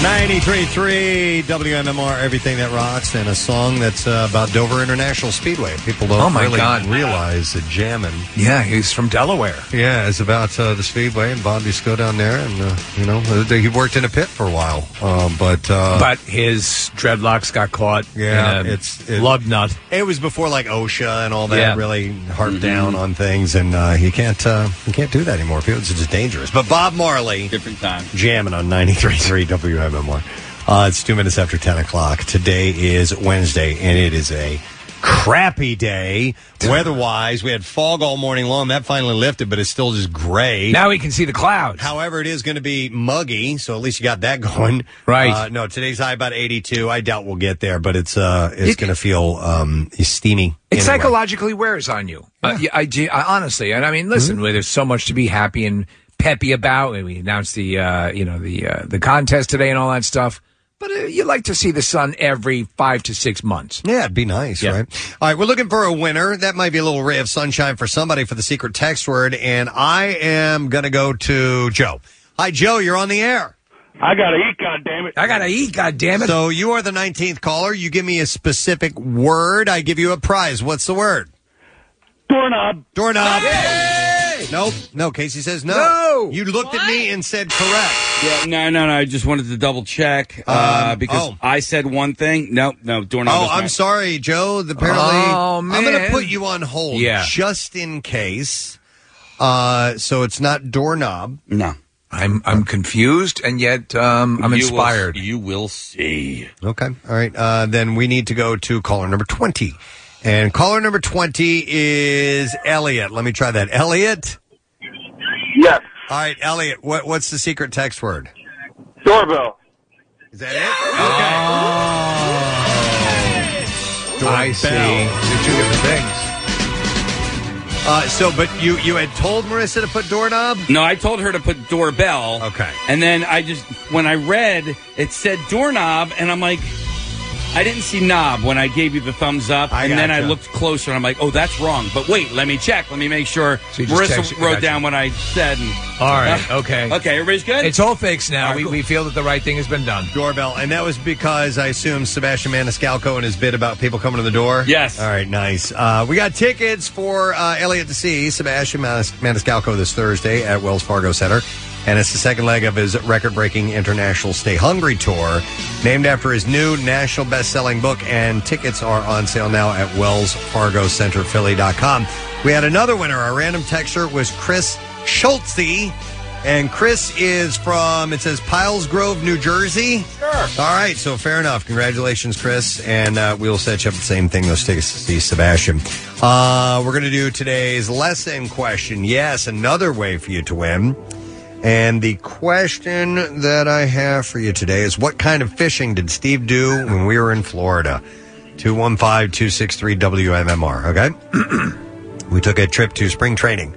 Speaker 2: Ninety-three-three WMMR, everything that rocks, and a song that's uh, about Dover International Speedway. People don't
Speaker 9: Oh, my
Speaker 2: really
Speaker 9: God.
Speaker 2: realize that jamming.
Speaker 9: Yeah, he's from Delaware.
Speaker 2: Yeah, it's about uh, the Speedway and Bob used to go down there, and uh, you know uh, he worked in a pit for a while, uh, but uh,
Speaker 9: but his dreadlocks got caught.
Speaker 2: Yeah,
Speaker 9: in a
Speaker 2: it's- it-
Speaker 9: lug nut.
Speaker 2: It was before like OSHA and all that
Speaker 9: Yeah. Mm-hmm.
Speaker 2: really harped down on things, and uh, you can't uh, you can't do that anymore. People, it's just dangerous. But Bob Marley,
Speaker 6: different time,
Speaker 2: jamming on 93.3 WMMR. Uh, it's two minutes after ten o'clock. Today is Wednesday, and it is a crappy day weather-wise. We had fog all morning long. That finally lifted, but it's still just gray.
Speaker 9: Now we can see the clouds.
Speaker 2: However, it is going to be muggy, so at least you got that [LAUGHS] going.
Speaker 9: Right.
Speaker 2: Uh, no, today's high about 82. I doubt we'll get there, but it's uh, it's going to feel um, steamy.
Speaker 9: It
Speaker 2: anyway.
Speaker 9: psychologically wears on you. Uh, yeah, Mm-hmm. I, do- I- honestly, and I mean, listen, where there's so much to be happy and peppy about. and We announced the uh, you know the uh, the contest today and all that stuff,
Speaker 4: But uh, you like to see the sun every five to six months.
Speaker 2: Yeah, it'd be nice, right? All right, we're looking for a winner. That might be a little ray of sunshine for somebody for the secret text word. And I am going to go to Joe. Hi, Joe, you're on the air.
Speaker 21: I gotta eat, goddammit.
Speaker 4: I gotta eat, goddammit.
Speaker 2: So you are the 19th caller. You give me a specific word. I give you a prize. What's the word?
Speaker 21: Doorknob.
Speaker 2: Doorknob. Nope. No, Casey says no.
Speaker 6: No!
Speaker 2: You looked at me and said correct.
Speaker 6: Yeah, no, no, no. I just wanted to double check uh,
Speaker 2: Um,
Speaker 6: because
Speaker 2: oh.
Speaker 6: I said one thing. No, no, doorknob.
Speaker 2: Oh,
Speaker 6: does
Speaker 2: I'm
Speaker 6: not.
Speaker 2: sorry, Joe. The- Apparently,
Speaker 6: Oh,
Speaker 2: I'm going to
Speaker 6: man.
Speaker 2: put you on hold
Speaker 6: Yeah.
Speaker 2: just in case. Uh, so it's not doorknob.
Speaker 6: No.
Speaker 4: I'm I'm confused and yet um, I'm
Speaker 2: You will-
Speaker 4: inspired.
Speaker 6: you will see.
Speaker 2: Okay. All right. Uh, then we need to go to caller number 20. And caller number 20 is Elliot. Let me try that. Elliot?
Speaker 21: Yes.
Speaker 2: All right, Elliot, what, what's the secret text word?
Speaker 21: Doorbell.
Speaker 2: Is that it?
Speaker 4: Oh. I see. They're two different things.
Speaker 2: Uh, so, but you, you had told Marissa to put doorknob?
Speaker 6: No, I told her to put doorbell.
Speaker 2: Okay.
Speaker 6: And then I just, when I read, it said doorknob, and I'm like, I didn't see knob when I gave you the thumbs up. and then I
Speaker 4: gotcha.
Speaker 6: looked closer, and I'm like, oh, that's wrong. But wait, let me check. Let me make sure.
Speaker 4: you just
Speaker 6: Marissa
Speaker 4: texted-
Speaker 6: wrote
Speaker 4: gotcha.
Speaker 6: down what I said. And,
Speaker 4: All
Speaker 6: [LAUGHS]
Speaker 4: right. Okay.
Speaker 6: okay, everybody's good?
Speaker 4: It's all fakes now.
Speaker 6: All right,
Speaker 4: we,
Speaker 6: cool.
Speaker 4: we feel that the right thing has been done.
Speaker 2: Doorbell. And that was because I assume Sebastian Maniscalco and his bit about people coming to the door? Yes. All right, nice. Uh, we got tickets for uh, Elliot to see Sebastian Manis- Maniscalco this Thursday at Wells Fargo Center. And it's the second leg of his record breaking International Stay Hungry Tour, named after his new national best selling book. And tickets are on sale now at wellsfargocenterphilly.com. We had another winner. Our random texture was Chris Schultze. And Chris is from, it says Piles Grove, New Jersey. Sure. All right, so fair enough. Congratulations, Chris. And uh, we'll set you up the same thing, those tickets to see Sebastian. Uh, we're going to do today's lesson question. Yes, another way for you to win. And the question that I have for you today is what kind of fishing did Steve do when we were in Florida? 215 263 WMMR, okay? [CLEARS THROAT] we took a trip to spring training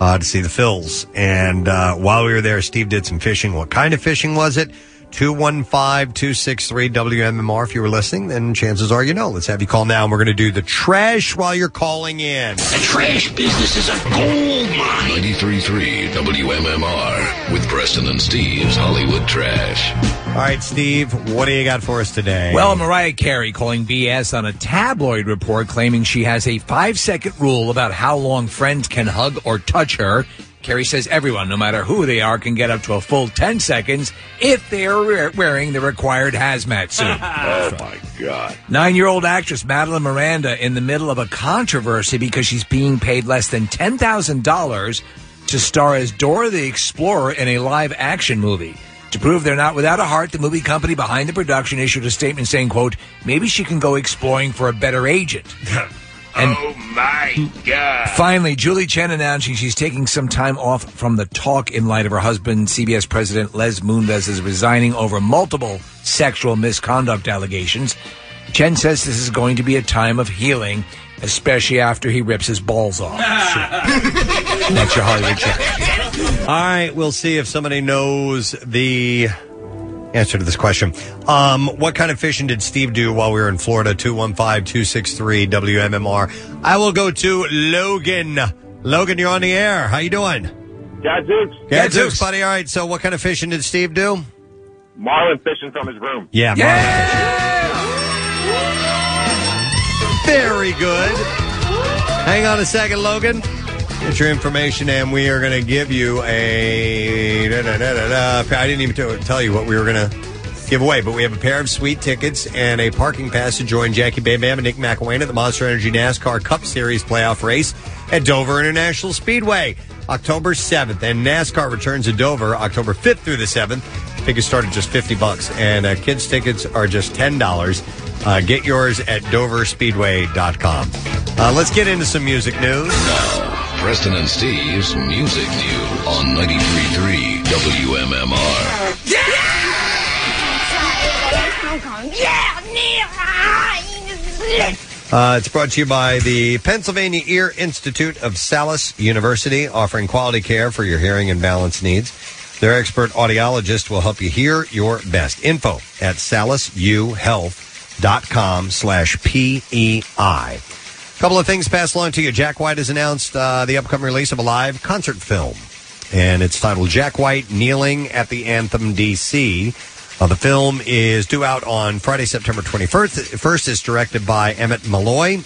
Speaker 2: uh, to see the Phils. And uh, while we were there, Steve did some fishing. What kind of fishing was it? 215 263 WMMR. If you were listening, then chances are you know. Let's have you call now, and we're going to do the trash while you're calling in.
Speaker 1: Trash business is a gold mine. 93.3 WMMR with Preston and Steve's Hollywood Trash.
Speaker 2: All right, Steve, what do you got for us today?
Speaker 4: Well, Mariah Carey calling BS on a tabloid report claiming she has a five second rule about how long friends can hug or touch her. Carey says everyone, no matter who they are, can get up to a full 10 seconds if they are wear- wearing the required hazmat suit.
Speaker 9: [LAUGHS] Oh my god.
Speaker 4: Nine year old actress Madeline Miranda in the middle of a controversy because she's being paid less than $10,000 to star as Dora the Explorer in a live action movie. To prove they're not without a heart, the movie company behind the production issued a statement saying, quote, maybe she can go exploring for a better agent. And
Speaker 9: oh
Speaker 2: [LAUGHS]
Speaker 9: my god.
Speaker 4: Finally, Julie Chen announcing she's taking some time off from the talk in light of her husband, CBS President Les Moonves, is resigning over multiple sexual misconduct allegations. Chen says this is going to be a time of healing, especially after he rips his balls off. That's your Hollywood check.
Speaker 2: All right, we'll see if somebody knows the answer to this question. Um, what kind of fishing did Steve do while we were in Florida? 215 263 WMMR. I will go to Logan. Logan, you're on the air. How you doing?
Speaker 21: Gadzooks.
Speaker 2: Gadzooks, buddy. All right, so what kind of fishing did Steve do?
Speaker 21: Marlin fishing from his room.
Speaker 2: Yeah, yeah! Very good. Hang on a second, Logan. Get your information, and we are going to give you a. da, da, da, da, da. I didn't even t- tell you what we were going to give away, but we have a pair of sweet tickets and a parking pass to join Jackie Bam Bam and Nick McElwain at the Monster Energy NASCAR Cup Series playoff race at Dover International Speedway. October 7th, and NASCAR returns to Dover October 5th through the 7th. Tickets start at just 50 bucks, and uh, kids' tickets are just $10. Uh, get yours at doverspeedway.com. Uh, let's get into some music news.
Speaker 1: Preston and Steve's Music News on 93.3 WMMR.
Speaker 2: Uh, it's brought to you by the Pennsylvania Ear Institute of Salis University, offering quality care for your hearing and balance needs. Their expert audiologist will help you hear your best. Info at salusuhealth.com slash PEI. Couple of things passed along to you. Jack White has announced uh, the upcoming release of a live concert film, and it's titled Jack White Kneeling at the Anthem DC. Uh, the film is due out on Friday, September 21st. First is directed by Emmett Malloy,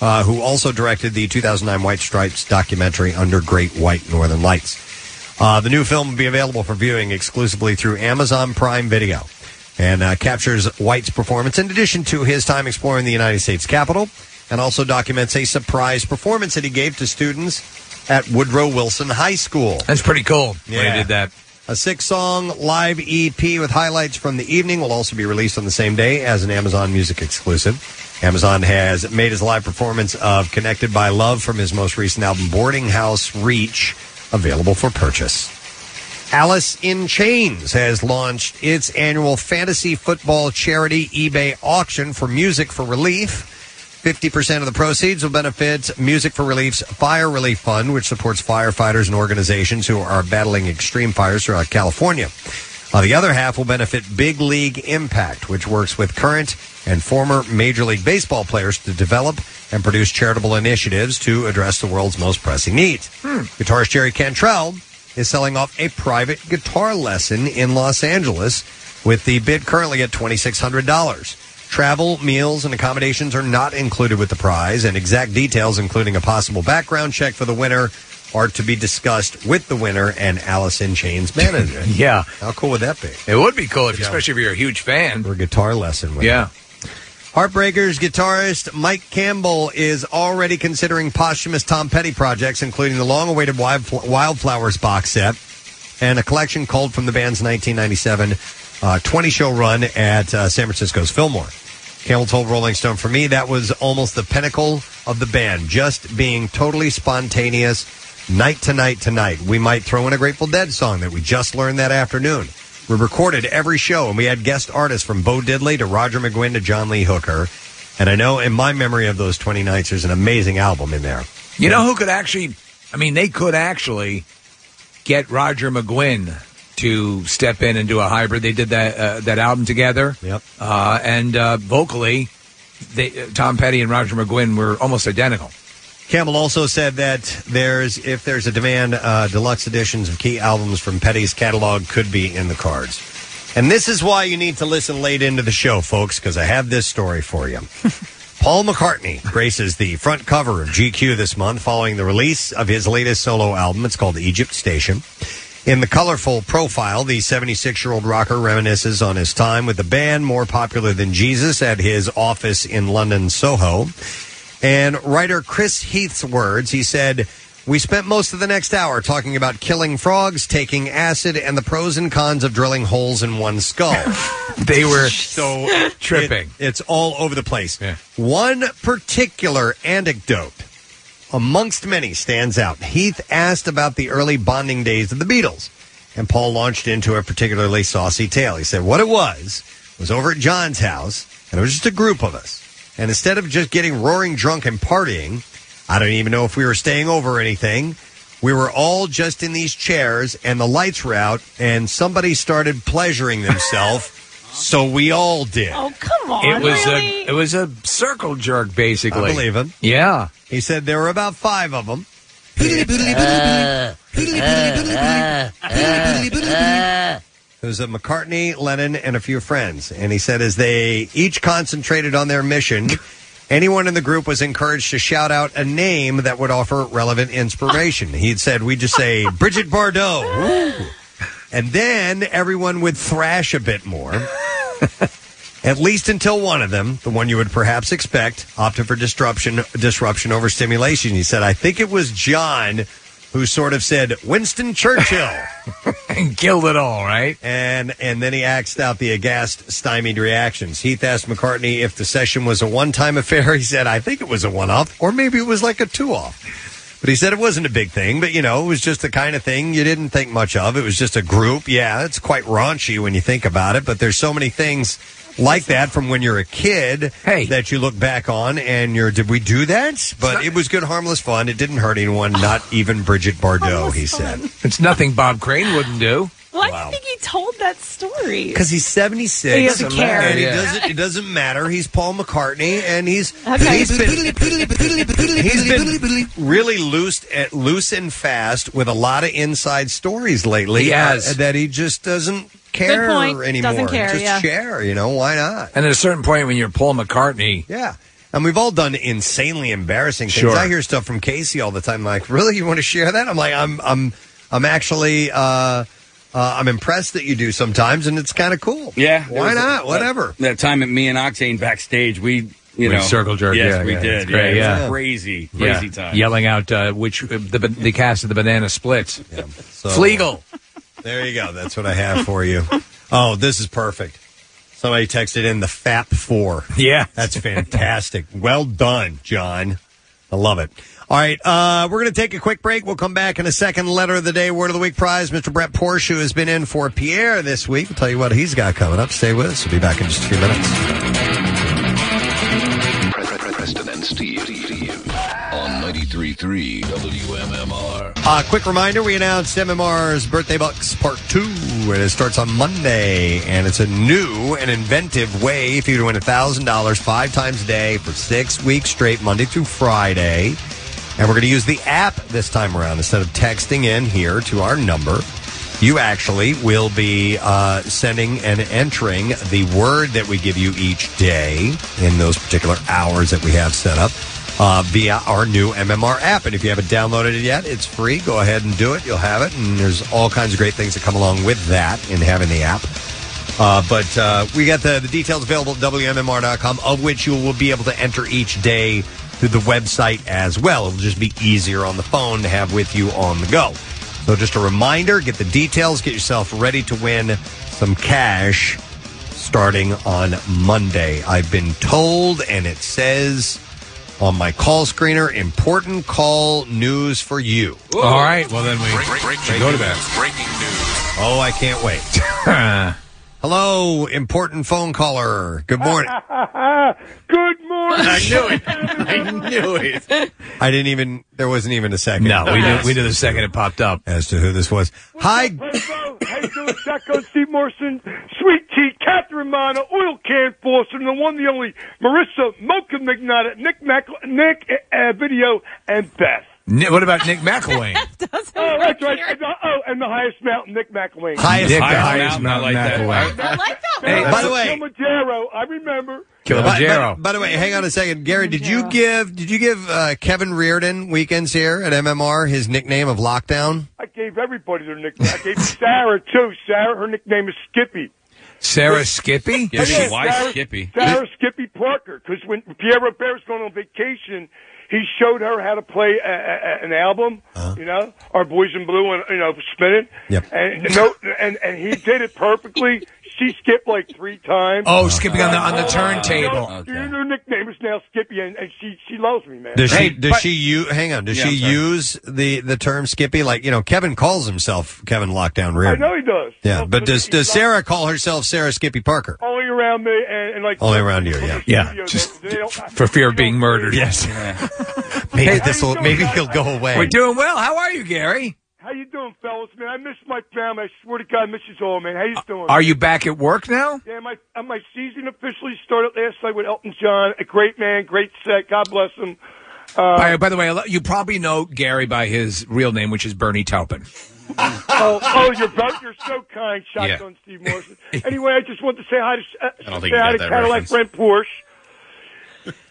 Speaker 2: uh, who also directed the 2009 White Stripes documentary Under Great White Northern Lights. Uh, the new film will be available for viewing exclusively through Amazon Prime Video and uh, captures White's performance in addition to his time exploring the United States Capitol and also documents a surprise performance that he gave to students at Woodrow Wilson High School.
Speaker 4: That's pretty cool. Yeah.
Speaker 2: Yeah.
Speaker 4: did that.
Speaker 2: A six song live EP with highlights from the evening will also be released on the same day as an Amazon Music exclusive. Amazon has made his live performance of Connected by Love from his most recent album, Boarding House Reach, available for purchase. Alice in Chains has launched its annual fantasy football charity eBay auction for Music for Relief. 50% of the proceeds will benefit Music for Relief's Fire Relief Fund, which supports firefighters and organizations who are battling extreme fires throughout California. Uh, the other half will benefit Big League Impact, which works with current and former Major League Baseball players to develop and produce charitable initiatives to address the world's most pressing needs. Guitarist Jerry Cantrell is selling off a private guitar lesson in Los Angeles with the bid currently at $2,600. Travel, meals, and accommodations are not included with the prize, and exact details, including a possible background check for the winner, are to be discussed with the winner and Alice in Chains manager.
Speaker 4: [LAUGHS] yeah.
Speaker 2: How cool would that be?
Speaker 4: It would be cool, if, especially if you're a huge fan.
Speaker 2: For a guitar lesson. With
Speaker 4: yeah.
Speaker 2: Heartbreakers guitarist Mike Campbell is already considering posthumous Tom Petty projects, including the long awaited Wildflowers box set and a collection culled from the band's 1997 uh, 20 show run at uh, San Francisco's Fillmore. Campbell told Rolling Stone, For me, that was almost the pinnacle of the band, just being totally spontaneous night to night to night. We might throw in a Grateful Dead song that we just learned that afternoon. We recorded every show, and we had guest artists from Bo Diddley to Roger McGuinn to John Lee Hooker. And I know in my memory of those 20 nights, there's an amazing album in there.
Speaker 4: You know who could actually? I mean, they could actually get Roger McGuinn to step in and do a hybrid. They did that uh, that album together.
Speaker 2: Yep.
Speaker 4: Uh, and uh, vocally, they, uh, Tom Petty and Roger McGuinn were almost identical.
Speaker 2: Campbell also said that there's if there's a demand, uh, deluxe editions of key albums from Petty's catalog could be in the cards. And this is why you need to listen late into the show, folks, because I have this story for you. Paul McCartney graces the front cover of GQ this month following the release of his latest solo album. It's called Egypt Station. In the colorful profile, the 76 year old rocker reminisces on his time with the band more popular than Jesus at his office in London, Soho. And writer Chris Heath's words, he said, We spent most of the next hour talking about killing frogs, taking acid, and the pros and cons of drilling holes in one's skull.
Speaker 4: they were
Speaker 2: so
Speaker 4: tripping.
Speaker 2: it- it's all over the place. One particular anecdote amongst many stands out. Heath asked about the early bonding days of the Beatles, and Paul launched into a particularly saucy tale. He said, What it was was over at John's house, and it was just a group of us. And instead of just getting roaring drunk and partying, I don't even know if we were staying over or anything. We were all just in these chairs, and the lights were out, and somebody started pleasuring themselves. so we all did.
Speaker 3: Oh, come on.
Speaker 4: it was
Speaker 3: really?
Speaker 4: a it was a circle jerk, basically.
Speaker 2: I believe him.
Speaker 4: Yeah.
Speaker 2: He said there were about five of them.
Speaker 4: Uh,
Speaker 2: It was a McCartney, Lennon, and a few friends. And he said, as they each concentrated on their mission, anyone in the group was encouraged to shout out a name that would offer relevant inspiration. He'd said, we just say Bridget Bardot. Woo. And then everyone would thrash a bit more. At least until one of them, the one you would perhaps expect, opted for disruption, disruption over stimulation. He said, I think it was John who sort of said, Winston Churchill.
Speaker 4: and killed it all, right?
Speaker 2: And and then he axed out the aghast, stymied reactions. Heath asked McCartney if the session was a one time affair. [LAUGHS] He said, I think it was a one off, or maybe it was like a two off. But he said it wasn't a big thing, but you know, it was just the kind of thing you didn't think much of. It was just a group. Yeah, it's quite raunchy when you think about it, but there's so many things like that from when you're a kid hey. that you look back on and you're, did we do that? But it was good, harmless fun. It didn't hurt anyone, not even Bridget Bardot, he said.
Speaker 4: It's nothing Bob Crane wouldn't do.
Speaker 3: Well, I think he told that story.
Speaker 2: Because he's 76.
Speaker 3: He doesn't care.
Speaker 2: And he
Speaker 3: Yeah.
Speaker 2: doesn't, it doesn't matter. He's Paul McCartney, and he's,
Speaker 3: Okay.
Speaker 2: he's been, he's been really loose, at, loose and fast with a lot of inside stories lately
Speaker 4: He has.
Speaker 2: uh, that he just doesn't care
Speaker 4: point. Doesn't
Speaker 2: anymore.
Speaker 4: care,
Speaker 2: just
Speaker 4: yeah.
Speaker 2: share, you know, why not?
Speaker 4: And at a certain point when you're Paul McCartney.
Speaker 2: Yeah. And we've all done insanely embarrassing things.
Speaker 4: Sure.
Speaker 2: I hear stuff from Casey all the time. Like, really, you want to share that? I'm like, I'm, I'm, I'm actually, uh, uh, I'm impressed that you do sometimes, and it's kind of cool.
Speaker 6: Yeah. there
Speaker 2: Why
Speaker 6: was a-
Speaker 2: not?
Speaker 6: that-
Speaker 2: Whatever.
Speaker 6: That time at me and Octane backstage, we
Speaker 4: We
Speaker 6: you know
Speaker 4: circle jerk,
Speaker 6: Yes,
Speaker 4: yeah,
Speaker 6: we
Speaker 4: yeah, it's
Speaker 6: did.
Speaker 4: great,
Speaker 6: yeah, it
Speaker 4: yeah.
Speaker 6: was crazy,
Speaker 4: Yeah.
Speaker 6: crazy time.
Speaker 4: Yelling out uh, which uh, the, the cast of the Banana Splits. Flegel.
Speaker 2: There you go. That's what I have for you. Oh, this is perfect. Somebody texted in the FAP four.
Speaker 4: Yeah,
Speaker 2: that's fantastic. well done, John. I love it. All right, uh, we're going to take a quick break. We'll come back in a second. Letter of the day, word of the week prize. Mr. Brett Porsche has been in for Pierre this week. We'll tell you what he's got coming up. Stay with us. We'll be back in just a few minutes.
Speaker 1: Preston and Steve on 93.3 WMMR.
Speaker 2: Uh, quick reminder, we announced MMR's Birthday Bucks Part 2, and it starts on Monday. And it's a new and inventive way for you to win $1,000 five times a day for six weeks straight, Monday through Friday. And we're going to use the app this time around instead of texting in here to our number. You actually will be uh, sending and entering the word that we give you each day in those particular hours that we have set up uh, via our new MMR app. And if you haven't downloaded it yet, it's free. Go ahead and do it. You'll have it. And there's all kinds of great things that come along with that in having the app. Uh, but uh, we got the, the details available at WMMR.com, of which you will be able to enter each day through the website as well. It'll just be easier on the phone to have with you on the go. So, just a reminder get the details, get yourself ready to win some cash starting on Monday. I've been told, and it says on my call screener important call news for you.
Speaker 4: All right, well then we
Speaker 2: breaking
Speaker 4: go to
Speaker 2: news.
Speaker 4: bed.
Speaker 1: Breaking news.
Speaker 2: Oh, I can't wait. [LAUGHS] Hello, important phone caller. Good morning.
Speaker 16: [LAUGHS] Good morning.
Speaker 2: I knew
Speaker 16: it. I knew it.
Speaker 2: I didn't even. There wasn't even a second.
Speaker 4: No, we knew- we knew
Speaker 2: the second it popped up as to who this was.
Speaker 16: How
Speaker 2: Hi.
Speaker 16: you doing, Jacko Steve Morrison, Sweet Tea, Catherine Mana, Oil Can Forson, the one, the only Marissa Mocha McNaught, Nick Mac, Nick uh, Video, and Beth.
Speaker 4: Ni- What about Nick McElwain?
Speaker 16: oh, that's right. And, uh, oh, and the highest mountain, Nick McElwain.
Speaker 4: Highest Nick mountain. Highest Mountain, I like mountain, that.
Speaker 16: I like that.
Speaker 2: Hey, by the way-
Speaker 16: Kilimanjaro, I remember.
Speaker 2: By, by- by the way, hang on a second, Gary. Did you give Did you give uh, Kevin Reardon weekends here at MMR his nickname of lockdown?
Speaker 16: I gave everybody their nickname. I gave Sarah too. Sarah, her nickname is Skippy.
Speaker 4: Sarah Skippy?
Speaker 16: [LAUGHS] Yeah, yeah, Sarah- Sarah Skippy Parker, because when Pierre Robert was going on vacation, he showed her how to play a, a, a- an album, you know, our Boys in Blue, and you know, spin it.
Speaker 2: Uh-huh. Yep.
Speaker 16: And no, and and he did it perfectly. She skipped like three times.
Speaker 4: Oh, skipping on the- on the
Speaker 16: Oh,
Speaker 4: turntable.
Speaker 16: no, Your, your nickname is now Skippy, and, and she she loves me, man.
Speaker 2: Does she does she you hang on? Does
Speaker 16: Yeah,
Speaker 2: she
Speaker 16: I'm sorry.
Speaker 2: use the the term Skippy? Like you know, Kevin calls himself Kevin Lockdown
Speaker 16: I
Speaker 2: Reardon.
Speaker 16: know he does.
Speaker 2: Yeah, but does does Sarah call herself Sarah Skippy Parker?
Speaker 16: Only around me, and, and like
Speaker 2: Only around you, yeah,
Speaker 4: Yeah,
Speaker 16: just
Speaker 4: for fear of being [LAUGHS] murdered. [LAUGHS] Yes.
Speaker 2: Maybe this will maybe he'll go away.
Speaker 4: We're doing well. How are you, Gary?
Speaker 16: How you doing, fellas, man? I miss my family. I swear to God, I miss you all, man. How you doing?
Speaker 4: Are you back at work now?
Speaker 16: Yeah, my uh, my season officially started last night with Elton John. A great man, great set. God bless
Speaker 4: [LAUGHS]
Speaker 16: him. Uh,
Speaker 4: by, by the way, I lo- you probably know Gary by his real name, which is Bernie Taupin.
Speaker 16: oh, oh, you're both, you're so kind, shotgun Steve Morrison. Anyway, I just want to say hi to uh,
Speaker 4: I don't
Speaker 16: say
Speaker 4: think you
Speaker 16: hi
Speaker 4: got
Speaker 16: to
Speaker 4: that
Speaker 16: Cadillac
Speaker 4: reference.
Speaker 16: Brent Porsche.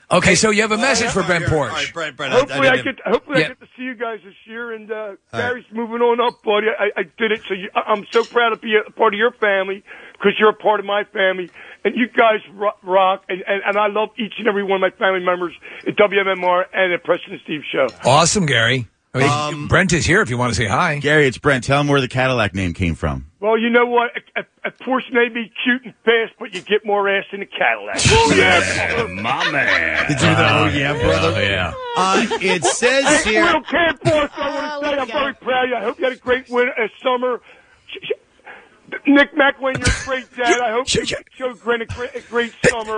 Speaker 4: Okay, so
Speaker 16: Oh,
Speaker 4: you have a message for Ben Porsche.
Speaker 16: hopefully, I, get hopefully
Speaker 4: Yeah.
Speaker 16: I get to see you guys this year. And uh, Gary's moving on up, buddy. I, I did it, so you, I- I'm so proud to be a part of your family because you're a part of my family. And you guys ro- rock, and, and, and I love each and every one of my family members at WMMR and at Preston and Steve Show.
Speaker 4: Awesome, Gary. I mean, Brent is here if you want to say hi.
Speaker 7: Um, Gary, it's Brent. Tell him where the Cadillac name came from.
Speaker 16: Well, you know what? A, a, a Porsche may be cute and fast, but you get more ass than a Cadillac. oh, yeah, [LAUGHS]
Speaker 7: my man.
Speaker 2: Did you
Speaker 6: Uh,
Speaker 2: know? yeah, brother.
Speaker 7: yeah.
Speaker 2: Uh, it says
Speaker 16: hey,
Speaker 2: here.
Speaker 16: Will Camp Force, I want to say I'm very proud of you. I hope you had a great winter, uh, summer. Sh- sh- Nick Macway, you're a great dad. I hope you show Grant a great, a great summer.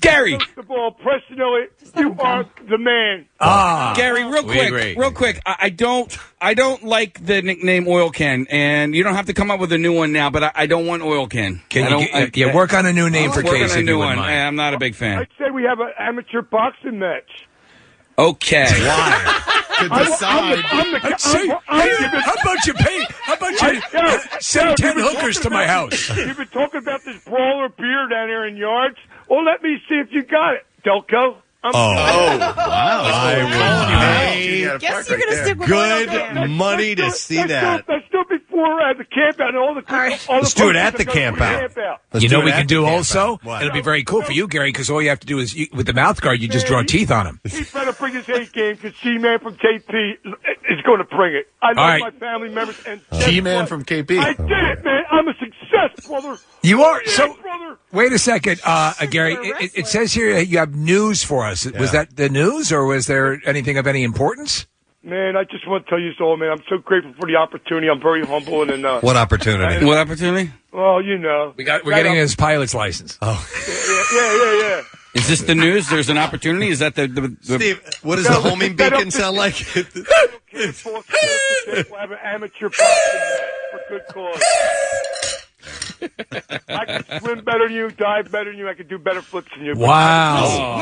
Speaker 6: Gary.
Speaker 16: First of all, Preston Elliott, you are the man.
Speaker 6: Ah. Gary, real
Speaker 16: Ah. We
Speaker 6: quick,
Speaker 16: agree.
Speaker 6: real quick. I, I don't, I don't like the nickname Oil Can, and you don't have to come up with a new one now. But I, I don't want Oil Can.
Speaker 4: Can
Speaker 6: I
Speaker 4: you
Speaker 6: don't,
Speaker 4: get- yeah, work on a new name for
Speaker 6: Work on
Speaker 4: Casey
Speaker 6: a
Speaker 4: if you
Speaker 6: new
Speaker 4: wouldn't
Speaker 6: one.
Speaker 4: mind.
Speaker 6: I'm not a big fan.
Speaker 16: I'd say we have an amateur boxing match.
Speaker 6: Okay. Why?
Speaker 16: I'm, I'm the, I'm the, I'm, I'm, the-
Speaker 9: How about you pay? How about you
Speaker 16: Yo,
Speaker 9: send
Speaker 16: yo,
Speaker 9: ten
Speaker 16: you've been
Speaker 9: hookers to
Speaker 16: talking
Speaker 9: my
Speaker 16: about-
Speaker 9: house?
Speaker 16: You've been talking about this brawler beer down here in yards. Well, let me see if you got it, Delco. I'm
Speaker 9: Oh.
Speaker 2: I would
Speaker 16: Guess you're gonna stick with
Speaker 2: good
Speaker 16: one over there.
Speaker 2: money to see
Speaker 16: Let's do
Speaker 2: that.
Speaker 16: it- Let's do it before uh, the camp out and all the. all the
Speaker 2: Let's do it
Speaker 16: folks
Speaker 2: at
Speaker 16: that
Speaker 2: the
Speaker 16: go to
Speaker 2: camp out. Let's
Speaker 9: you know
Speaker 2: do it
Speaker 9: we
Speaker 2: at
Speaker 9: can
Speaker 2: the
Speaker 9: do
Speaker 2: camp
Speaker 9: also.
Speaker 2: out. What?
Speaker 9: It'll be very cool for you, Gary, because all you have to do is you, with the mouth guard, you just draw teeth on him.
Speaker 16: He better bring his A game because G-Man from KP is going to bring it. I know
Speaker 9: All right.
Speaker 16: my family members and
Speaker 5: G-Man from KP.
Speaker 16: I did it, man. I'm a success, brother.
Speaker 9: You are so.
Speaker 16: brother.
Speaker 9: Wait a second, uh, uh, Gary. It, it- it says here that you have news for us. Was
Speaker 16: Yeah.
Speaker 9: that the news, or was there anything of any importance?
Speaker 16: Man, I just want to tell you so, man. I'm so grateful for the opportunity. I'm very humble and uh,
Speaker 2: What opportunity?
Speaker 6: What opportunity?
Speaker 16: Well, you know,
Speaker 9: we got
Speaker 6: we're getting
Speaker 9: his pilot's license. Oh,
Speaker 16: Yeah, yeah, yeah. yeah.
Speaker 6: Is this the news? There's an opportunity. Is that the, the, the
Speaker 2: Steve? What
Speaker 16: does the
Speaker 6: [LAUGHS]
Speaker 16: homing beacon [LAUGHS]
Speaker 2: sound like?
Speaker 16: We'll have an amateur boxing match for good cause. I can swim better than you, dive better than you. I can do better flips than you. but-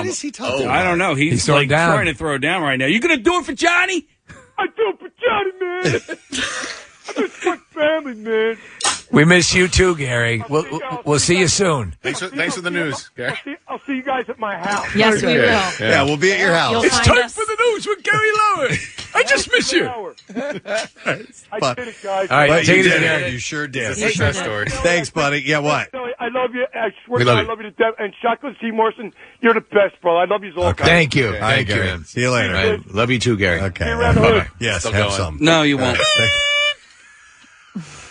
Speaker 2: he
Speaker 16: talking
Speaker 6: Oh. I
Speaker 16: about?
Speaker 6: don't know. He's,
Speaker 16: He's throwing
Speaker 6: like
Speaker 16: down.
Speaker 6: trying to throw down right now. You gonna do it for Johnny?
Speaker 16: I do it for Johnny, man. I just want family, man.
Speaker 9: we miss you too, Gary. We'll we'll- we'll see you soon.
Speaker 5: Thanks for, thanks for the news, Gary.
Speaker 16: See, I'll see you guys at my house.
Speaker 9: Yes, we Yeah. will. Yeah,
Speaker 5: Yeah, we'll be at your house.
Speaker 9: It's time
Speaker 16: for
Speaker 9: the news with Gary Lauer. I just miss you.
Speaker 16: I did it, guys.
Speaker 2: All right,
Speaker 16: But
Speaker 2: take
Speaker 16: you
Speaker 2: it
Speaker 16: did
Speaker 2: in there.
Speaker 16: it.
Speaker 2: You sure did.
Speaker 16: It's a success story.
Speaker 2: Thanks, buddy. Yeah, what?
Speaker 16: Billy, I love you. I swear
Speaker 2: We
Speaker 16: to
Speaker 2: love
Speaker 16: God, I
Speaker 2: you.
Speaker 16: love you to death. And Shotgun C. Morrison, you're the best, bro. I love you all. guys.
Speaker 4: Thank you.
Speaker 2: Okay.
Speaker 4: Thank
Speaker 2: All right,
Speaker 4: you.
Speaker 2: Gary. See you later.
Speaker 4: All right. Love you too, Gary.
Speaker 2: Okay.
Speaker 4: Bye-bye.
Speaker 2: Yes,
Speaker 4: Still
Speaker 2: have
Speaker 4: going.
Speaker 2: some.
Speaker 6: No, you won't.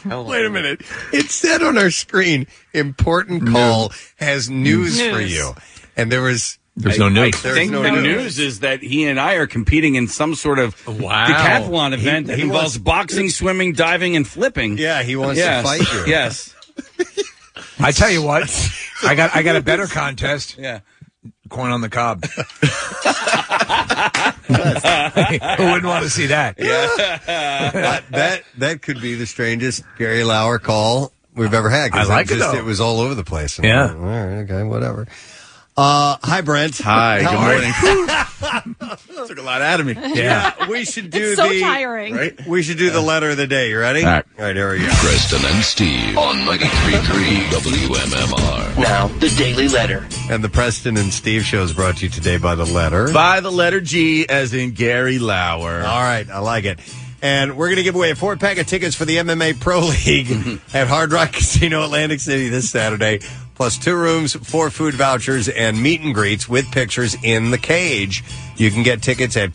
Speaker 2: Wait a minute. It said on our screen, important call has news, for
Speaker 6: News.
Speaker 2: you. And there was
Speaker 6: I- I think the news. is that he and I are competing in some sort of decathlon
Speaker 2: He-
Speaker 6: event that
Speaker 2: he
Speaker 6: involves
Speaker 2: wants-
Speaker 6: boxing, swimming, diving, and flipping.
Speaker 2: Yeah, he wants to
Speaker 6: Yes.
Speaker 2: fight you.
Speaker 6: Yes.
Speaker 9: I tell you what, I got I got a better contest.
Speaker 6: Yeah.
Speaker 9: Corn on the cob. [LAUGHS] Who wouldn't want to see that?
Speaker 2: [LAUGHS] Yeah. that, that that could be the strangest Gary Lauer call we've ever had. 'cause
Speaker 9: I like it,
Speaker 2: just-
Speaker 9: though.
Speaker 2: It was all over the place. And
Speaker 9: Yeah.
Speaker 2: I'm like, all right. Okay. Whatever. Uh, hi, Brent.
Speaker 7: Hi,
Speaker 2: How
Speaker 7: good
Speaker 2: are
Speaker 7: morning.
Speaker 2: you? [LAUGHS]
Speaker 7: Took a lot out of me.
Speaker 2: Yeah. we should do
Speaker 7: It's so
Speaker 2: the
Speaker 7: tiring.
Speaker 2: Right? We should do the letter of the day. You ready? All right. All right. Here we go.
Speaker 1: Preston and Steve on 93.3 WMMR.
Speaker 2: Now,
Speaker 1: the Daily Letter.
Speaker 2: And the Preston and Steve show is brought to you today by the letter.
Speaker 7: By the letter G, as in Gary Lauer.
Speaker 2: All right, I like it. And we're going to give away a four pack of tickets for the MMA Pro
Speaker 7: [LAUGHS]
Speaker 2: League at Hard Rock Casino Atlantic City this Saturday, plus two rooms, four food vouchers, and meet and greets with pictures in the cage. You can get tickets at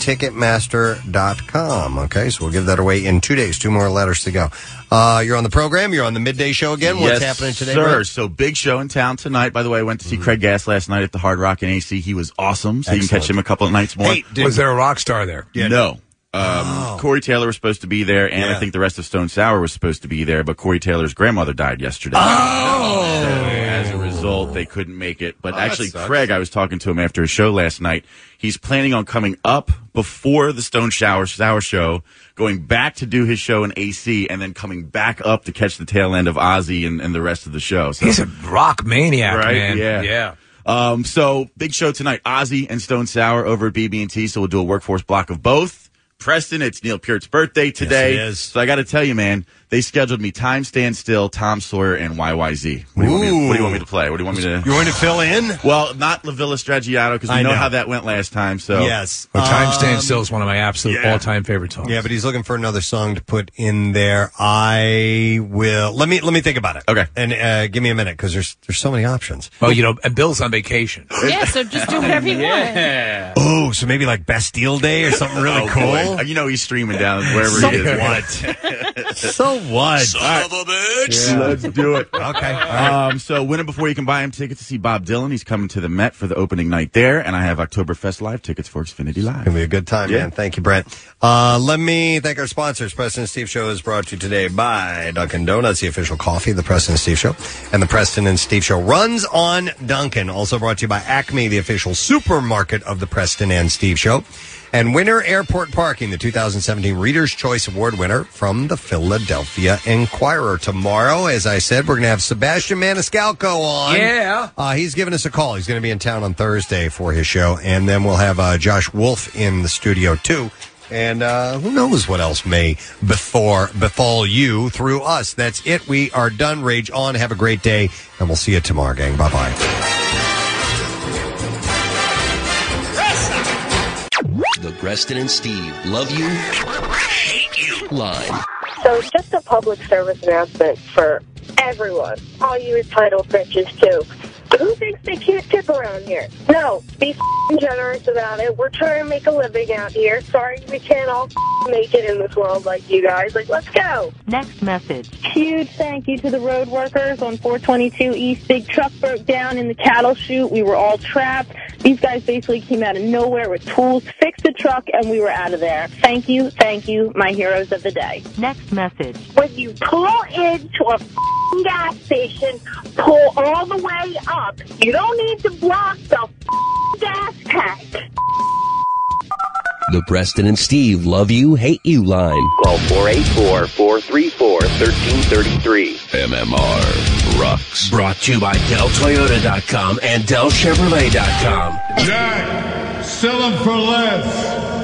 Speaker 2: Ticketmaster.com. Okay, so we'll give that away in two days. Two more letters to go. Uh, you're on the program. You're on the midday show again. What's
Speaker 7: Yes,
Speaker 2: happening today,
Speaker 7: sir?
Speaker 2: Brent?
Speaker 7: So big show in town tonight. By the way, I went to see
Speaker 4: Mm-hmm.
Speaker 7: Craig Gass last night at the Hard Rock in AC. He was awesome. So you can catch
Speaker 9: Excellent.
Speaker 7: him a couple of nights more.
Speaker 9: Hey, was there a rock star there?
Speaker 7: No. Um,
Speaker 4: Oh.
Speaker 7: Corey Taylor was supposed to be there, and
Speaker 9: Yeah.
Speaker 7: I think the rest of Stone Sour was supposed to be there, but Corey Taylor's grandmother died yesterday.
Speaker 4: Oh,
Speaker 7: So as a result, they couldn't make it. But
Speaker 9: Oh, that
Speaker 7: actually,
Speaker 9: sucks.
Speaker 7: Craig, I was talking to him after his show last night. He's planning on coming up before the Stone Shower Sour show, going back to do his show in AC, and then coming back up to catch the tail end of Ozzy and, and the rest of the show. So,
Speaker 9: He's a rock maniac,
Speaker 7: right?
Speaker 9: man.
Speaker 7: Yeah.
Speaker 9: yeah.
Speaker 7: Um, so big show tonight. Ozzy and Stone Sour over at BB&T. So we'll do a workforce block of both. Preston, it's Neil Peart's birthday today.
Speaker 2: it is.
Speaker 7: So I got to tell you, man, they scheduled me Time Stand Still, Tom Sawyer, and YYZ. What do, you want me to, what do you want me to play? What do you want me to?
Speaker 2: You want me to fill in?
Speaker 7: Well, not Lavilla Stragiato because we
Speaker 2: I
Speaker 7: know,
Speaker 2: know.
Speaker 7: how that went last time. So
Speaker 2: Yes.
Speaker 9: But Time
Speaker 2: Um,
Speaker 9: Stands Still is one of my absolute
Speaker 2: yeah.
Speaker 9: all-time favorite songs.
Speaker 2: Yeah, but he's looking for another song to put in there. I will let me let me think about it. Okay, and uh, give me a minute because there's there's so many options.
Speaker 9: Oh, you know, and Bill's on vacation.
Speaker 21: Yeah, so just do whatever you
Speaker 7: yeah.
Speaker 2: Oh, so maybe like Best Deal Day or something
Speaker 7: [LAUGHS]
Speaker 2: really
Speaker 7: Oh,
Speaker 2: cool.
Speaker 7: boy. You know he's streaming down wherever
Speaker 2: So
Speaker 9: [LAUGHS]
Speaker 7: he is.
Speaker 2: what? [LAUGHS] so
Speaker 7: what?
Speaker 18: Son of a bitch.
Speaker 7: Yeah. Let's do it.
Speaker 18: Okay.
Speaker 7: Um, so win it before you can buy him tickets to see Bob Dylan. He's coming to the Met for the opening night there, and I have Oktoberfest live tickets for Xfinity Live.
Speaker 2: Gonna be a good time, man. Thank you, Brent. Uh, let me thank our sponsors. President Steve Show is brought to you today by Dunkin' Donuts, the official coffee of the Preston and Steve Show. And the Preston and Steve Show runs on Dunkin'. Also brought to you by Acme, the official supermarket of the Preston and Steve Show. And Winter Airport Parking, the 2017 Reader's Choice Award winner from the Philadelphia Inquirer. Tomorrow, as I said, we're going to have Sebastian Maniscalco on.
Speaker 18: Yeah.
Speaker 2: Uh, he's giving us a call. He's going to be in town on Thursday for his show, and then we'll have uh, Josh Wolf in the studio too. And uh, who knows what else may before befall you through us? That's it. We are done. Rage on. Have a great day, and we'll see you tomorrow, gang. Bye bye.
Speaker 19: The Preston and Steve love you, hate you line.
Speaker 10: So just a public service announcement for everyone, all you entitled bitches too. Who thinks they can't tip around here? No, be f***ing generous about it. We're trying to make a living out here. Sorry we can't all f***ing make it in this world like you guys. Like, let's go.
Speaker 22: Next message.
Speaker 10: Huge thank you to the road workers on 422 East. Big truck broke down in the cattle chute. We were all trapped. These guys basically came out of nowhere with tools, fixed the truck, and we were out of there. Thank you, thank you, my heroes of the day.
Speaker 22: Next message.
Speaker 10: When you pull into a f***ing gas station, pull all the way up. You don't need to block the f***ing gas tank.
Speaker 19: The Preston and Steve love you, hate you line. Call 484 434 1333.
Speaker 1: MMR rocks.
Speaker 12: Brought to you by DellToyota.com and DellChevrolet.com.
Speaker 23: Jack, sell them for less.